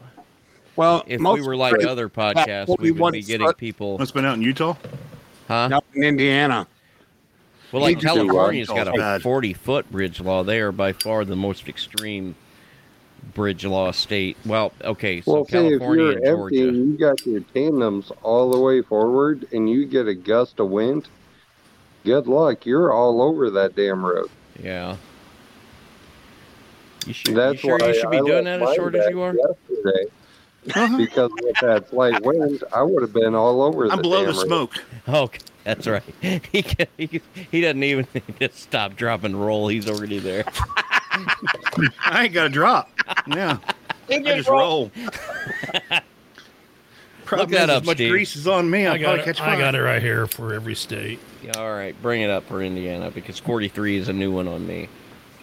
S4: Well,
S1: If we
S4: most
S1: were like
S4: places
S1: other
S4: have
S1: podcasts, we would
S4: 41
S1: be getting
S4: foot-
S1: people.
S9: That's been out in Utah.
S1: Huh?
S4: Nope, in Indiana.
S1: Well, like
S4: You do, uh,
S1: California's got a
S4: bad.
S1: 40 foot bridge law. They are by far the most extreme bridge law state. Well, okay, so
S3: Well, see, if
S1: California
S3: you're
S1: and
S3: empty
S1: Georgia.
S3: and you got your tandems all the way forward and you get a gust of wind, good luck. You're all over that damn road.
S1: Yeah. You
S3: That's
S1: sure you
S3: why
S1: should be
S3: I
S1: doing
S3: left
S1: that as
S3: mine
S1: short as
S3: back
S1: you are?
S3: Yesterday,
S4: Uh-huh.
S3: because with that slight wind, I would have been all over. the
S9: I'm below
S3: damn
S9: the
S3: road.
S9: smoke.
S1: Oh, that's right. He can, he, can- he doesn't even he just stop, drop, and roll. He's already there.
S9: I ain't got to drop. Yeah. I just roll. Problem
S1: Look that
S9: is,
S1: up,
S9: as much
S1: Steve.
S9: grease is on me. I'll
S2: I got,
S9: probably
S2: it,
S9: catch
S2: I
S9: fire.
S2: got it right here for every state.
S1: Yeah, all right, bring it up for Indiana because 43 is a new one on me.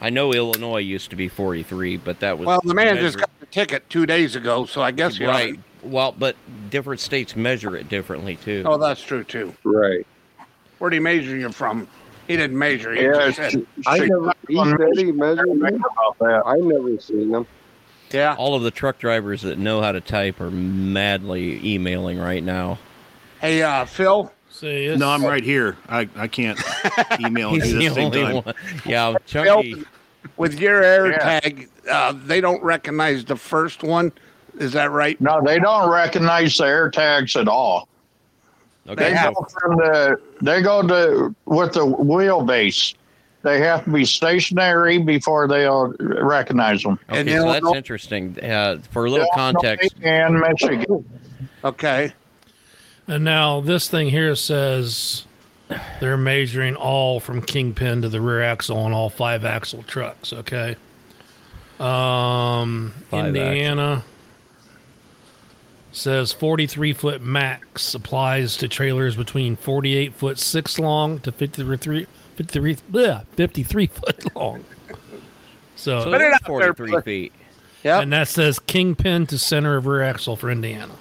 S1: I know Illinois used to be 43, but that was
S4: Well, the man
S1: measured-
S4: just got the ticket two days ago, so I guess you're
S1: right. Well, but different states measure it differently too.
S4: Oh, that's true too.
S3: Right.
S4: Where would he measure you from? He didn't measure you.
S3: Yeah, I never. He said he measured me. I never seen him.
S4: Yeah.
S1: All of the truck drivers that know how to type are madly emailing right now.
S4: Hey, uh, Phil.
S2: See,
S9: No, I'm right here. I, I can't email and
S1: He's
S9: do
S1: the
S9: this same
S1: only
S9: time.
S1: one. Yeah,
S4: Phil,
S1: Chunky.
S4: with your air
S12: Yeah.
S4: tag, uh, they don't recognize the first one. Is that right?
S12: No, they don't recognize the air tags at all.
S1: Okay,
S12: they,
S1: so-
S12: go from the, they go to with the wheelbase. They have to be stationary before they'll recognize them.
S1: Okay, so that's interesting. Uh, for a little context,
S12: And Michigan.
S4: Okay.
S2: And now this thing here says they're measuring all from kingpin to the rear axle on all five axle trucks. Okay. Um,
S1: Five
S2: Indiana says 43 foot max applies to trailers between 48 foot six long to 53, 53, bleh, 53 foot long. So,
S1: so it is 43 feet.
S2: and that says kingpin to center of rear axle for Indiana.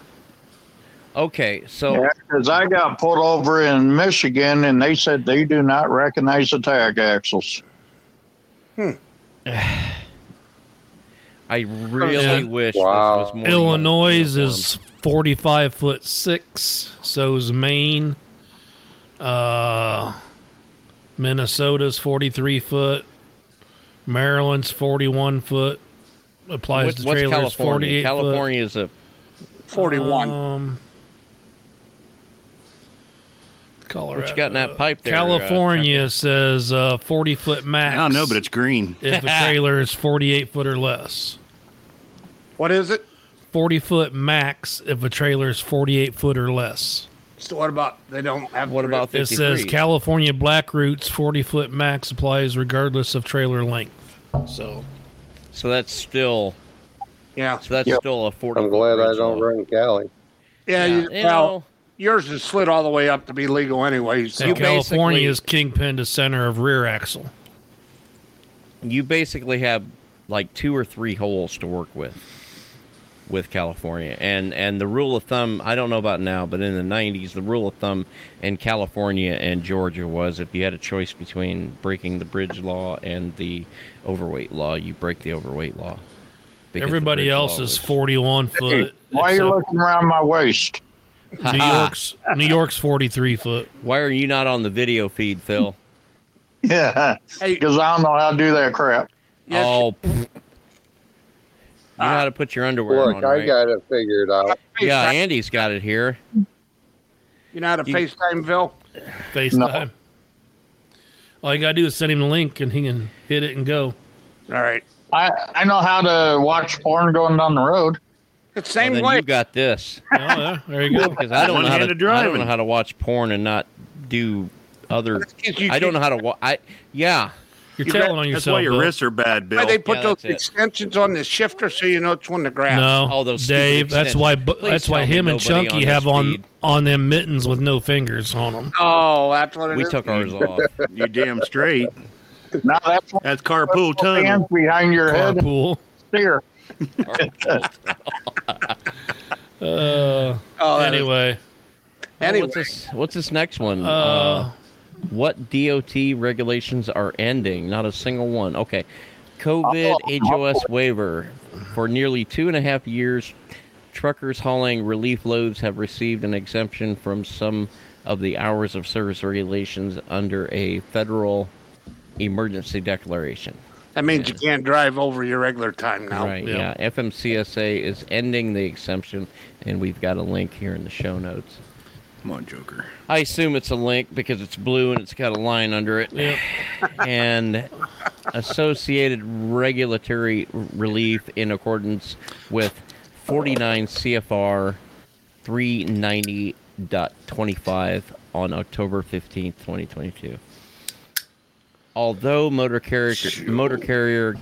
S1: Okay, so
S12: Because I got pulled over in Michigan and they said they do not recognize the tag axles.
S1: I really
S2: Yeah.
S1: wish this was more
S2: Illinois is 45 foot six. So is Maine. Uh, Minnesota's 43 foot. Maryland's 41 foot. Applies
S1: What-
S2: to
S1: what's
S2: trailers
S1: California?
S2: 48
S1: California is a
S4: Forty-one.
S2: foot.
S1: uh,
S2: Um, Colorado.
S1: what you got in that pipe there? uh,
S2: California says uh, 40 foot max.
S9: I don't know, but it's green.
S2: if the trailer is 48 foot or less.
S4: What is it?
S2: 40 foot max if a trailer is 48 foot or less.
S4: So what about they don't have?
S1: What about
S2: It says
S1: 53?
S2: California Black Roots 40 foot max applies regardless of trailer length. So
S1: so that's still
S4: Yeah.
S1: so that's
S3: Yep.
S1: still a 40.
S3: I'm glad I
S1: bridge
S3: don't
S1: law.
S3: run Cali.
S1: Yeah,
S4: Yeah. you,
S1: you
S4: well,
S1: know.
S4: yours is slid all the way up to be legal anyway. So
S2: and California
S1: basically-
S2: is kingpin to center of rear axle.
S1: You basically have like two or three holes to work with with California. And and the rule of thumb, I don't know about now, but in the 90s the rule of thumb in California and Georgia was if you had a choice between breaking the bridge law and the overweight law, you break the overweight law. Because the
S2: Everybody
S1: bridge law
S2: else is
S1: was-
S2: 41
S12: Hey,
S2: foot.
S12: why are you
S2: except
S12: looking around my waist?
S2: New York's New York's 43 foot.
S1: Why are you not on the video feed, Phil?
S12: Yeah,
S4: Hey.
S12: because I don't know how to do that crap.
S4: Yes. Ah.
S1: Oh, pfft. you know how to put your underwear
S3: Look,
S1: on,
S3: I
S1: right?
S3: got it figured out.
S1: yeah, Andy's got it here.
S4: You're not a FaceTime, Phil?
S2: FaceTime. All you gotta do is send him the link, and he can hit it and go.
S4: All right.
S12: I I know how to watch porn going down the road.
S4: It's same
S1: then you got this.
S2: Oh, there you go.
S1: Because I don't know how to,
S2: One-handed
S1: I don't
S2: driving.
S1: know how to watch porn and not do other. I don't know how to wa- I yeah.
S2: You're
S4: You got- telling on
S1: That's
S4: yourself,
S1: why your
S4: Bill.
S1: wrists are bad,
S4: Why they put
S1: Yeah,
S4: those
S1: that's it.
S4: extensions on the shifter so you know it's one to grab?
S2: No, Dave. That's why. bu- That's why him and Chunky have on on them mittens with no fingers on them.
S4: Oh, that's what it is.
S9: You damn straight.
S12: Now that's
S9: that's carpool
S12: Hands
S9: tunnel.
S12: behind your head.
S2: Carpool.
S12: Steer.
S2: Uh,
S4: Oh, that is-
S2: anyway.
S4: Anyway.
S1: what's this? What's this next one?
S2: Uh,
S1: Uh, what DOT regulations are ending? Not a single one. Okay, COVID HOS waiver for nearly two and a half years. Truckers hauling relief loads have received an exemption from some of the hours of service regulations under a federal emergency declaration.
S4: That means you can't drive over your regular time now.
S1: Right. Yeah. FMCSA is ending the exemption, and we've got a link here in the show notes.
S9: Come on, Joker.
S1: I assume it's a link because it's blue and it's got a line under it. and associated regulatory relief in accordance with 49 CFR 390.25 on October 15th, 2022 although motor carrier motor carrier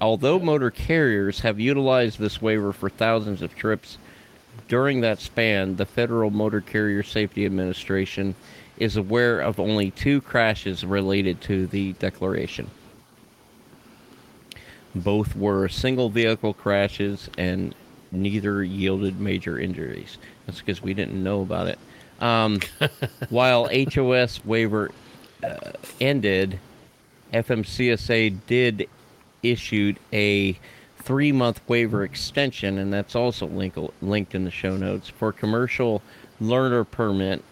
S1: although motor carriers have utilized this waiver for thousands of trips during that span the federal motor carrier safety administration is aware of only two crashes related to the declaration both were single vehicle crashes and neither yielded major injuries. That's because we didn't know about it. Um, while HOS waiver uh, ended, FMCSA did issued a three month waiver extension, and that's also link- linked in the show notes for commercial learner permit.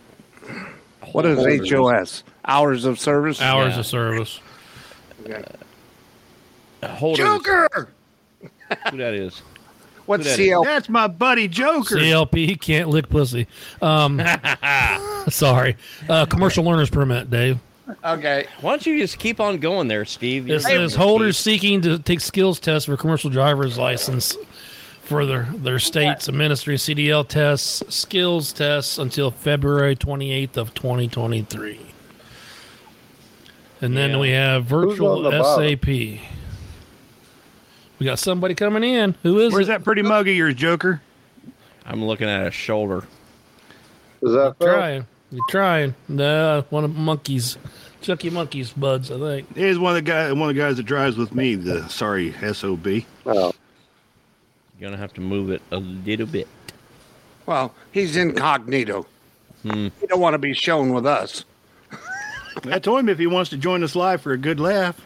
S4: What is
S1: holders.
S4: HOS? Hours of service?
S1: Hours Yeah.
S2: of service.
S1: Holders.
S4: Joker!
S1: Who that is? Who
S4: What's
S1: that is?
S4: CL?
S9: That's my buddy Joker.
S2: CLP can't lick pussy. Um, sorry. Uh, commercial learner's permit, Dave.
S4: Okay.
S1: Why don't you just keep on going there, Steve?
S2: It
S1: You're-
S2: says holders seeking to take skills tests for commercial driver's license for their, their state's ministry CDL tests, skills tests until February 28th of 2023. And then
S1: Yeah.
S2: we have
S1: Who's on
S2: virtual
S1: the bottom?
S2: SAP. We got somebody coming in. Who is
S9: Where's
S2: it?
S9: that pretty mug of yours, Joker?
S1: I'm looking at a shoulder.
S3: Is that
S2: Trying. You're trying. Nah, one of monkeys. Chucky Monkeys buds, I think.
S9: He's one of the guy, one of the guys that drives with me. The sorry sob.
S3: Oh,
S1: You're gonna have to move it a little bit.
S4: Well, he's incognito.
S1: Hmm.
S4: He don't want to be shown with us.
S9: I told him if he wants to join us live for a good laugh.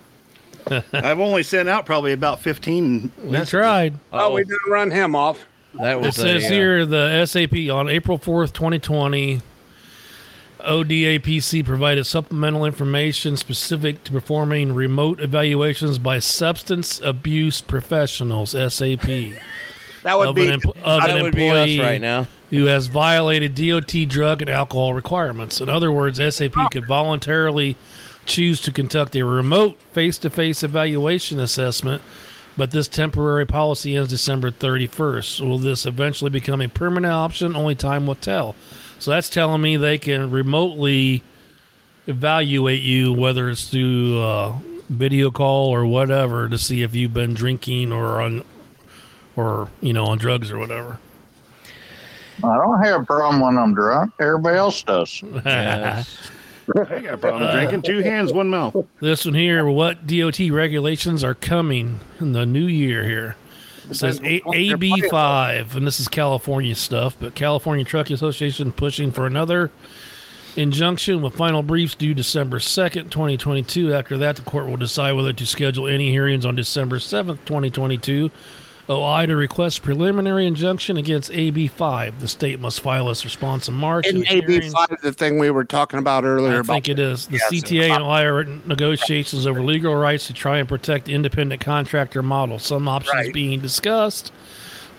S9: I've only sent out probably about fifteen.
S2: We tried.
S4: Oh, we didn't run him off.
S1: That uh,
S2: It says here the SAP on April 4th, 2020, ODAPC provided supplemental information specific to performing remote evaluations by substance abuse professionals, SAP.
S4: That would
S2: of
S4: be
S2: an, empl- of
S1: That
S2: an
S1: would be us
S2: employee
S1: right now.
S2: who has violated DOT drug and alcohol requirements. In other words, SAP could voluntarily choose to conduct a remote face-to-face evaluation assessment, but this temporary policy ends December 31st. Will this eventually become a permanent option? Only time will tell. So that's telling me they can remotely evaluate you, whether it's through uh, video call or whatever, to see if you've been drinking or on, or you know, on drugs or whatever.
S12: I don't have a problem when I'm drunk. Everybody else does.
S9: I got a problem drinking two hands, one mouth.
S2: This one here, what DOT regulations are coming in the new year here? It says A- AB5, and this is California stuff, but California Truck Association pushing for another injunction with final briefs due December 2nd, 2022. After that, the court will decide whether to schedule any hearings on December 7th, 2022. OI to request preliminary injunction against AB5. The state must file its response in March.
S4: in
S2: and the hearings-
S4: AB5, the thing we were talking about earlier.
S2: I
S4: about
S2: think it is. The
S4: Yes,
S2: CTA and I are in negotiations over legal rights to try and protect the independent contractor model. Some options being discussed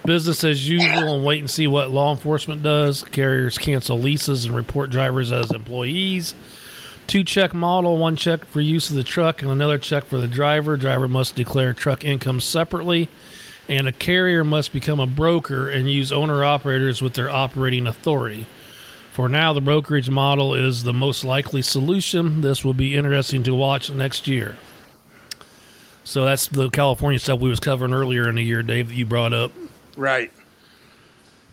S2: business as usual and wait and see what law enforcement does. Carriers cancel leases and report drivers as employees. Two check model, one check for use of the truck and another check for the driver. Driver must declare truck income separately, and a carrier must become a broker and use owner operators with their operating authority. For now, the brokerage model is the most likely solution. This will be interesting to watch next year. So that's the California stuff we was covering earlier in the year, Dave, that you brought up.
S4: Right.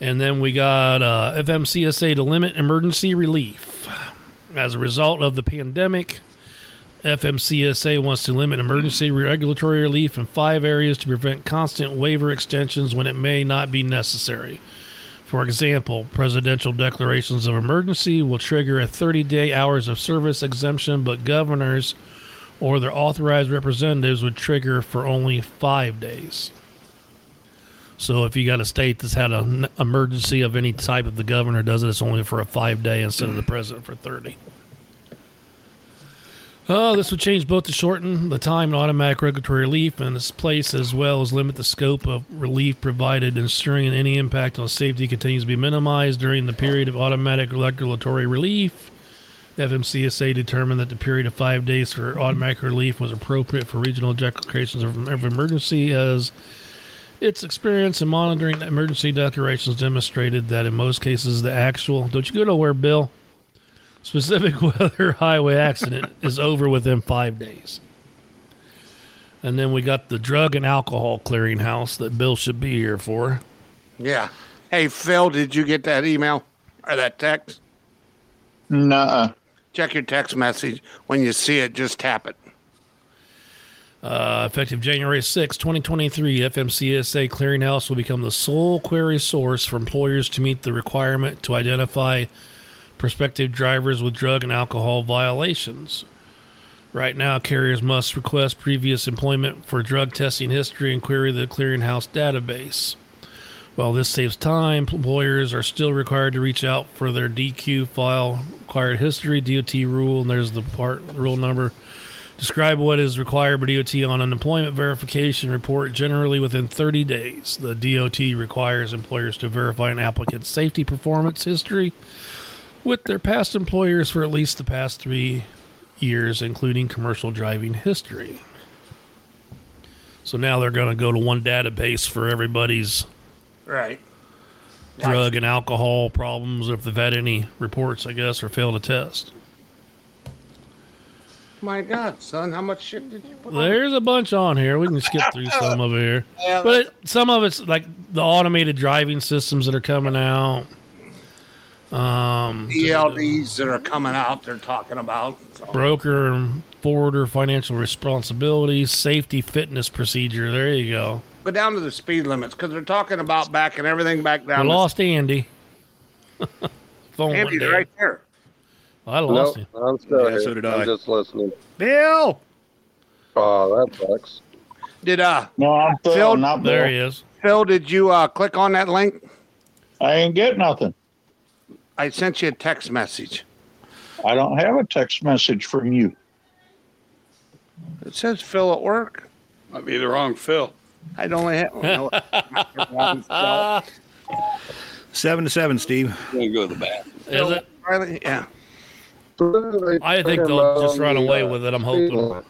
S2: And then we got uh, FMCSA to limit emergency relief. As a result of the pandemic, FMCSA wants to limit emergency regulatory relief in five areas to prevent constant waiver extensions when it may not be necessary. For example, presidential declarations of emergency will trigger a 30 day hours of service exemption, but governors or their authorized representatives would trigger for only five days. So if you got a state that's had an emergency of any type, if the governor does it, it's only for a five day instead of the president for 30. Oh, this would change both to shorten the time and automatic regulatory relief in its place, as well as limit the scope of relief provided, ensuring any impact on safety continues to be minimized during the period of automatic regulatory relief. FMCSA determined that the period of five days for automatic relief was appropriate for regional declarations of, of emergency, as its experience in monitoring emergency declarations demonstrated that in most cases the actual don't you go nowhere, Bill specific weather highway accident is over within five days. And then we got the drug and alcohol clearinghouse that Bill should be here for.
S4: Yeah. Hey, Phil, did you get that email or that text?
S12: Nuh-uh.
S4: Check your text message. When you see it, just tap it.
S2: Uh, effective January 6, 2023, FMCSA Clearinghouse will become the sole query source for employers to meet the requirement to identify prospective drivers with drug and alcohol violations. Right now, carriers must request previous employment for drug testing history and query the clearinghouse database. While this saves time, employers are still required to reach out for their DQ file required history DOT rule, and there's the part rule number. Describe what is required by DOT on an employment verification report generally within 30 days. The DOT requires employers to verify an applicant's safety performance history with their past employers for at least the past three years, including commercial driving history. So now they're going to go to one database for everybody's
S4: Right.
S2: drug and alcohol problems, if they've had any reports, I guess, or failed a test.
S4: My God, son, how much shit did you put on?
S2: There's a bunch on here. We can skip through some of here, but some of it's like the automated driving systems that are coming out. Um,
S4: ELDs that are coming out, they're talking about. So.
S2: broker and forwarder financial responsibility safety fitness procedure there you go
S4: But down to the speed limits because they're talking about backing everything back down.
S2: we lost andy phone went
S4: Andy's
S2: dead.
S4: right there.
S2: i lost him
S3: I'm still
S2: Yeah,
S3: here.
S2: so did
S3: I'm
S2: I.
S3: just listening.
S4: Bill.
S3: Oh, that sucks.
S4: Did uh?
S12: No, I'm Phil.
S4: Phil-
S12: not Bill.
S4: There he
S2: is.
S4: Phil, did you uh click on that link?
S12: I ain't get nothing.
S4: I sent you a text message.
S12: I don't have a text message from you.
S4: It says Phil at work.
S6: Might be the wrong Phil.
S4: I'd only have. no, not the wrong Phil.
S9: Seven to seven, Steve.
S6: Gonna go to the bathroom.
S2: Is it?
S4: Riley, yeah.
S2: I think they'll just run away
S4: uh,
S2: with it. I'm hoping.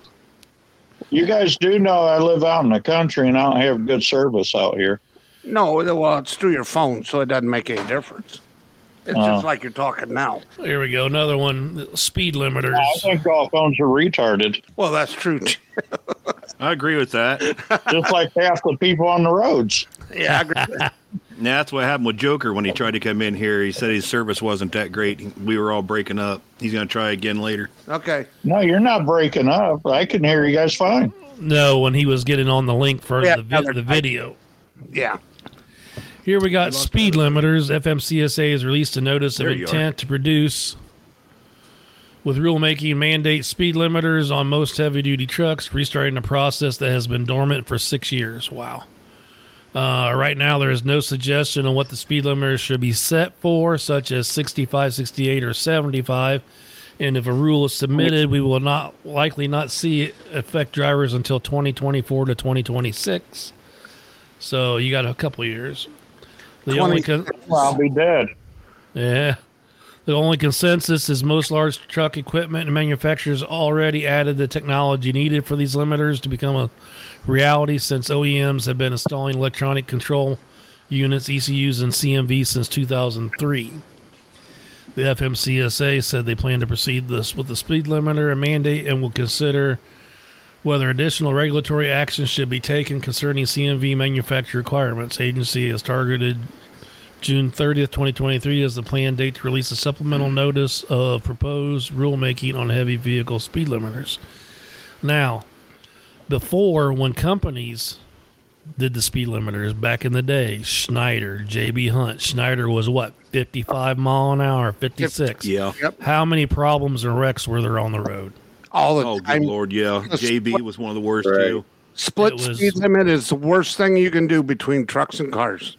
S12: You guys do know I live out in the country and I don't have good service out here.
S4: No, well, it's through your phone, so it doesn't make any difference. It's
S12: Oh.
S4: just like you're talking now.
S2: Here we go. Another one. Speed limiters.
S12: I think all phones are retarded.
S4: Well, that's true.
S9: I agree with that.
S12: Just like half the people on the roads.
S4: Yeah, I agree. with that.
S9: Now, that's what happened with Joker when he tried to come in here. He said his service wasn't that great. We were all breaking up. He's going to try again later.
S4: Okay.
S12: No, you're not breaking up. I can hear you guys fine.
S2: No, when he was getting on the link for
S12: Yeah,
S2: the, vi- the video.
S4: Yeah.
S2: Here we got speed limiters. FMCSA has released a notice
S9: There
S2: of
S9: you are.
S2: intent to produce with rulemaking mandate speed limiters on most heavy duty trucks, restarting a process that has been dormant for six years. Wow. Uh, right now, there is no suggestion on what the speed limiter should be set for, such as 65, 68, or 75. And if a rule is submitted, we will not likely not see it affect drivers until 2024 to 2026. So you got a couple years. The
S12: 20
S2: only con-
S12: I'll be dead.
S2: yeah. The only consensus is most large truck equipment and manufacturers already added the technology needed for these limiters to become a reality since OEMs have been installing electronic control units, ECUs, and CMV since 2003. The FMCSA said they plan to proceed this with the speed limiter and mandate and will consider whether additional regulatory action should be taken concerning CMV manufacturer requirements. Agency is targeted June 30th, 2023 is the planned date to release a supplemental notice of proposed rulemaking on heavy vehicle speed limiters. Now, before when companies did the speed limiters back in the day, Schneider, JB Hunt, Schneider was what, 55 mile an hour, 56?
S9: Yeah. Yep.
S2: How many problems and wrecks were there on the road?
S4: All the
S9: oh,
S4: time.
S9: good lord, yeah. JB was one of the worst too.
S4: Split
S9: It was-
S4: speed limit is the worst thing you can do between trucks and cars.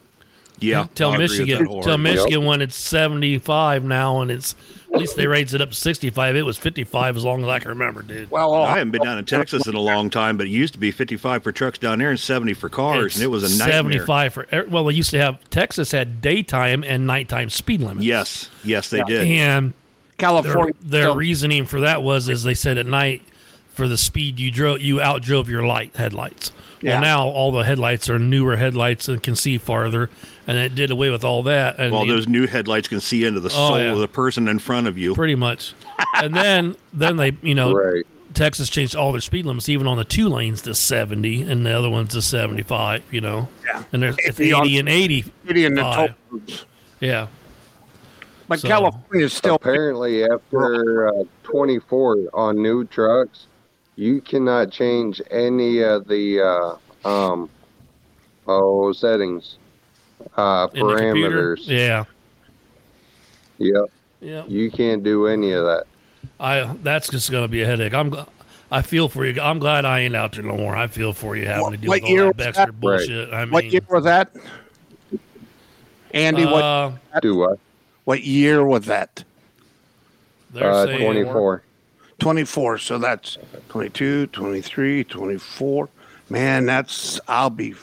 S9: Yeah. Oh,
S2: Tell
S9: I agree with that
S2: Michigan, tell
S9: wholeheartedly.
S2: Michigan when it's 75 now, and it's at least they raised it up to 65. It was 55 as long as I can remember, dude.
S4: Well,
S9: I haven't been down in Texas in a long time, but it used to be 55 for trucks down there and 70 for cars, and it was a nightmare.
S2: 75 for er- well, they used to have Texas had daytime and nighttime speed limits.
S9: Yes, yes, they did.
S2: And
S9: California-
S2: their, their reasoning for that was, as they said at night, for the speed you drove, you outdrove your light headlights.
S9: Yeah.
S2: Well, now all the headlights are newer headlights and can see farther, and it did away with all that. And
S9: Well,
S2: it-
S9: those new headlights can see into the
S2: Oh,
S9: soul
S2: yeah.
S9: of the person in front of you.
S2: pretty much. and then then they you know Texas changed all their speed limits, even on the two lanes to seventy, and the other ones to seventy five. You know, yeah, and there's it's
S4: Eighty on-
S2: eighty and eighty.
S4: 80 and the toll
S2: Yeah, Oh,
S4: But
S2: So-
S4: California's still
S3: apparently after uh, 24 on new trucks, you cannot change any of the uh, um oh settings uh,
S2: In the computer.
S3: parameters.
S2: Yeah,
S3: Yep.
S2: Yep.
S3: You can't do any of that.
S2: I that's just gonna be a headache. I'm gl- I feel for you. I'm glad I ain't out there no more. I feel for you having to deal
S4: What
S2: with
S4: year
S2: all that
S4: was
S2: Baxter
S4: that?
S2: bullshit. I mean,
S4: what year was that? Andy,
S2: Uh,
S4: what
S3: do what?
S4: What year was that?
S2: They're Uh, saying- 24.
S4: 24. So that's 22, 23, 24. Man, that's I'll be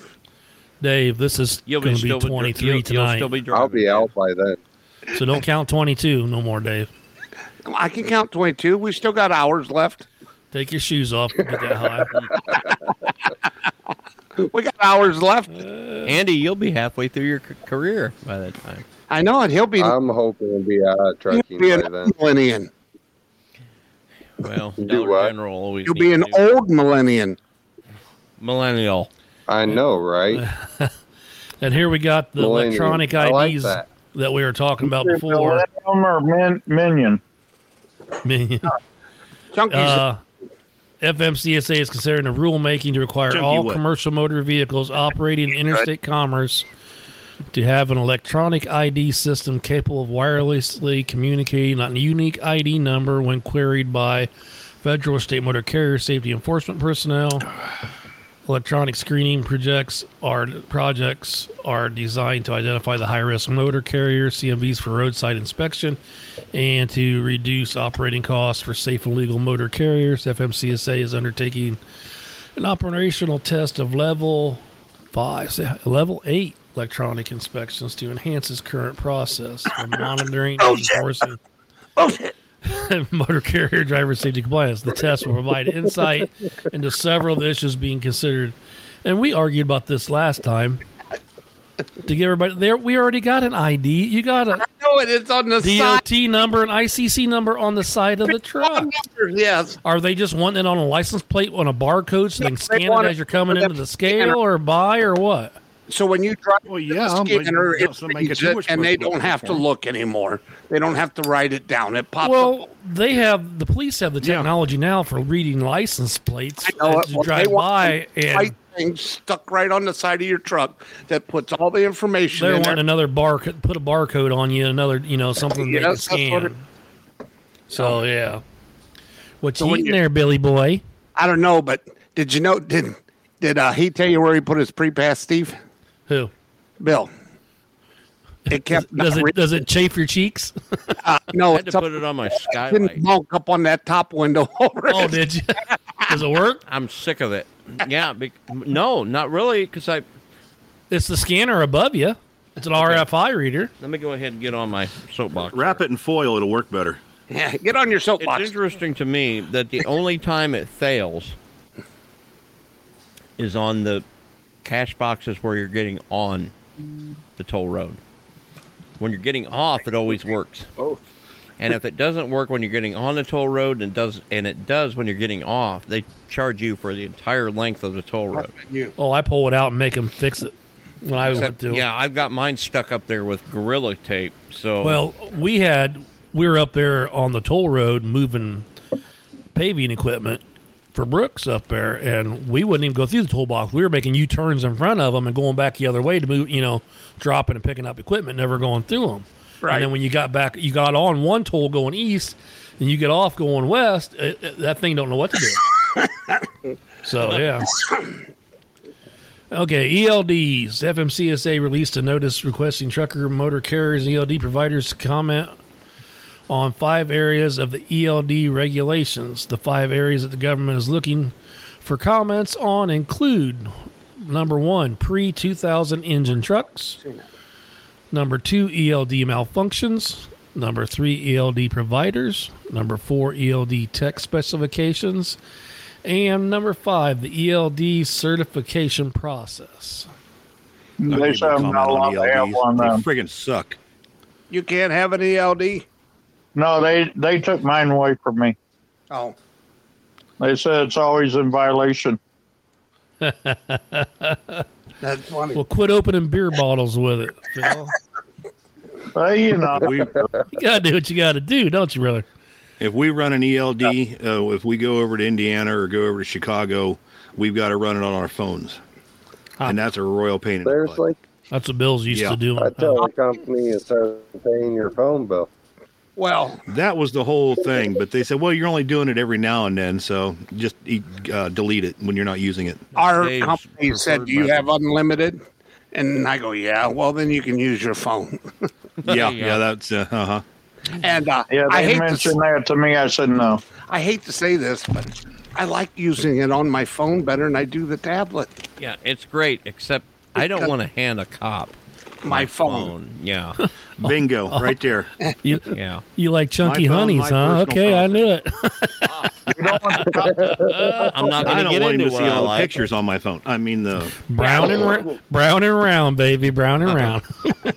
S2: Dave, this is
S4: You'll be
S2: going to be
S4: still be dri-
S2: 23
S4: you'll- you'll
S2: tonight.
S4: still be
S3: I'll be out by then.
S2: So don't count 22 no more, Dave.
S4: I can count 22. We still got hours left.
S2: Take your shoes off. and Get that high.
S4: we got hours left.
S2: Uh,
S1: Andy, you'll be halfway through your c- career by that time.
S4: I know it. He'll be.
S3: I'm hoping to be out of trucking
S4: be
S3: by
S4: an
S3: then.
S4: millennian.
S1: Well,
S3: Do
S1: Dollar
S3: what?
S1: General always
S4: You'll be
S1: needs
S4: an
S1: new-
S4: old millennian.
S1: millennial.
S3: I know, right?
S2: And here we got the
S3: Millennium.
S2: electronic
S3: I
S2: IDs
S3: like that.
S2: that. we were talking about before.
S12: Millennium or min- minion?
S2: Minion. Uh, FMCSA is considering a rulemaking to require
S12: Junkie
S2: all
S12: what?
S2: commercial motor vehicles operating in interstate commerce to have an electronic ID system capable of wirelessly communicating on a unique ID number when queried by federal or state motor carrier safety enforcement personnel. Electronic screening projects are projects are designed to identify the high-risk motor carrier CMVs for roadside inspection, and to reduce operating costs for safe and legal motor carriers. FMCSA is undertaking an operational test of level five, say, level eight electronic inspections to enhance its current process for monitoring and enforcing motor carrier driver safety compliance. The test will provide insight into several of the issues being considered. And we argued about this last time. To give everybody there, we already got an ID. You got a
S4: No, it is on the
S2: DOT number and ICC number on the side of the truck.
S4: Yes.
S2: Are they just wanting it on a license plate on a barcode so they can scan
S4: want
S2: it as
S4: it
S2: you're coming
S4: with
S2: into
S4: a
S2: the
S4: scanner.
S2: scale or buy or what?
S4: So when you drive,
S9: well,
S2: yeah, but
S4: scanner,
S2: you
S4: it
S2: also make
S4: reads
S2: it
S4: it,
S2: much
S4: and
S2: more
S4: they don't have to
S2: complicated.
S4: look anymore. They don't have to write it down. It pops up.
S2: Well, they have the police have the technology now for reading license plates
S4: know
S2: as
S4: it.
S2: you
S4: Well, they
S2: drive by
S4: want
S2: and
S4: white thing stuck right on the side of your truck that puts all the information
S2: they
S4: in
S2: want
S4: there.
S2: another bar put a barcode on you, another you know something
S4: Yes,
S2: they can
S4: that's what it-
S2: scan. So yeah, what
S4: So
S2: you
S4: when
S2: eating
S4: you-
S2: there, Billy boy?
S4: I don't know, but did you know? Did did uh, he tell you where he put his pre-pass, Steve?
S2: Who?
S4: Bill. It kept
S2: Does
S4: not
S2: it does it chafe your cheeks?
S4: Uh, no,
S2: I had
S4: it's
S2: to
S4: up-
S2: put it on my
S4: I couldn't
S1: skylight.
S4: Bonk up on that top window.
S2: oh, did you? Does it work?
S1: I'm sick of it. Yeah. Be- no, not really, because I
S2: It's the scanner above you. It's an RFI reader.
S1: Let me go ahead and get on my soapbox.
S9: Wrap it in foil; it'll work better.
S4: Yeah, get on your soapbox.
S1: It's interesting to me that the only time it fails is on the cash boxes where you're getting on the toll road. When you're getting off, it always works.
S4: Oh.
S1: And if it doesn't work when you're getting on the toll road, and does and it does when you're getting off, they charge you for the entire length of the toll road.
S2: Oh, I pull it out and make them fix it when I was
S1: Except-
S2: with them.
S1: yeah, I've got mine stuck up there with gorilla tape. So
S2: Well, we had we were up there on the toll road moving paving equipment for Brooks up there, and we wouldn't even go through the toolbox. We were making U turns in front of them and going back the other way to move, you know, dropping and picking up equipment, never going through them.
S4: Right.
S2: And then when you got back, you got on one toll going east, and you get off going west. It, it- that thing don't know what to do. so yeah. Okay, E ELDs. FMCSA released a notice requesting trucker motor carriers and ELD providers to comment on five areas of the ELD regulations. The five areas that the government is looking for comments on include number one, pre 2000 engine trucks, number two, ELD malfunctions, number three, ELD providers, number four, ELD tech specifications, and number five, the ELD certification process.
S9: Not
S12: They
S9: able
S12: said
S9: to
S12: I'm
S9: comment
S12: not
S9: on
S12: allowed to have
S9: ELDs.
S12: one.
S9: They
S12: um,
S9: friggin' suck.
S4: You can't have an E ELD.
S12: No, they they took mine away from me.
S4: Oh,
S12: They said it's always in violation.
S4: that's funny.
S2: Well, quit opening beer bottles with it, Phil.
S12: Well, you know,
S2: You gotta do what you gotta do, don't you, brother?
S9: If we run an ELD, uh, if we go over to Indiana or go over to Chicago, we've got to run it on our phones, and that's a royal pain. In the
S3: Seriously,
S2: That's what Bill's used
S9: Yeah.
S2: to doing.
S3: I tell the company instead of paying your phone bill.
S4: Well,
S9: that was the whole thing, but they said, "Well, you're only doing it every now and then, so just e- uh, delete it when you're not using it."
S4: our
S9: Dave's
S4: company said,
S9: preferred
S4: "Do you
S9: method.
S4: have unlimited?" And I go, "Yeah." Well, then you can use your phone.
S9: Yeah, yeah, that's uh huh.
S4: And uh,
S12: yeah,
S4: I
S12: they
S4: hate to
S12: mentioned that to me. I said no.
S4: I hate to say this, but I like using it on my phone better than I do the tablet.
S1: yeah, it's great. Except I don't want to hand a cop
S4: My, phone.
S1: Yeah,
S9: bingo, right there.
S2: You,
S1: yeah.
S2: you like chunky
S9: phone,
S2: honeys,
S9: my
S2: huh?
S9: personal
S2: Okay, I knew it.
S1: I'm not
S9: I
S1: going to
S9: don't
S1: get
S9: want him
S1: into
S9: to
S1: what
S9: see
S1: I
S9: all the
S1: like.
S9: pictures on my phone. I mean the
S2: brown and ra- brown and round, baby, brown and round. okay,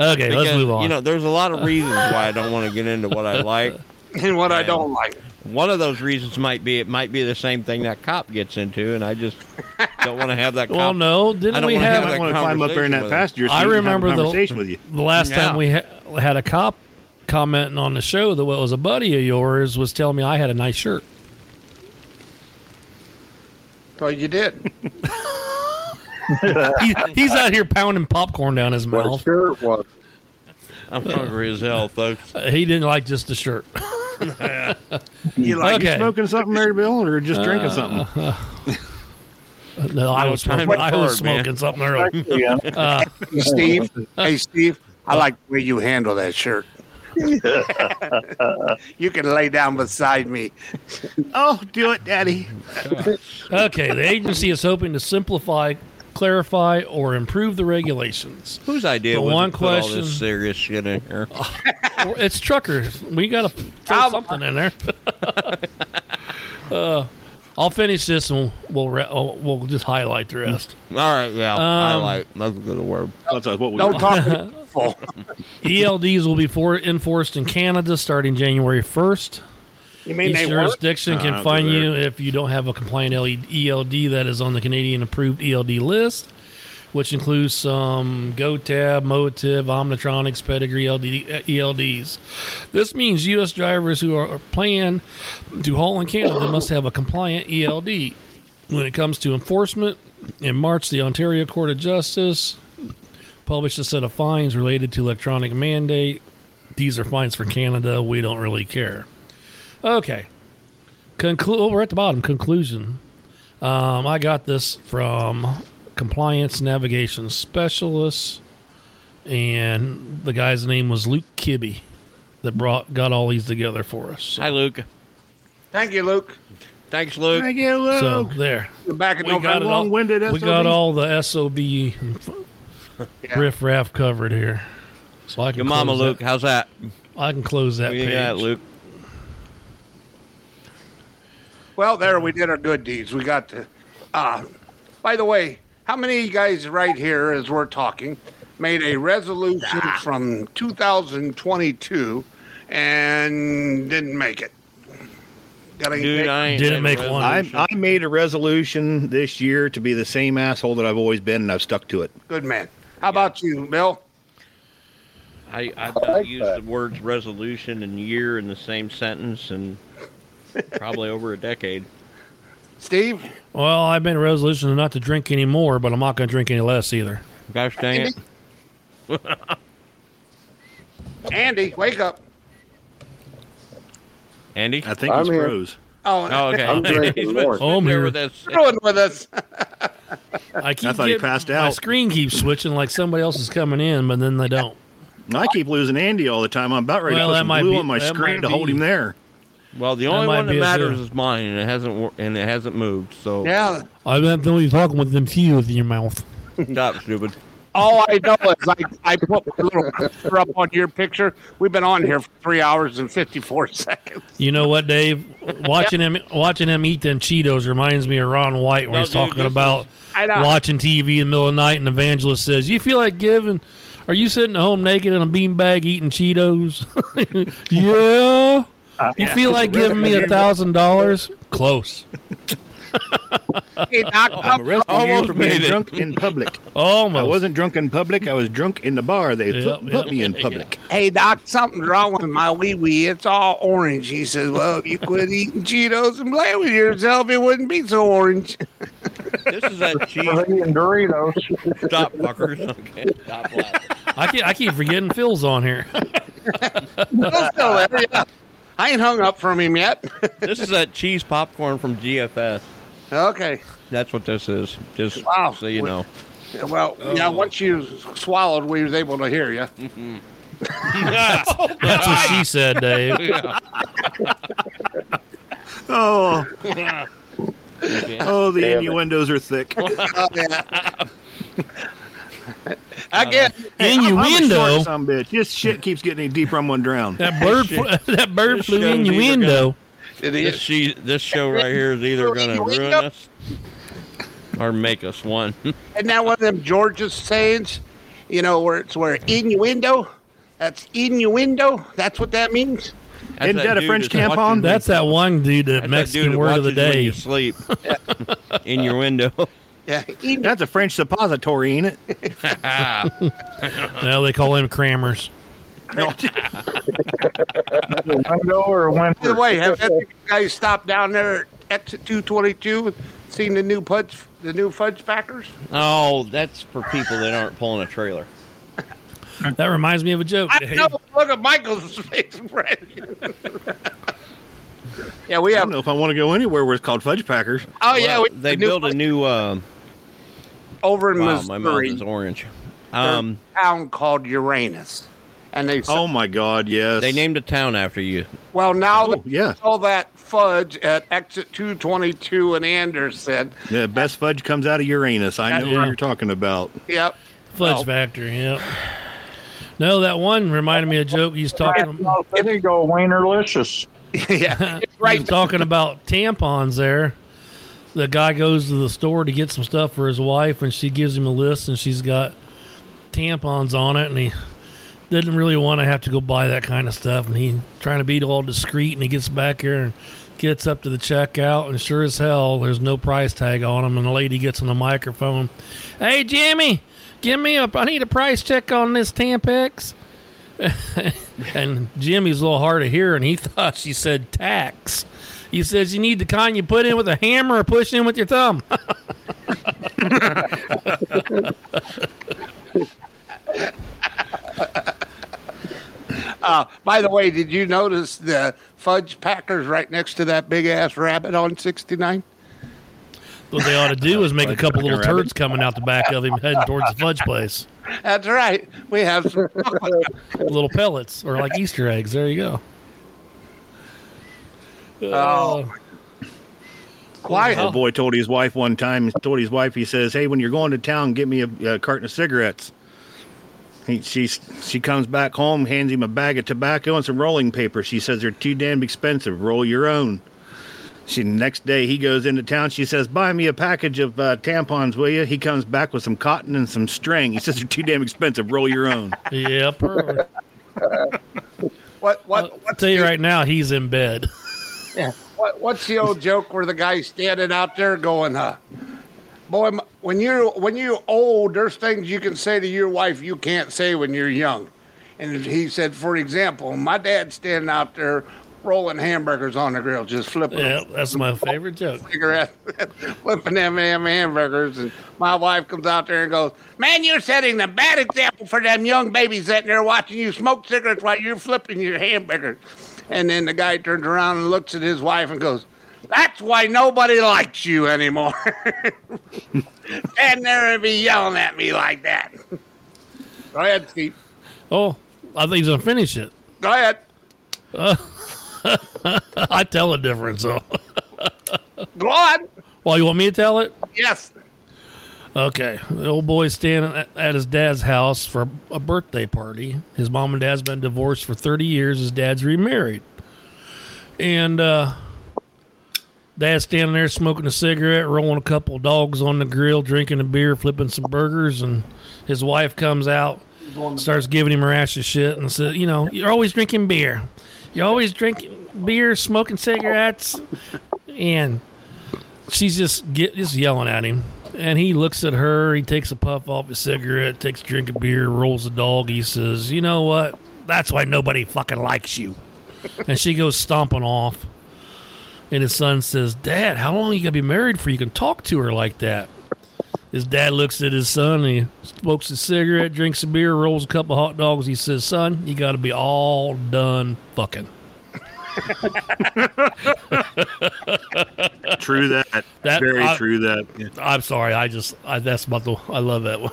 S2: let's
S1: Because,
S2: move on.
S1: You know, there's a lot of reasons why I don't want to get into what I like.
S4: and what I don't like.
S1: One of those reasons might be it might be the same thing that cop gets into, and I just don't want to have that. Cop.
S2: well, no,
S1: I
S2: didn't
S1: don't
S2: we
S1: wanna
S2: have?
S1: have that
S9: want to climb up there
S1: conversation
S9: in that
S1: with
S9: passenger seat
S2: I remember
S9: and have a
S2: the
S9: conversation with you.
S2: The last
S1: Yeah.
S2: time we ha- had a cop comment on the show that what was a buddy of yours was telling me I had a nice shirt.
S4: So you did.
S2: He, he's out here pounding popcorn down his
S3: Well,
S2: mouth.
S3: sure it was.
S1: I'm hungry as hell, folks.
S2: Uh, He didn't like just the shirt.
S9: You like you
S2: Okay. Uh,
S9: smoking something, Mary Bill, or just drinking something?
S2: No, I was
S1: time
S2: smoking, I was
S1: for it, man.
S2: smoking something earlier.
S12: Yeah.
S2: Uh,
S4: Hey, Steve. Hey, Steve. I like the way you handle that shirt. you can lay down beside me.
S9: Oh, do it, Daddy.
S2: okay, the agency is hoping to simplify, clarify, or improve the regulations.
S1: Whose idea
S2: The
S1: was
S2: one
S1: it to put all
S2: question-
S1: this serious shit in here?
S2: Or- it's truckers. We got to throw something in there. uh, I'll finish this and we'll re- oh, we'll just highlight the rest.
S1: All right, yeah, I
S2: Um,
S1: like that's a good word.
S9: That's what we
S4: Don't talk. to me. Oh,
S2: ELDs E will be for- enforced in Canada starting January first.
S4: You mean
S2: Each
S4: they work?
S2: jurisdiction
S9: Nah,
S2: can
S9: I'll
S2: fine
S9: go
S2: you if you don't have a compliant E LE- ELD that is on the Canadian approved ELD list, which includes some GoTab, Motiv, Omnitronics, Pedigree LD, uh, ELDs. This means U.S. drivers who are plan to haul in Canada must have a compliant ELD. When it comes to enforcement, in March, the Ontario Court of Justice published a set of fines related to electronic mandate. These are fines for Canada. We don't really care. Okay. Conclu- oh, we're at the bottom. Conclusion. Um, I got this from compliance navigation specialists, and the guy's name was Luke Kibbe that brought got all these together for us. So,
S1: Hi, Luke.
S4: Thank you, Luke.
S1: Thanks, Luke.
S9: Thank you, Luke.
S2: so there,
S4: You're back in
S2: We got
S4: November.
S2: it all.
S9: Long-winded
S2: we
S9: SOB.
S2: got all the SOB riff raff covered here. So I can
S1: Your mama,
S2: close that-
S1: Luke. How's that?
S2: I can close that
S1: What
S2: page.
S1: you got, Luke?
S4: Well, there we did our good deeds. We got to. Uh, by the way, how many of you guys right here, as we're talking, made a resolution from 2022 and didn't make it? Got any-
S9: I, I made a resolution this year to be the same asshole that I've always been, and I've stuck to it.
S4: Good man. How about you, Bill?
S1: I, I've not used the words resolution and year in the same sentence in probably over a decade.
S4: Steve?
S2: Well, I've been resolution not to drink any more, but I'm not going to drink any less either.
S1: Gosh dang it.
S4: Andy, wake up.
S1: Andy? I
S4: think it's I'm here. Rose. Oh,
S1: Oh, okay.
S4: I'm drinking
S1: He's
S4: more.
S1: been sitting
S2: Home
S1: there
S2: here.
S1: with us.
S4: Ruin with us.
S2: Oh. I, keep
S9: I thought he
S2: getting-
S9: passed
S2: My
S9: out.
S2: screen keeps switching like somebody else is coming in, but then they don't.
S9: I keep losing Andy all the time. I'm about ready
S2: Well,
S9: to put
S2: that
S9: some
S2: might
S9: glue
S2: be-
S9: on my
S2: that
S9: screen
S2: might
S9: to hold
S2: be-
S9: him there.
S1: Well, the
S2: That
S1: only
S2: might
S1: one that
S2: be a
S1: matters
S2: deal.
S1: is mine, and it hasn't wor- and it hasn't moved. So
S4: Yeah.
S2: I don't know what you're talking with them teeth in your mouth.
S1: stop, stupid.
S4: All I know is I, I put my little cursor up on your picture. We've been on here for three hours and 54 seconds.
S2: You know what, Dave? Watching him watching him eat them Cheetos reminds me of Ron White when
S4: No,
S2: he's
S4: dude,
S2: talking
S4: this
S2: about
S4: is- I know.
S2: watching TV in the middle of the night and evangelist says, You feel like giving are you sitting at home naked in a beanbag eating Cheetos? yeah.
S9: Uh,
S2: You feel like giving me a thousand dollars? Close.
S4: He knocked up.
S9: I'm arrested here
S2: Almost
S9: for being
S2: made it.
S9: drunk in public.
S2: Almost.
S9: I wasn't drunk in public. I was drunk in the bar. They
S2: Yeah,
S9: put, put
S2: yeah.
S9: me in public.
S4: Hey, Doc, something's wrong with my wee wee. It's all orange. He says, Well, if you quit eating Cheetos and play with yourself, it wouldn't be so orange.
S1: This is that cheese.
S12: Doritos.
S1: Stop, fuckers. Okay, stop laughing.
S2: I keep, I keep forgetting Phil's on here.
S4: Bill's still there, yeah. I ain't hung up from him yet.
S1: This is that cheese popcorn from GFS.
S4: okay.
S1: That's what this is. Just
S4: Wow.
S1: so you know.
S4: Yeah, Well, yeah, once you swallowed, we was able to hear you.
S2: That's what she said, Dave.
S9: Oh, oh, the
S4: Damn it.
S9: innuendos are thick.
S4: Oh, Again,
S9: Hey, I'm- I'm a short
S2: Innuendo?
S9: son of a bitch. This shit keeps getting any deeper. I'm gonna drown.
S2: That bird, fl- that bird
S1: This
S2: flew
S1: show's
S2: in your
S1: either
S2: window.
S4: It
S1: This, she, this show right here is either going to ruin us or make us one.
S4: Isn't that one of them Georgia sayings? You know, where it's where innuendo. That's innuendo. That's what that means.
S1: That's Isn't that that a dude French that's watching- tampon?
S2: That's that one dude, that
S1: That's
S2: Mexican
S1: that dude that
S2: word of the
S1: watches when
S2: day.
S1: you sleep in your window.
S4: Yeah,
S9: That's a French suppository, ain't it?
S2: Now they call him Crammers.
S12: Window or window?
S4: By the way, have you guys stopped down there at exit 222? Seen the new fudge, the new fudge packers?
S1: oh, that's for people that aren't pulling a trailer.
S2: That reminds me of a joke.
S4: I
S2: Dave.
S4: know. Look at Michael's face. Brad. yeah, we
S9: I
S4: have.
S9: don't know if I want to go anywhere where it's called Fudge Packers.
S4: Oh yeah,
S1: Well,
S4: we
S1: they built a new. Um,
S4: over in
S1: wow, my mouth
S4: Missouri.
S1: is orange.
S4: Um,
S1: Um,
S4: town called Uranus, and they
S9: Oh my God, yes.
S1: they named a town after you.
S4: Well, now that
S9: yeah.
S4: all that fudge at exit 222 and Anderson.
S9: The best fudge comes out of Uranus. I know
S2: Yeah.
S9: what you're talking about.
S4: Yep.
S2: Fudge Factory, yep. No, that one reminded me of a joke he's talking
S12: There you go, Wienerlicious.
S4: yeah.
S2: he's talking about tampons there. The guy goes to the store to get some stuff for his wife and she gives him a list and she's got tampons on it and he didn't really want to have to go buy that kind of stuff and he trying to be all discreet and he gets back here and gets up to the checkout and sure as hell there's no price tag on him and the lady gets on the microphone hey jimmy give me a i need a price check on this tampex and jimmy's a little hard of hearing he thought she said tax he says you need the kind you put in with a hammer or push in with your thumb
S4: Uh, by the way, did you notice the fudge packers right next to that big ass rabbit on 69?
S2: what they ought to do is make a couple little
S9: Rabbit.
S2: turds coming out the back of him heading towards the fudge place
S4: That's right. We have some.
S2: little pellets or like Easter eggs. There you go.
S4: Oh. quiet.
S9: Old boy told his wife one time. Told his wife, he says, "Hey, when you're going to town, get me a, a carton of cigarettes." He, she she comes back home, hands him a bag of tobacco and some rolling paper. She says they're too damn expensive. Roll your own. She next day he goes into town. She says, "Buy me a package of uh, tampons, will you?" He comes back with some cotton and some string. He says they're too damn expensive. Roll your own.
S2: Yep. What?
S4: What? What?
S2: I'll tell you right now, he's in bed.
S4: Yeah. What, what's the old joke where the guy's standing out there going, uh, "Boy, m- when you're when you're old, there's things you can say to your wife you can't say when you're young." And he said, for example, my dad's standing out there rolling hamburgers on the grill, just flipping
S2: Yeah,
S4: them,
S2: that's my favorite joke.
S4: cigarette, flipping them damn hamburgers. And my wife comes out there and goes, "Man, you're setting a bad example for them young babies sitting there watching you smoke cigarettes while you're flipping your hamburger." And then the guy turns around and looks at his wife and goes, "That's why nobody likes you anymore." and there and be yelling at me like that. Go ahead, Steve.
S2: Oh, I think he's gonna finish it.
S4: Go ahead.
S2: Uh, I tell a difference though.
S4: Go on.
S2: Well, you want me to tell it?
S4: Yes.
S2: Okay. The old boy's standing at- at his dad's house for a birthday party. His mom and dad's been divorced for 30 years. His dad's remarried. And uh, dad's standing there smoking a cigarette, rolling a couple of dogs on the grill, drinking a beer, flipping some burgers. And his wife comes out, starts giving him her ass of shit, and says, You know, you're always drinking beer. You're always drinking beer, smoking cigarettes. And she's just get just yelling at him, and he looks at her. He takes a puff off his cigarette, takes a drink of beer, rolls a dog. He says, "You know what? That's why nobody fucking likes you." and she goes stomping off. And his son says, "Dad, how long you gonna be married for? You can talk to her like that." His dad looks at his son. He smokes a cigarette, drinks a beer, rolls a couple hot dogs. He says, "Son, you got to be all done fucking."
S9: True that.
S2: That-
S9: Very
S2: I-
S9: true that. Yeah.
S2: I'm sorry. I just I, that's about the I love that one.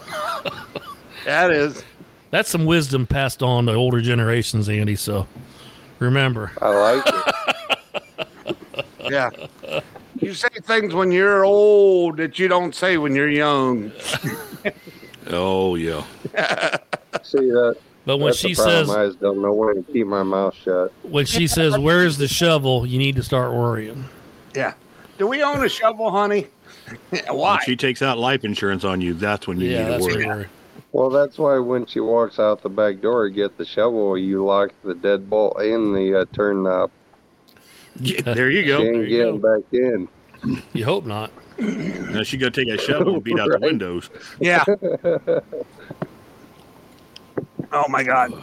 S4: that is.
S2: That's some wisdom passed on to older generations, Andy. So remember,
S3: I like it.
S4: Yeah. You say things when you're old that you don't say when you're young.
S9: Oh yeah.
S3: See that?
S2: But when
S3: That's
S2: she
S3: the problem.
S2: says-
S3: I just don't know when to keep my mouth shut.
S2: when she says, "Where's the shovel?" You need to start worrying.
S4: Yeah. Do we own a shovel, honey? Why?
S9: If she takes out life insurance on you, that's when you need to worry.
S3: Well, that's why when she walks out the back door to get the shovel, you lock the deadbolt and the uh, turn knob.
S9: Yeah, there you go.
S3: She ain't
S9: There
S3: getting
S9: you
S3: back in.
S2: You hope not.
S9: Now she gonna take a shovel and beat out
S3: Right.
S9: the windows.
S4: Yeah. oh my God.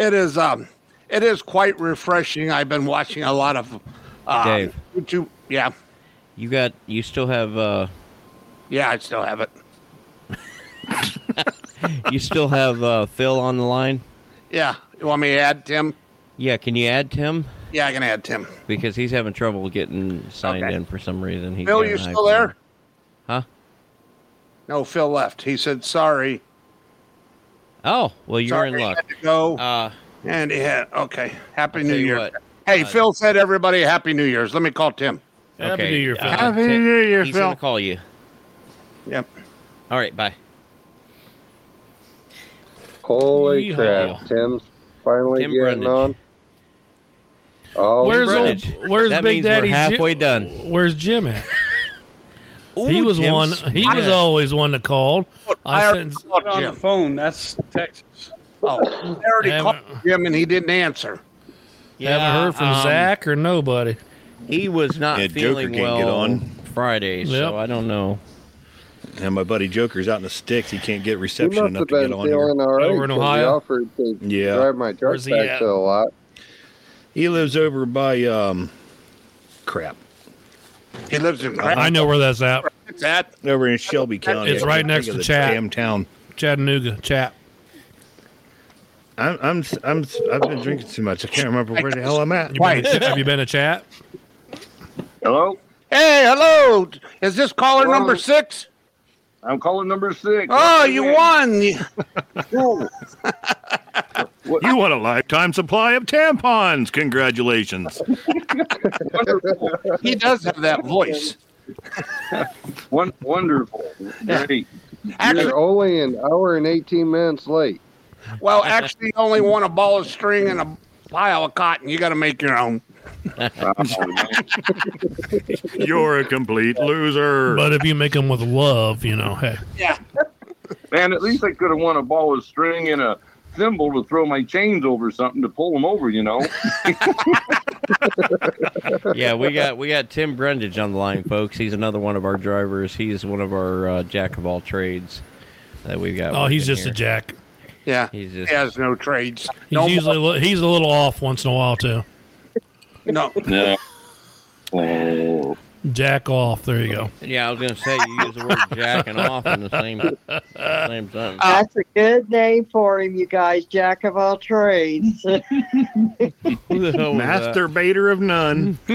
S4: It is um it is quite refreshing. I've been watching a lot of uh
S1: Dave.
S4: YouTube yeah.
S1: You got. You still have. uh
S4: Yeah, I still have it.
S1: You still have uh Phil on the line.
S4: Yeah. You want me to add Tim?
S1: Yeah. Can you add Tim?
S4: Yeah, I can add Tim.
S1: Because he's having trouble getting signed
S4: Okay.
S1: in for some reason. He's
S4: Phil,
S1: got
S4: you
S1: an
S4: still
S1: iPhone.
S4: there?
S1: Huh?
S4: No, Phil left. He said sorry.
S1: Oh, well, you're
S4: Sorry,
S1: in luck.
S4: had to go.
S1: Uh,
S4: and yeah, okay. Happy
S1: I'll
S4: New
S1: tell you
S4: Year.
S1: what,
S4: hey,
S1: uh,
S4: Phil said everybody Happy New Year's. Let me call Tim.
S2: Happy
S1: okay,
S2: New Year,
S1: uh,
S2: Phil.
S4: Happy
S1: Tim-
S4: New Year,
S1: he's
S4: Phil.
S1: gonna call you.
S4: Yep.
S1: All right. Bye.
S3: Holy
S1: Yeehaw.
S3: crap! Tim's finally
S1: Tim
S3: getting
S1: Brundage.
S3: on. Oh,
S2: Where's
S3: crap.
S2: old, Where's
S1: That
S2: Big
S1: means we're
S2: Daddy? Jim-
S1: halfway done.
S2: Where's Jim at? he
S1: Ooh,
S2: was
S1: Jim
S2: one. He was
S1: Smith.
S2: always one that called. I,
S4: I already
S2: sent,
S4: called
S6: on the
S4: Jim.
S6: phone. That's Texas.
S4: Oh, I already
S2: Haven't-
S4: called
S9: uh,
S4: Jim and he didn't answer.
S1: Yeah,
S2: haven't heard from
S1: um,
S2: Zach or nobody.
S1: He was not
S9: Yeah, Joker
S1: feeling
S9: can't get
S1: well
S9: on.
S1: Friday,
S2: Yep.
S1: so I don't know.
S9: And my buddy Joker's out in the sticks. He can't get
S3: He
S9: reception
S3: must
S9: enough
S3: have
S9: to get
S3: been
S9: on here.
S3: feeling all right.
S2: Over in
S3: 'cause he
S2: Ohio?
S3: offered to
S9: Yeah.
S3: drive my truck
S2: Where's he at?
S3: back to the lot.
S9: He lives over by um, crap
S4: He lives in
S1: Uh-huh.
S2: I know where that's at.
S4: What's that?
S9: over in Shelby County.
S2: It's
S9: I
S2: right
S9: Oh, can't
S2: next
S9: think
S2: to
S9: of the
S2: Chad.
S9: Damn town.
S2: Chattanooga, chat.
S9: I'm, I'm I'm I've been drinking too much. I can't remember where the hell I'm at.
S2: You been to- have you been to chat?
S11: Hello,
S4: Hey, hello. Is this caller
S11: Hello.
S4: number six?
S11: I'm calling number six.
S4: Oh, you won.
S11: won.
S9: You want a lifetime supply of tampons. Congratulations.
S11: wonderful.
S4: He does have that voice.
S11: Won- wonderful. Great.
S4: Actually,
S3: You're only an hour and 18 minutes late.
S4: Well, actually, you only want a ball of string and a pile of cotton. You got to make your own.
S9: You're a complete loser.
S2: But if you make them with love, you know, hey.
S11: Man, at least I could have won a ball of string and a thimble to throw my chains over something to pull them over, you know?
S1: yeah, we got we got Tim Brundage on the line, folks. He's another one of our drivers. He's one of our uh, jack of all trades that we've got.
S2: Oh, he's
S1: working
S2: just
S1: here.
S2: a jack.
S4: Yeah.
S1: He's
S4: He
S1: just
S4: has no trades.
S2: He's
S4: No,
S2: usually a li- he's a little off once in a while too.
S4: no.
S11: No.
S2: Jack off. There you go.
S1: Yeah, I was gonna say you use the word jack and off in the same same
S9: Oh.
S1: sentence.
S4: Uh,
S13: That's a good name for him, you guys. Jack of all trades.
S1: Who the hell was that?
S9: Masturbator of none.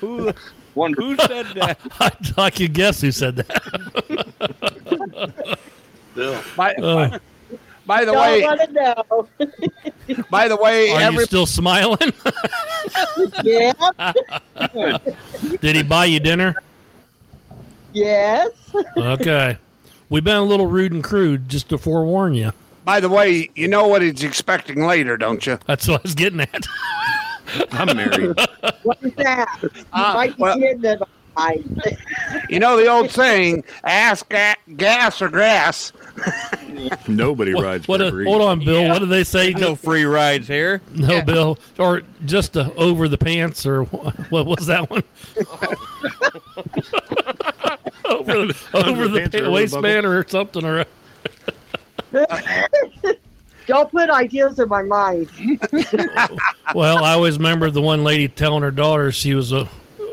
S1: Who, who said that?
S2: I, I could guess who said that.
S4: By,
S2: Oh,
S4: by, by the
S13: Don't
S4: way,
S13: want to know.
S4: by the way,
S2: Are
S4: every,
S2: you still smiling?
S13: yeah.
S2: Did he buy you dinner?
S13: Yes.
S2: Okay. We've been a little rude and crude, just to forewarn you.
S4: by the way, you know what he's expecting later, don't you?
S2: That's what I was getting at.
S9: I'm married.
S13: What is that? You might be kidding him. I,
S4: Uh, You know the old saying, ask ga- gas or grass.
S9: Nobody rides
S2: What? A,
S9: for free.
S2: hold on, Bill. What do they say?
S1: No free rides here.
S2: No, Bill, or just uh, over the pants, or wh- what was that one? over the, over the,
S9: pants
S2: pa-
S9: or over the
S2: waistband or something, or
S13: don't put ideas in my mind.
S2: well, I always remember the one lady telling her daughter she was a,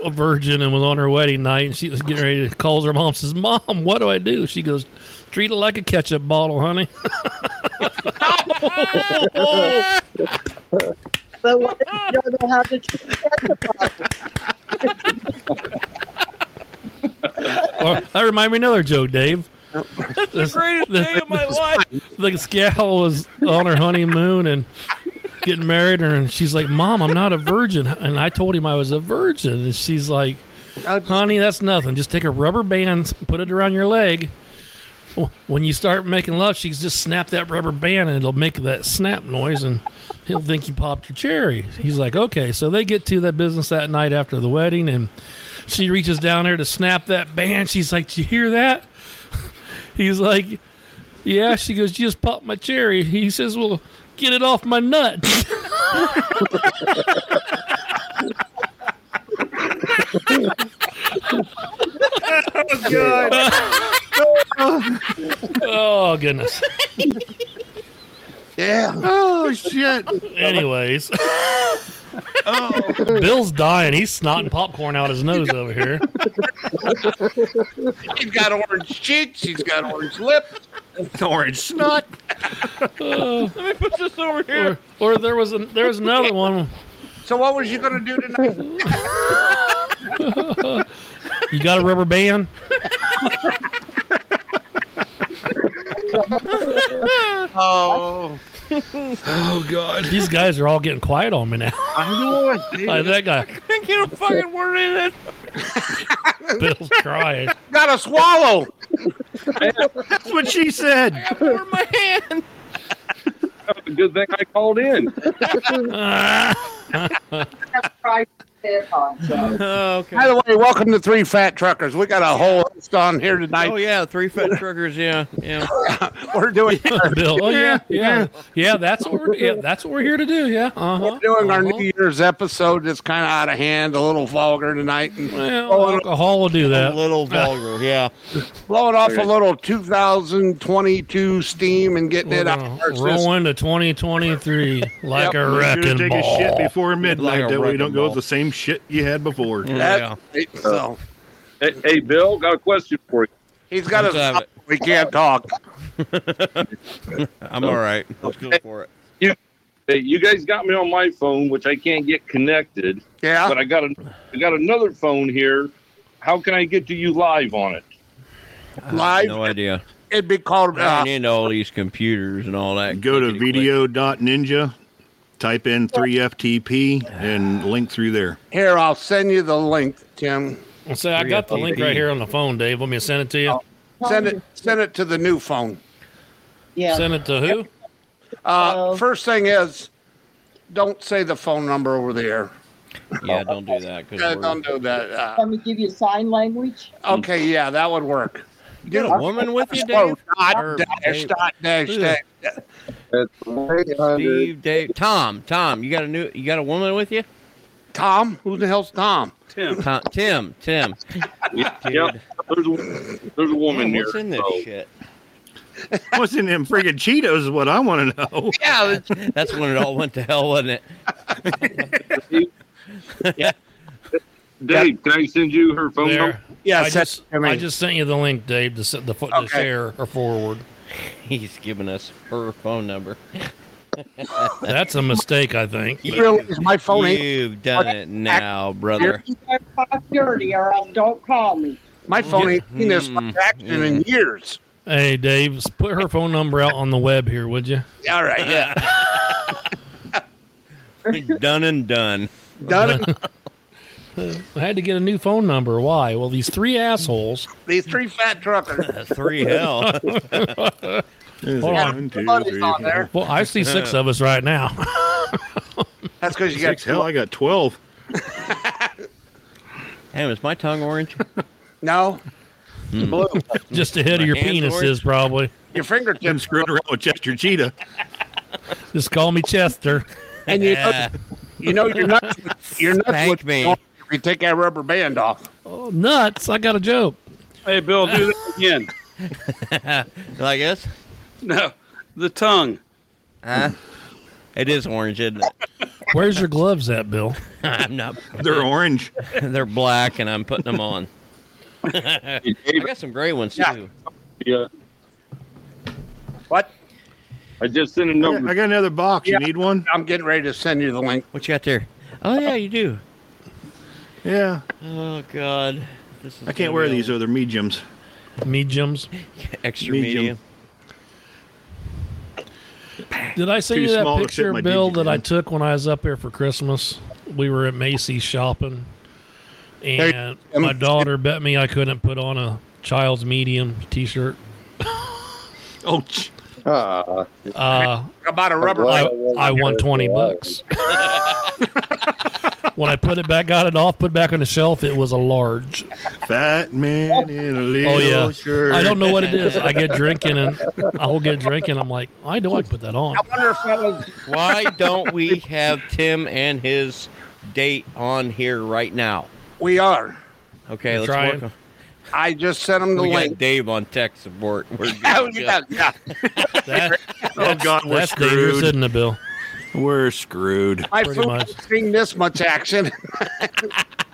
S2: a virgin and was on her wedding night, and she was getting ready to call her mom. Says, "Mom, what do I do?" She goes, "Treat it like a ketchup bottle, honey."
S13: So what if you don't know how to treat that deposit?
S2: Or- that reminded me of another joke, Dave.
S6: That's the greatest day of my life.
S2: This gal was on her honeymoon and getting married, and she's like, "Mom, I'm not a virgin," and I told him I was a virgin, and she's like, "Honey, that's nothing. Just take a rubber band, put it around your leg. When you start making love, she's just snap that rubber band, and it'll make that snap noise, and he'll think you popped your cherry." He's like, "Okay." So they get to that business that night after the wedding, and she reaches down there to snap that band. She's like, "Do you hear that?" He's like, "Yeah." She goes, "You just popped my cherry." He says, "Well, get it off my nut." oh goodness.
S4: Yeah.
S9: Oh shit. Oh.
S2: Anyways. Bill's dying. He's snotting popcorn out his nose over here.
S4: He's got orange cheeks. He's got orange lips.
S9: Orange snot.
S2: Oh.
S6: Let me put this over
S2: Or,
S6: here.
S2: or there was an, there was another one.
S4: So what was you gonna do tonight?
S2: You got a rubber band?
S4: Oh,
S9: Oh god.
S2: These guys are all getting quiet on me now.
S4: I know it. dude.
S2: Like that guy,
S6: I can't fucking word in it.
S2: Bill's crying.
S4: Gotta swallow.
S9: That's what she said.
S6: I poured my hand.
S11: Good thing I called in.
S13: Right there on, so.
S1: Oh, okay.
S4: By the way, welcome to Three Fat Truckers. We got a whole host on here tonight.
S1: Oh yeah, three foot triggers. Yeah, yeah.
S4: We're doing
S1: Uh-huh.
S2: Bill, oh yeah, yeah, yeah. That's what we're yeah, that's what we're here to do. Yeah, uh huh.
S4: we're doing our
S1: Uh-huh.
S4: New Year's episode. That's kind of out of hand, a little vulgar tonight, and
S2: Well, alcohol will do
S1: A
S2: that.
S1: little vulgar. Yeah.
S4: blowing off a little 2022 steam and getting
S2: We're
S4: it out
S2: gonna
S4: of our
S2: roll
S4: system.
S2: into 2023 like a
S4: Yep.
S9: Make sure to
S2: wrecking
S9: take
S2: ball.
S9: a shit before midnight.
S1: Like a
S9: that way you
S1: wrecking
S9: don't go
S1: ball.
S9: with the same shit you had before.
S1: Yeah.
S4: That's- So
S11: Hey, hey, Bill, got a question for you.
S4: he's got
S1: Let's have
S4: us.
S1: it.
S4: We can't talk.
S1: I'm all right. Let's go for it.
S11: Hey, you guys got me on my phone, which I can't get connected,
S4: Yeah.
S11: but I got a, I got another phone here. How can I get to you live on it?
S4: Live.
S1: No idea.
S4: It'd be called.
S1: I
S4: Uh,
S1: ain't into all these computers and all that.
S9: Go to
S1: clickety-click.
S9: video.ninja, type in 3FTP, and link through there.
S4: here, I'll send you the link, Tim.
S2: Well, say I got the link right here on the phone, Dave. Let me to send it to you.
S4: Send it. Send it to the new phone.
S13: Yeah.
S2: Send it to who?
S4: Uh, first thing is, don't say the phone number over the air.
S1: Yeah, don't do that. 'cause
S4: Yeah,
S1: we're-
S4: don't do that. Uh,
S13: Can we give you sign language?
S4: okay, yeah, that would work.
S1: You got a woman with you,
S4: Oh,
S1: Dave? Or
S4: Not dash,
S1: Dave?
S4: not dash,
S1: Who
S4: dash.
S1: the- Steve, Dave, Tom, Tom, you got a new, you got a woman with you?
S4: Tom, who the hell's Tom?
S6: Tim,
S1: Tom, Tim, Tim.
S11: Yep. There's a, there's a woman
S1: Man,
S11: here.
S1: what's in this
S11: so-
S1: shit?
S9: What's in them friggin' Cheetos is what I want to know.
S4: Yeah,
S1: That's when it all went to hell, wasn't it? yeah.
S11: Dave, can I send you her phone number?
S2: There. I just, I just sent you the link, Dave, to, s- the, fo- to share or forward.
S1: He's giving us her phone number.
S2: That's a mistake, I think.
S4: You realize my phone ain't-
S1: You've done it now, brother.
S13: You better talk dirty or else don't call me.
S4: My phone ain't seen this
S1: Mm,
S4: action in years.
S2: Hey, Dave, s- put her phone number out on the web here, would you?
S4: All right, yeah.
S1: done and done.
S4: Done.
S2: I had to get a new phone number. Why? Well, these three assholes.
S4: These three fat truckers.
S1: Three hell.
S2: Hold on.
S4: Somebody's on there.
S2: Well, I see six of us right now.
S4: That's because you got
S9: Six, hell, I got 12.
S1: Damn, is my tongue orange?
S4: no. Blue.
S2: Just ahead of your
S1: My hand's
S2: penis
S1: orange.
S2: is probably.
S4: Your fingertips.
S9: Been screwing around with Chester Cheetah.
S2: Just call me Chester.
S4: And you know, you know you're not you're not
S1: Spank
S4: with
S1: me.
S4: me. If you take that rubber band off.
S2: Oh, nuts! I got a joke.
S6: Hey, Bill, do that again.
S1: like this?
S6: No, the tongue.
S1: Huh? It is orange, isn't it?
S2: Where's your gloves at, Bill?
S1: I'm not.
S9: They're orange.
S1: They're black, and I'm putting them on. I got some gray ones too.
S11: Yeah.
S4: What?
S11: I just sent a number.
S9: I got another box.
S4: Yeah.
S9: You need one?
S4: I'm getting ready to send you the link.
S1: What you got there? Oh yeah, you do.
S9: Yeah.
S1: Oh god, this is
S9: I can't
S1: gonna
S9: wear
S1: be a
S9: these, though. They're mediums.
S2: Mediums.
S1: Extra
S9: medium.
S1: medium.
S2: Did I send
S9: Too
S2: you that
S9: small to fit
S2: picture,
S9: my
S2: Bill,
S9: digit
S2: that I
S9: in.
S2: took when I was up there for Christmas? We were at Macy's shopping, and
S4: Hey,
S2: my
S4: um,
S2: daughter bet me I couldn't put on a child's medium T-shirt.
S9: Oh, ch-
S3: Uh,
S2: Uh,
S4: About a rubber
S2: I,
S4: band.
S2: I won twenty bucks. when I put it back, got it off, put it back on the shelf, it was a large.
S9: fat man in a little
S2: Oh yeah,
S9: shirt.
S2: I don't know what it is. I get drinking, and I'll get drinking. I'm like, why do I put that on?
S4: I wonder if that was
S1: Why don't we have Tim and his date on here right now?
S4: we are.
S1: Okay,
S2: I'm
S1: let's
S2: trying.
S1: work. On,
S4: I just sent him the
S1: we
S4: link.
S1: got Dave on tech support. We're good.
S4: Oh, yeah, yeah.
S2: That,
S9: Oh, God, we're
S2: that's dangerous,
S9: screwed.
S2: isn't it, Bill?
S9: We're screwed.
S4: My
S2: Pretty
S4: food
S2: much.
S4: has seen this much action.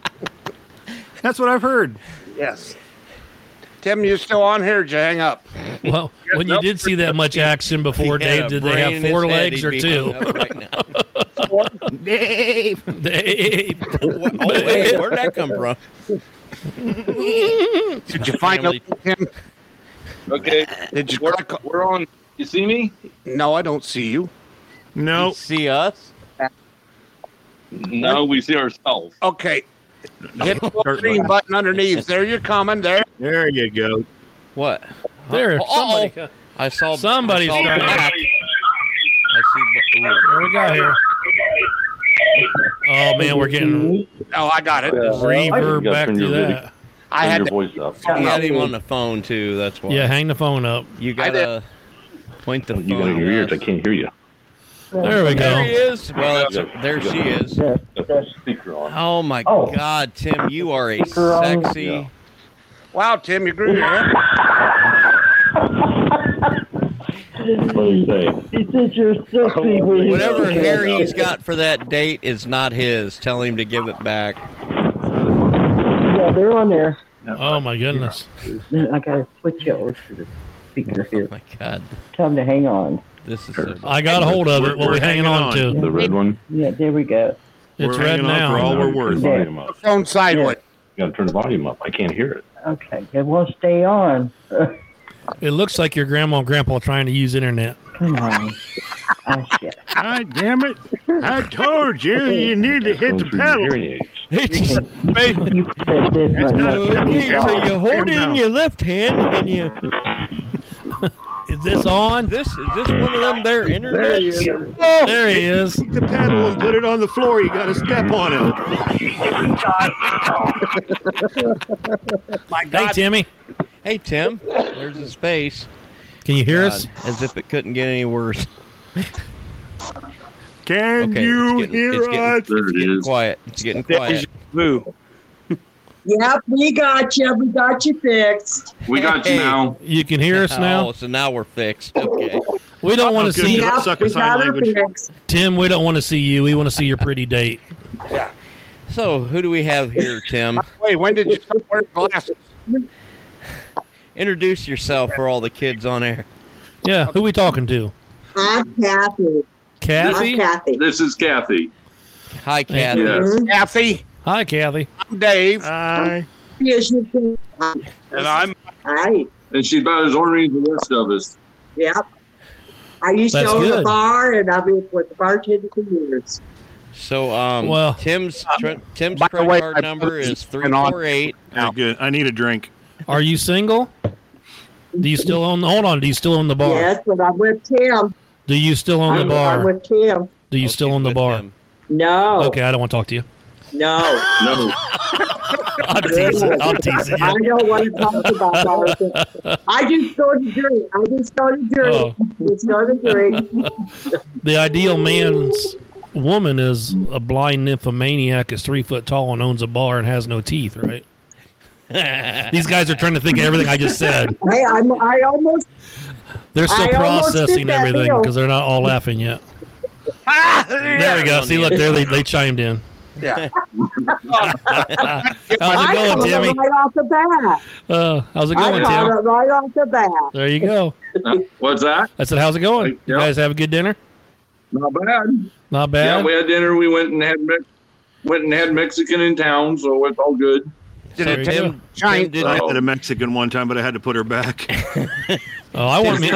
S9: That's what I've heard.
S4: yes. Tim, you still on here? Did you hang up?
S2: Well, when you did see that much action before,
S1: He had
S2: Dave,
S1: a
S2: did
S1: brain
S2: they
S1: in
S2: have
S1: his
S2: four
S1: head,
S2: legs
S1: he'd
S2: or
S1: be
S2: two?
S1: hung up Right now.
S9: Dave.
S2: Dave.
S1: oh, hey, where'd that come from?
S4: Did you find out,
S1: Family.
S4: Tim?
S11: Okay.
S4: Did you
S11: We're,
S4: click?
S11: we're on. You see me?
S4: No, I don't see you.
S9: No.
S1: See us?
S11: No, we see ourselves.
S4: Okay. Hit the little green button underneath. There you're coming. There.
S9: There you go.
S1: What?
S2: There,
S1: Oh, uh-oh.
S2: somebody.
S1: I saw
S2: Somebody's
S1: I saw
S2: trying to-
S1: black.
S4: Oh,
S1: I see. bu- ooh.
S2: There we go here. Oh man, we're getting
S4: Oh, I got it.
S2: reverb back to that.
S4: I had to.
S11: voice up.
S1: You had
S4: Oh,
S1: him on the phone too. That's why.
S2: Yeah, hang the phone up.
S1: You
S4: I did.
S1: gotta point the phone.
S11: You got in your ears. I
S1: at us.
S11: can't hear you.
S2: There we
S1: There he
S2: go.
S1: is. Well, that's there she is.
S11: Speaker on.
S1: Oh my God, Tim, you are a sexy.
S4: Wow, Tim, you grew your hair.
S13: He thinks you're sexy when
S1: Whatever hair he's got for that date is not his. Tell him to give it back.
S13: Yeah, they're on there.
S2: Oh my goodness.
S13: I gotta switch you over to the speaker
S1: Oh
S13: here.
S1: my God,
S13: Tell them to hang on.
S1: this is. So
S2: I got a hold of it. What we're hanging on to.
S11: The red one.
S13: Yeah, there we go.
S2: It's
S9: We're
S2: red
S9: hanging on for
S2: now.
S9: all we're worth.
S11: Turn the volume up.
S4: Phone sideways.
S11: You got to turn the volume up. I can't hear it.
S13: Okay, it won't stay on.
S2: It looks like your grandma and grandpa trying to use internet.
S13: Come on. oh, shit.
S9: God damn it. I told you you need to hit the pedal.
S1: It's
S13: You said this one. must
S9: not-
S13: be
S9: so
S13: wrong.
S9: you hold it in
S1: your left hand and you.
S2: Is this on?
S1: This is this one of them there internet?
S2: There he is. There he is.
S9: Take the paddle
S1: Mm-hmm.
S9: and put it on the floor. You got to step on it.
S1: My God. Hey Timmy. Hey Tim. There's his face.
S2: Can you hear us?
S1: As if it couldn't get any worse.
S9: Can
S1: Okay,
S9: you
S1: it's getting,
S9: hear
S1: it's getting,
S9: us?
S1: it's getting quiet. It's getting quiet.
S6: Boo.
S13: Yep, we got you. We got you fixed.
S1: We got you now.
S2: You can hear us now?
S1: Oh, so now we're fixed. Okay.
S2: We don't want to
S1: good.
S2: see
S1: Yeah, Suck we us high got her language. fixed.
S2: Tim, we don't want to see you. We want to see your pretty date.
S1: So who do we have here, Tim?
S4: Wait, when did you start wearing glasses?
S1: Introduce yourself for all the kids on air.
S2: Yeah, who we talking to?
S13: I'm Kathy.
S2: Kathy?
S13: I'm Kathy.
S11: This is Kathy.
S1: Hi, Kathy.
S11: Yes.
S4: Kathy.
S2: Hi, Kathy.
S4: I'm Dave.
S1: Uh,
S9: Hi.
S13: Yes, you can.
S6: And I'm
S13: Hi.
S11: And she's about as ornery as the rest of us.
S13: Yep. I used
S1: That's
S13: to own
S1: good.
S13: a bar, and I've been with the bartender for years.
S1: So, um,
S9: Well-
S1: Tim's tre- Tim's
S9: uh, By the
S1: credit
S9: way,
S1: card
S9: I-
S1: number is three
S9: And on-
S1: four eight.
S9: Very Good. I need a drink.
S2: Are you single? Do you still own hold on, do you still own the bar?
S13: Yes, but I'm with Tim.
S2: Do you still own the
S13: I'm, I'm
S2: bar?
S13: with Tim.
S2: Do you still own the bar?
S13: No.
S2: Okay, I don't want to talk to you.
S13: No.
S11: No.
S2: I'm teasing. I'm teasing.
S13: I don't want to talk about that. I just go to drink. I just go to drink.
S2: Oh.
S13: Just go to drink.
S2: The ideal man's woman is a blind nymphomaniac is three foot tall and owns a bar and has no teeth, right? These guys are trying to think of everything I just said.
S13: Hey, I'm, I almost.
S2: They're still
S13: I almost did
S2: processing
S13: that
S2: everything
S13: deal.
S2: because they're not all laughing yet. There we go. See, look, there they, they chimed in.
S4: Yeah.
S2: How's it
S13: I
S2: going,
S13: caught
S2: Timmy?
S13: Right off the bat.
S2: Uh, how's it
S13: I
S2: going,
S13: caught
S2: Tim?
S13: it right off the bat.
S2: There you go.
S11: What's that?
S2: I said, how's it going? You guys have a good dinner?
S11: Not bad.
S2: Not bad.
S11: Yeah, we had dinner. We went and had Mex- went and had Mexican in town, so it's all good.
S4: Did
S9: it take
S2: Tim-
S4: giant-
S6: uh,
S11: did-
S9: I had a Mexican one time, but I had to put her back.
S2: oh, I want me.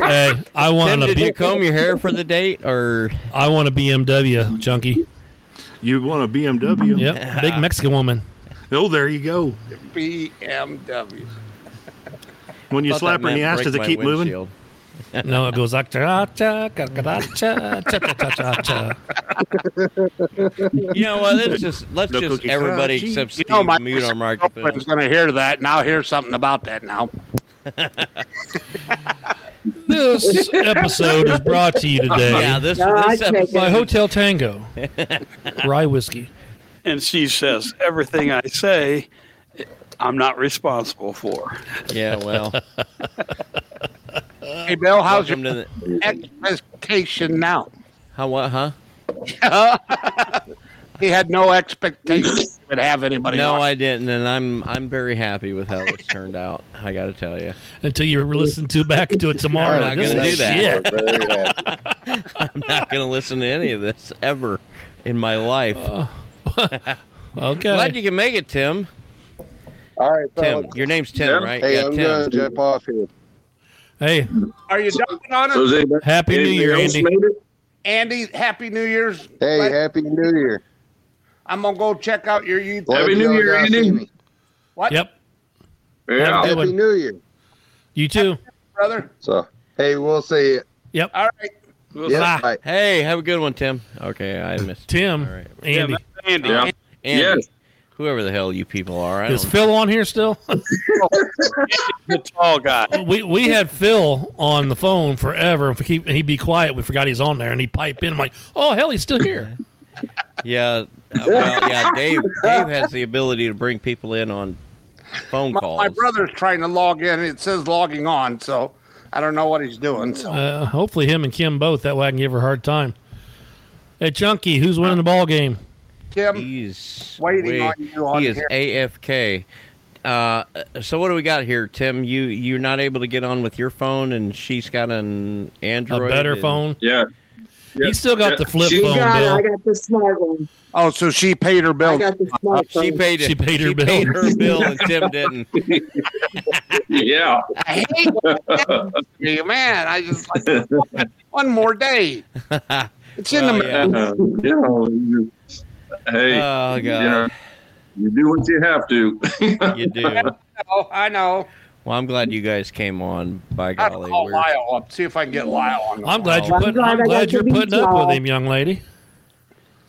S2: hey, I want
S1: Tim,
S2: a
S1: did
S2: B-
S1: you comb your hair for the date, or
S2: I want a BMW, junkie.
S9: You want a BMW?
S2: Yep, big Mexican woman.
S9: Oh, there you go.
S4: BMW.
S9: When you
S2: Thought
S9: slap
S2: that
S9: her in the
S2: meant
S9: ass, does it
S2: break
S9: keep
S2: my
S9: moving?
S2: No, it goes like cha cha cha cha cha cha cha cha cha.
S1: you know what? Let's just let's
S4: The
S1: just
S4: cookie-
S1: everybody
S4: Oh, gee.
S1: except Steve
S4: You know, my-
S1: mute our
S4: I
S1: microphone.
S4: was going to hear that. Now hear something about that now.
S2: This episode is brought to you today.
S6: Yeah, this- No, this I take episode- it.
S2: by Hotel Tango Rye Whiskey.
S6: And she says, everything I say, I'm not responsible for.
S1: Yeah, well,
S4: Hey, Bill, how's
S1: Uh, Welcome
S4: your
S1: to the-
S4: expectation now?
S1: How what? Huh?
S4: he had no expectation he would have anybody.
S1: no,
S4: on.
S1: I didn't, and I'm I'm very happy with how this turned out. I got to tell you,
S2: Until you listen to back to it tomorrow.
S1: I'm not
S2: This
S1: gonna
S2: is
S1: do that.
S2: shit.
S1: I'm not going to listen to any of this ever in my life.
S2: okay.
S1: Glad you can make it, Tim.
S3: All right,
S1: Tim.
S3: fellas.
S1: Your name's Tim, right?
S3: Hey,
S1: Yeah,
S3: I'm
S1: Tim.
S3: gonna jump off here.
S2: Hey,
S4: Are you dumping on us?
S3: So is anybody-
S2: Happy New
S3: anybody
S2: Year,
S3: else
S2: Andy.
S3: made it?
S4: Andy, Happy New Year's.
S3: Hey, Happy New Year.
S4: I'm going to go check out your YouTube.
S3: Glad y'all got to me.
S4: What?
S2: Yep.
S3: Yeah.
S2: Have a good
S3: Happy
S2: one.
S3: New Year.
S2: You too.
S4: Brother.
S3: So, hey, we'll see you.
S2: Yep.
S4: All right.
S3: Yeah,
S2: Bye.
S3: bye.
S1: Hey, have a good one, Tim. Okay, I missed
S2: Tim,
S1: All right.
S2: Andy.
S6: Andy.
S1: Yeah. Andy.
S11: Yes.
S1: Whoever the hell you people are, I
S2: Is
S1: don't-
S2: Phil on here still?
S6: The tall guy.
S2: we we had Phil on the phone forever. If we keep, he'd be quiet. We forgot he's on there, and he'd pipe in. I'm like, oh hell, he's still here.
S1: yeah, uh, well, yeah. Dave, Dave has the ability to bring people in on phone
S4: My,
S1: calls.
S4: my brother's trying to log in. It says logging on, so I don't know what he's doing. So
S2: Uh, hopefully, him and Kim both. That way, I can give her a hard time. Hey, Chunky, who's winning the ball game?
S4: Tim,
S1: He's
S4: Waiting
S1: way-
S4: on you on
S1: he is
S4: here.
S1: AFK. Uh, so what do we got here, Tim? You you're not able to get on with your phone, and she's got an
S2: A
S1: Android.
S2: better
S1: and-
S2: phone.
S11: Yeah.
S2: He's still got the flip
S13: You
S2: phone,
S13: got it. I
S2: Bill.
S13: got the smart one.
S4: oh, so she paid her
S13: I
S4: bill.
S13: got the smart
S1: She
S13: one.
S1: paid it.
S2: She paid her bill.
S1: bill, and Tim didn't.
S11: Yeah.
S4: I hate what happens to me, man. I just like one more day.
S1: Oh,
S4: It's in
S1: Well,
S4: the
S1: yeah.
S11: Uh, yeah. you- Hey,
S1: Oh god,
S11: you know, you do what you have to.
S1: you do.
S4: Oh, I know.
S1: Well, I'm glad you guys came on. By
S4: I'll
S1: golly,
S4: call
S1: we're-
S4: Lyle up. See if I can get Lyle on. the
S1: I'm glad
S4: phone.
S1: you're putting- I'm I'm glad I glad got to you're meet putting up y'all. with him,
S2: young lady.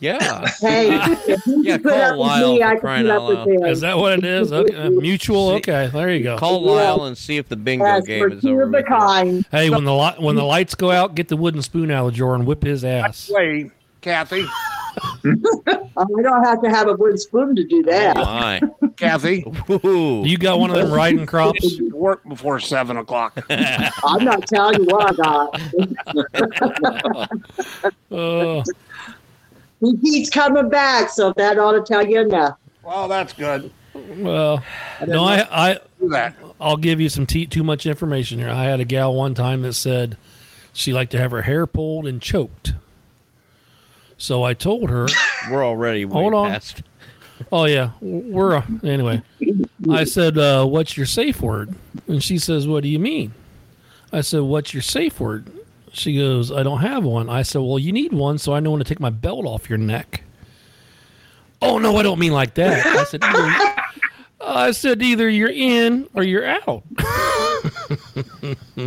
S1: yeah.
S13: Hey, if you
S1: yeah,
S13: can put up
S1: call
S13: with
S1: Lyle
S13: me, I
S1: for
S13: can
S1: crying
S13: put
S1: out
S13: up with
S1: loud.
S13: him.
S2: mutual. okay, there you go.
S1: Call Lyle and see if the bingo
S13: As for
S1: game is
S13: two
S1: over.
S13: of the
S1: with.
S13: kind.
S2: Hey, when the li- when the lights go out, get the wooden spoon out of the drawer and whip his ass.
S4: Wait, Kathy.
S13: I don't have to have a wooden spoon to do that.
S1: my,
S4: Kathy.
S2: You got one of them riding crops?
S4: Work before seven o'clock.
S13: I'm not telling you what I got.
S2: Oh,
S13: He keeps coming back, so that ought to tell you enough.
S4: well, that's good.
S2: well, no, I, I I'll give you some tea, too much information here. I had a gal one time that said she liked to have her hair pulled and choked. So I told her,
S1: "We're already way
S2: hold on."
S1: past.
S2: Oh yeah, we're uh, anyway. I said, uh, "What's your safe word?" And she says, "What do you mean?" I said, "What's your safe word?" She goes, "I don't have one." I said, "Well, you need one, so I know when to take my belt off your neck." Oh no, I don't mean like that. I said, either, I said either you're in or you're out.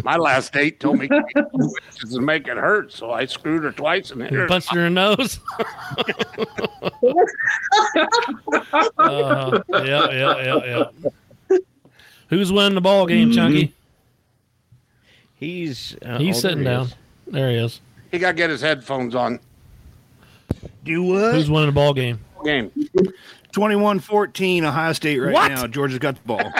S4: My last date told me to make it hurt, so I screwed her twice and hit
S2: You
S4: her.
S2: punched her in the nose. Uh, yeah, yeah, yeah, yeah. Who's winning the ball game, Chunky?
S1: He's uh,
S2: He's
S1: Mm-hmm. oh,
S2: sitting
S1: there he
S2: down.
S1: is.
S2: There he is.
S4: He got to get his headphones on. Do what?
S2: Who's winning the ball game?
S4: Game.
S9: 21-14, Ohio State right
S4: What?
S9: now. Georgia's got the ball.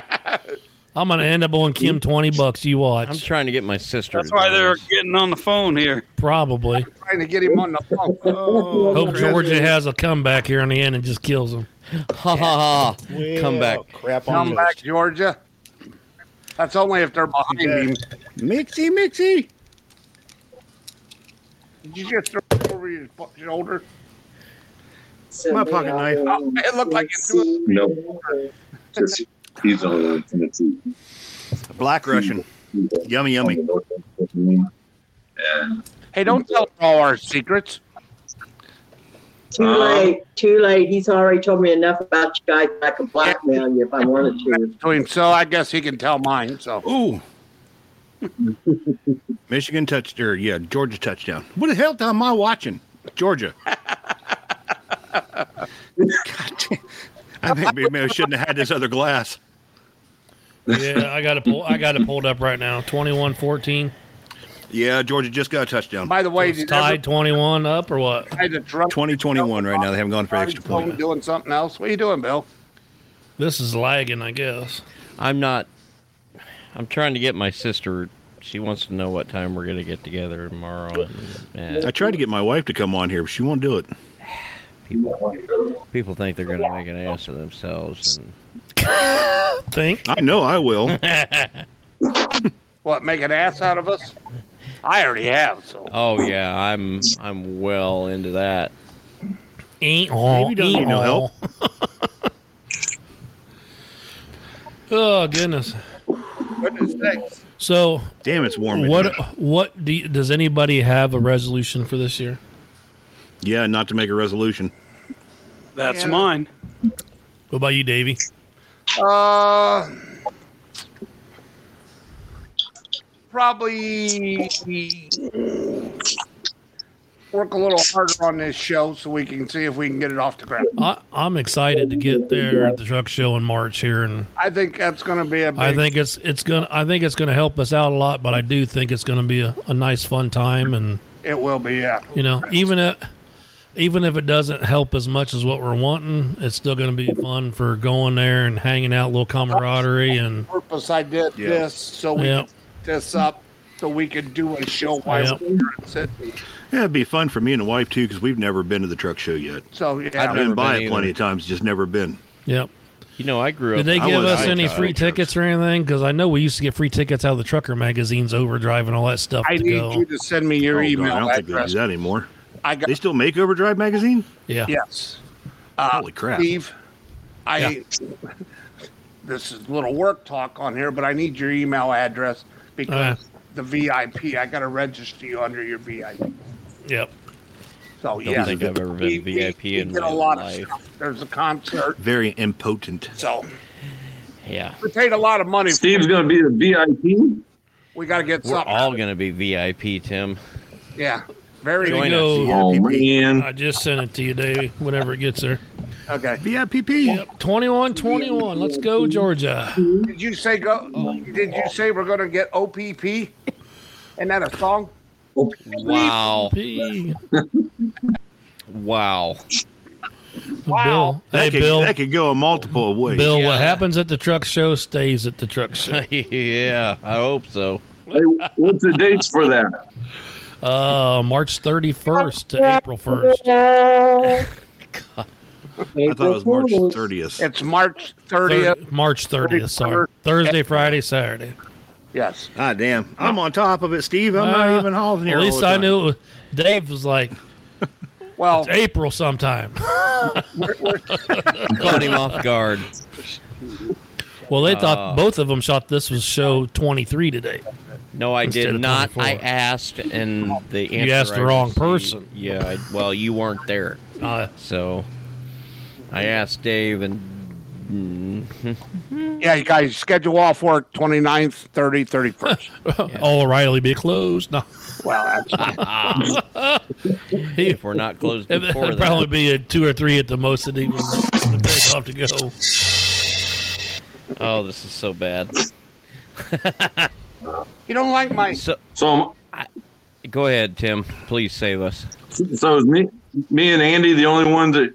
S2: I'm gonna end up owing Kim twenty bucks. You watch.
S1: I'm trying to get my sister.
S6: That's why they're getting on the phone here.
S2: Probably.
S4: Trying to get him on the phone. Oh,
S2: Hope
S4: Chris.
S2: Georgia has a comeback here in the end and just kills them.
S1: Ha ha ha! Come back.
S9: Crap on
S4: Come back, Georgia. That's only if they're behind him.
S9: Mixy, mixy.
S4: Did you just throw it over your bu- shoulder?
S9: My pocket knife.
S4: Oh, it looked like you threw it.
S14: No, just he's the only one from the team.
S9: Black Russian. Yummy, yummy.
S4: Hey, don't tell all our secrets.
S13: Too
S4: Uh-huh.
S13: late. Too late. He's already told me enough about you guys. I could blackmail you if I wanted to.
S4: To him, so I guess he can tell mine. So
S9: Ooh. Michigan touched or yeah, Georgia touchdown. What the hell am I watching? Georgia. God damn. I think maybe I shouldn't have had this other glass.
S2: Yeah, I gotta pull. I gotta pulled up right now. 21-14.
S9: Yeah, Georgia just got a touchdown.
S4: By the way,
S2: It's
S4: did
S2: tied twenty-one up or what?
S4: I had a drunk
S9: 2021 right now. They haven't gone for extra point.
S4: phone doing something else. What are you doing, Bill?
S2: This is lagging, I guess.
S1: I'm not. I'm trying to get my sister. She wants to know what time we're gonna get together tomorrow. And,
S9: I tried to get my wife to come on here, but she won't do it.
S1: people, people think they're gonna make an ass of themselves. And
S2: Think?
S9: I know I will.
S4: What, make an ass out of us? I already have. So
S1: oh yeah, I'm I'm well into that.
S2: Ain't all.
S9: Maybe don't need no help.
S2: Oh goodness.
S4: goodness sakes.
S2: So
S9: Damn, it's warm. in
S2: what?
S9: here.
S2: What do you- does anybody have a resolution for this year?
S9: Yeah, not to make a resolution.
S6: That's mine.
S2: What about you, Davey?
S4: Uh, probably work a little harder on this show so we can see if we can get it off the ground.
S2: I, I'm excited to get there at the truck show in March here, and
S4: I think that's going to be a big.
S2: I think it's it's gonna I think it's gonna help us out a lot. But I do think it's gonna be a, a nice, fun time, and
S4: it will be. Yeah.
S2: you know, even if even if it doesn't help as much as what we're wanting, it's still gonna be fun for going there and hanging out, a little camaraderie, and
S4: Purpose. I did
S2: Yeah.
S4: this so we
S2: Yeah.
S4: could set this up so we could do a show while
S2: Yeah.
S4: we're here in Sydney.
S9: Yeah, it'd be fun for me and the wife too, because we've never been to the truck show yet.
S4: So yeah.
S9: I've been by
S1: been
S9: it plenty
S1: either.
S9: of times, just never been.
S2: yeah.
S1: You know, I grew
S2: Did
S1: up.
S2: they
S9: I
S2: give
S9: was-
S2: us
S9: I
S2: any
S9: tried.
S2: free tickets or anything? Because I know we used to get free tickets out of the trucker magazines, Overdrive, and all that stuff.
S4: I
S2: to
S4: need
S2: go.
S4: you to send me your
S9: Oh, God,
S4: email
S9: I don't think they do
S4: address.
S9: that anymore.
S4: I got
S9: They still make Overdrive magazine?
S2: Yeah.
S4: Yes. Uh,
S9: Holy crap.
S4: Steve, I this is a little work talk on here, but I need your email address because
S1: Uh.
S4: the VIP. I got to register you under your VIP.
S2: Yep.
S4: So
S1: Don't
S4: yeah,
S1: think I've ever
S4: We-
S1: been
S4: we-
S1: VIP
S4: we
S1: in
S4: get
S1: my
S4: a lot
S1: life.
S4: of stuff. There's a concert,
S9: Very impotent.
S4: so
S1: Yeah.
S4: It paid a lot of money. for
S14: Steve's
S4: it.
S14: going to be the VIP.
S4: We got to get
S1: We're
S4: something.
S1: all going to be VIP, Tim.
S4: Yeah. Very
S1: Join
S4: good.
S1: us.
S14: Oh, man.
S2: I just sent it to you, Dave. Whenever it gets there.
S4: Okay.
S9: VIPP.
S2: Yep. 21, 21. Let's go, Georgia.
S4: Did you say go? Did you say we're going to get OPP? Isn't that a song?
S1: Wow.
S2: P.
S1: Wow.
S2: Bill.
S9: That
S2: Hey,
S9: could,
S2: Bill.
S9: That could go a multiple of ways.
S2: Bill, what happens at the truck show stays at the truck show.
S1: yeah, I hope so.
S14: Hey, what's the dates for that?
S2: Uh, March 31st to April 1st.
S9: I thought it was March 30th.
S4: It's March
S2: Thir-
S4: 30th.
S2: March 30th, sorry. Thursday, Friday, Saturday.
S4: Yes.
S9: Ah, damn. I'm on top of it, Steve. I'm not
S2: Uh,
S9: even holding here.
S2: At
S9: all
S2: least
S9: the
S2: I
S9: time.
S2: knew it was, Dave was like,
S4: Well,
S2: it's April sometime.
S1: Caught him off guard.
S2: Well, they
S1: Uh.
S2: thought both of them shot this was show 23 today.
S1: No, I
S2: Instead
S1: did
S2: of
S1: not. I
S2: 24.
S1: asked, and the answer
S2: asked the
S1: I
S2: wrong
S1: received-
S2: person.
S1: Yeah. I, well, you weren't there,
S2: Uh,
S1: so I asked Dave, and mm,
S4: Yeah, you guys schedule off work 29th, 30th, 31st.
S2: Oh, O'Reilly be closed. No,
S4: well, that's
S2: he,
S1: if we're not closed
S2: it'd
S1: before
S2: probably
S1: that,
S2: be a two or three at the most that he would would take off to go.
S1: oh, this is so bad.
S4: You don't like my.
S1: So,
S4: um,
S14: So,
S1: go ahead, Tim. Please save us.
S14: so is me, me and Andy the only ones that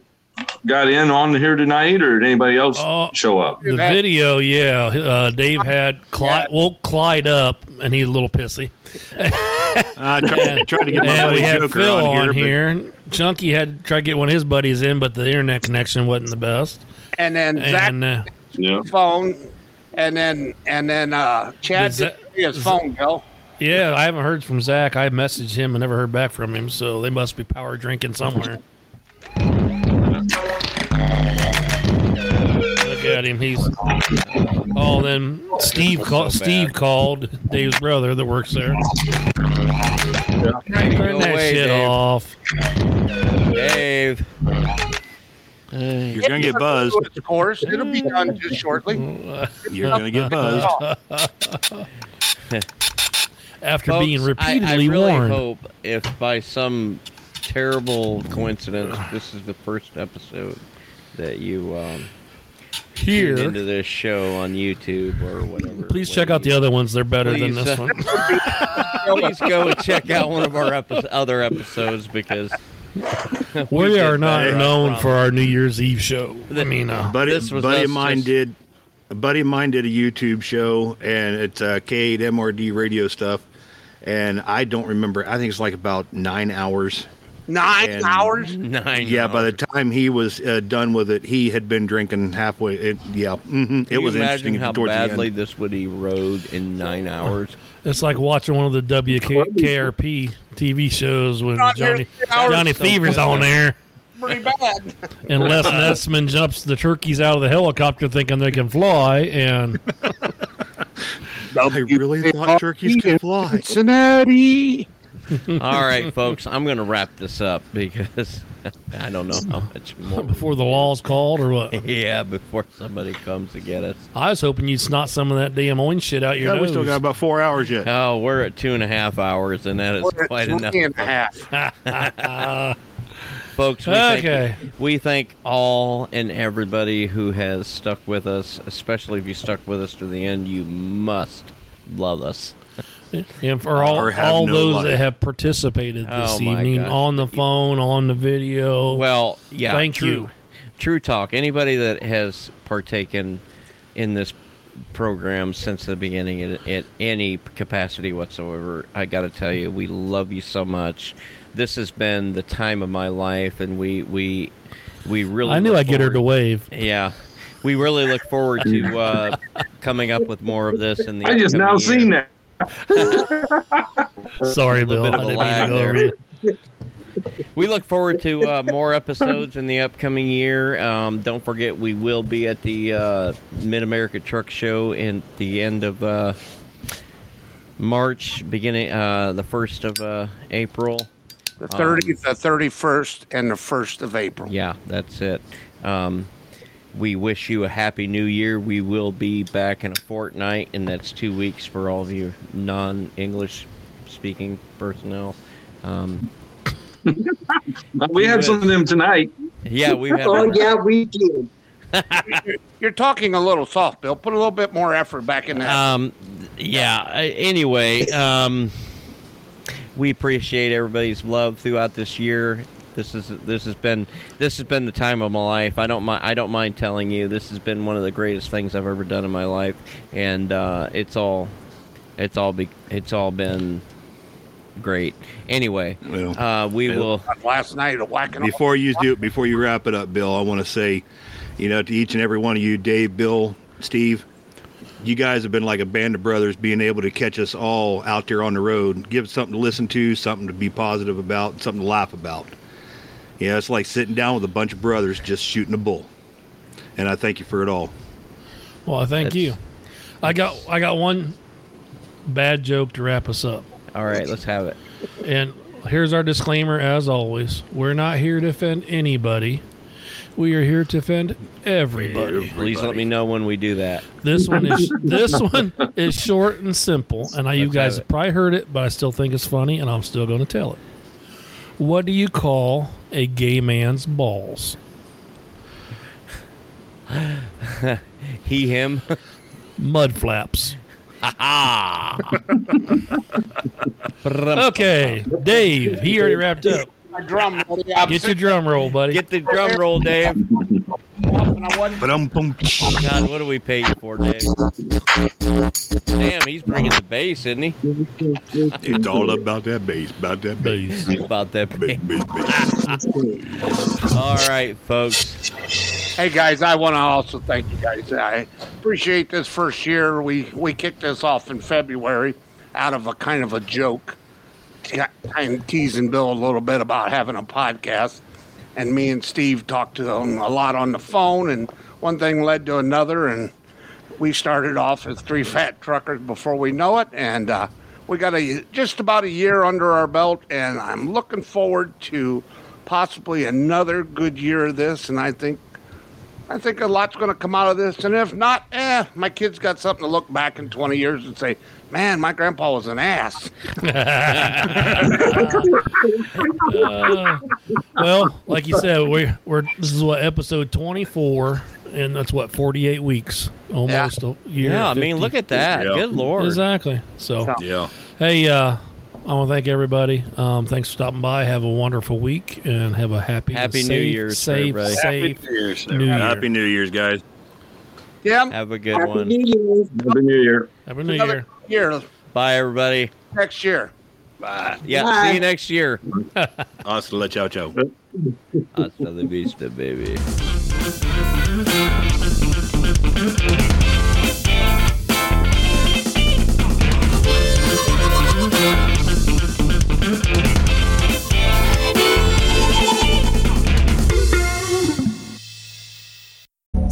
S14: got in on here tonight, or did anybody else
S2: Oh.
S14: show up?
S2: The video, yeah. Uh, Dave had Clyde, woke Clyde up, and he's a little pissy.
S9: I tried, tried to get my
S2: And
S9: buddy
S2: we had
S9: Joker
S2: Phil on
S9: on here.
S2: here. Chunky had tried to get one of his buddies in, but the internet connection wasn't the best.
S4: And then Zach
S2: And uh,
S14: Yeah.
S4: phone, and then and then uh, Chad
S2: Does
S4: did
S2: that-
S4: his phone go.
S2: yeah, I haven't heard from Zach. I messaged him and never heard back from him, so they must be power drinking somewhere. Look at him. He's oh. Then Steve called.
S1: so bad.
S2: Steve called Dave's brother that works there. Turn that
S1: away,
S2: shit
S1: Dave.
S2: off.
S1: Dave.
S9: You're going to get buzzed.
S4: Of course, it'll be done just shortly.
S9: You're going to get buzzed.
S2: After
S1: Folks,
S2: being
S1: I-
S2: repeatedly
S1: I, really
S2: warned.
S1: hope if by some terrible coincidence this is the first episode that you um,
S2: Here.
S1: tune into this show on YouTube or whatever.
S2: Please check out the other ones. They're better
S1: Please,
S2: than this
S1: uh,
S2: one.
S1: Please go and check out one of our epi- other episodes because
S2: We,
S1: did
S2: are not
S1: better, I
S2: known
S1: promise.
S2: for our New Year's Eve show. I mean, uh,
S9: buddy,
S1: This was
S9: buddy
S1: us
S9: of mine
S1: just-
S9: did a buddy of mine did a YouTube show and it's uh K8 MRD radio stuff and I don't remember I think it's like about 9 hours.
S4: Nine
S9: And-
S4: hours.
S1: nine.
S9: yeah, by the time he was uh, done with it, he had been drinking halfway it yeah. hmm
S1: Can
S9: It
S1: you
S9: was
S1: imagine
S9: interesting
S1: how
S9: towards the
S1: badly
S9: end.
S1: this would erode in nine hours.
S2: it's like watching one of the WKRP TV shows when
S4: Not
S2: Johnny
S4: here, it's ours.
S2: Johnny
S1: So
S2: Fever's
S1: good.
S2: on there,
S4: Pretty bad.
S2: and Les Nessman jumps the turkeys out of the helicopter thinking they can fly, and
S9: I really thought turkeys could fly.
S4: Cincinnati.
S1: All right, folks, I'm going to wrap this up because I don't know how much more.
S2: before the law's called or what.
S1: Yeah, before somebody comes to get us.
S2: I was hoping you'd snot some of that damn orange shit out your
S9: God, we
S2: nose.
S9: still got about 4 hours yet.
S1: Oh, we're at two and a half hours, and that is
S4: We're at
S1: quite
S4: 20
S1: enough.
S4: and a half.
S1: Folks, we,
S2: Uh, Okay.
S1: thank, we thank all and everybody who has stuck with us, especially if you stuck with us to the end. You must love us.
S2: and for all,
S9: Or have
S2: all
S9: no
S2: those that
S9: life.
S2: have participated this
S1: Oh, my
S2: evening
S1: gosh.
S2: on the phone, on the video,
S1: Well, yeah.
S2: Thank
S1: true,
S2: you.
S1: True talk. Anybody that has partaken in this program since the beginning at, at any capacity whatsoever, I got to tell you, we love you so much. This has been the time of my life, and we we we really.
S2: I knew
S1: look
S2: I'd get her to
S1: forward-
S2: wave.
S1: Yeah. We really look forward to uh, coming up with more of this in the.
S14: I just now
S1: upcoming year.
S14: seen that.
S2: Sorry, Bill.
S1: little bit
S2: I
S1: of a
S2: didn't mean to
S1: lag
S2: go over
S1: there.
S2: you.
S1: We look forward to uh, more episodes in the upcoming year. Um, don't forget, we will be at the uh, Mid America Truck Show in the end of uh, March, beginning uh, the first of uh, April.
S4: The 30th, the 31st, and the 1st of April.
S1: Yeah, that's it. Um, we wish you a happy new year. We will be back in a fortnight, and that's two weeks for all of you non English speaking personnel. Um,
S14: We had some of them tonight.
S1: Yeah, we have.
S9: Oh,
S13: we did.
S4: You're talking a little soft, Bill. Put a little bit more effort back in there.
S1: Um, yeah. uh, Anyway, um, we appreciate everybody's love throughout this year. This is this has been this has been the time of my life. I don't mind I don't mind telling you this has been one of the greatest things I've ever done in my life, and uh, it's all it's all be, it's all been great. Anyway, uh, we
S9: Well.
S1: will.
S4: Last night, a whacking
S9: Before you do, before you wrap it up, Bill, I want to say, you know, to each and every one of you, Dave, Bill, Steve, you guys have been like a band of brothers, being able to catch us all out there on the road, give us something to listen to, something to be positive about, something to laugh about. You know, it's like sitting down with a bunch of brothers just shooting a bull. And I thank you for it all.
S2: Well, thank you. I got I got one bad joke to wrap us up.
S1: All right, let's have it.
S2: And here's our disclaimer as always. We're not here to offend anybody. We are here to offend everybody.
S1: Please let me know when we do that.
S2: This one is this one is short and simple, and I, you
S1: Let's
S2: guys
S1: have
S2: have probably heard it, but I still think it's funny, and I'm still going to tell it. What do you call a gay man's balls?
S1: he him
S2: mud flaps. okay, Dave, he already wrapped up.
S4: A drum roll.
S2: Get your drum roll, buddy.
S1: Get the drum roll, Dave.
S9: But um,
S1: God, what do we pay you for, Dave? Damn, he's bringing the bass, isn't he?
S9: It's all about that bass, about that bass.
S1: About that bass. All right, folks.
S4: Hey guys, I want to also thank you guys. I appreciate this first year. We we kicked this off in February out of a kind of a joke. Yeah, I'm teasing Bill a little bit about having a podcast, and me and Steve talked to him a lot on the phone, and one thing led to another, and we started off as three fat truckers before we know it, and uh, we got a just about a year under our belt, and I'm looking forward to possibly another good year of this, and I think I think a lot's going to come out of this, and if not, eh, my kids got something to look back in 20 years and say, "Man, my grandpa was an ass."
S2: Uh, well, like you said, we we're this is what episode 24, and that's what 48 weeks, almost a year.
S1: Yeah, I mean, look at that. Yeah. Good Lord.
S2: Exactly. So,
S9: yeah.
S2: Hey, uh, I want to thank everybody. Um, thanks for stopping by. Have a wonderful week and have a happy,
S1: Happy
S2: safe,
S1: New Year's, for
S2: Safe,
S1: everybody.
S2: safe New Year.
S9: Happy New Year's, guys.
S4: Yeah.
S1: Have a good
S4: Happy
S1: one.
S4: New Year.
S1: Happy New Year.
S2: Happy
S4: New Another year
S1: Bye, everybody.
S4: next year. Bye.
S1: Yeah, see you next year.
S9: Hasta la ciao ciao.
S1: Hasta la vista, baby.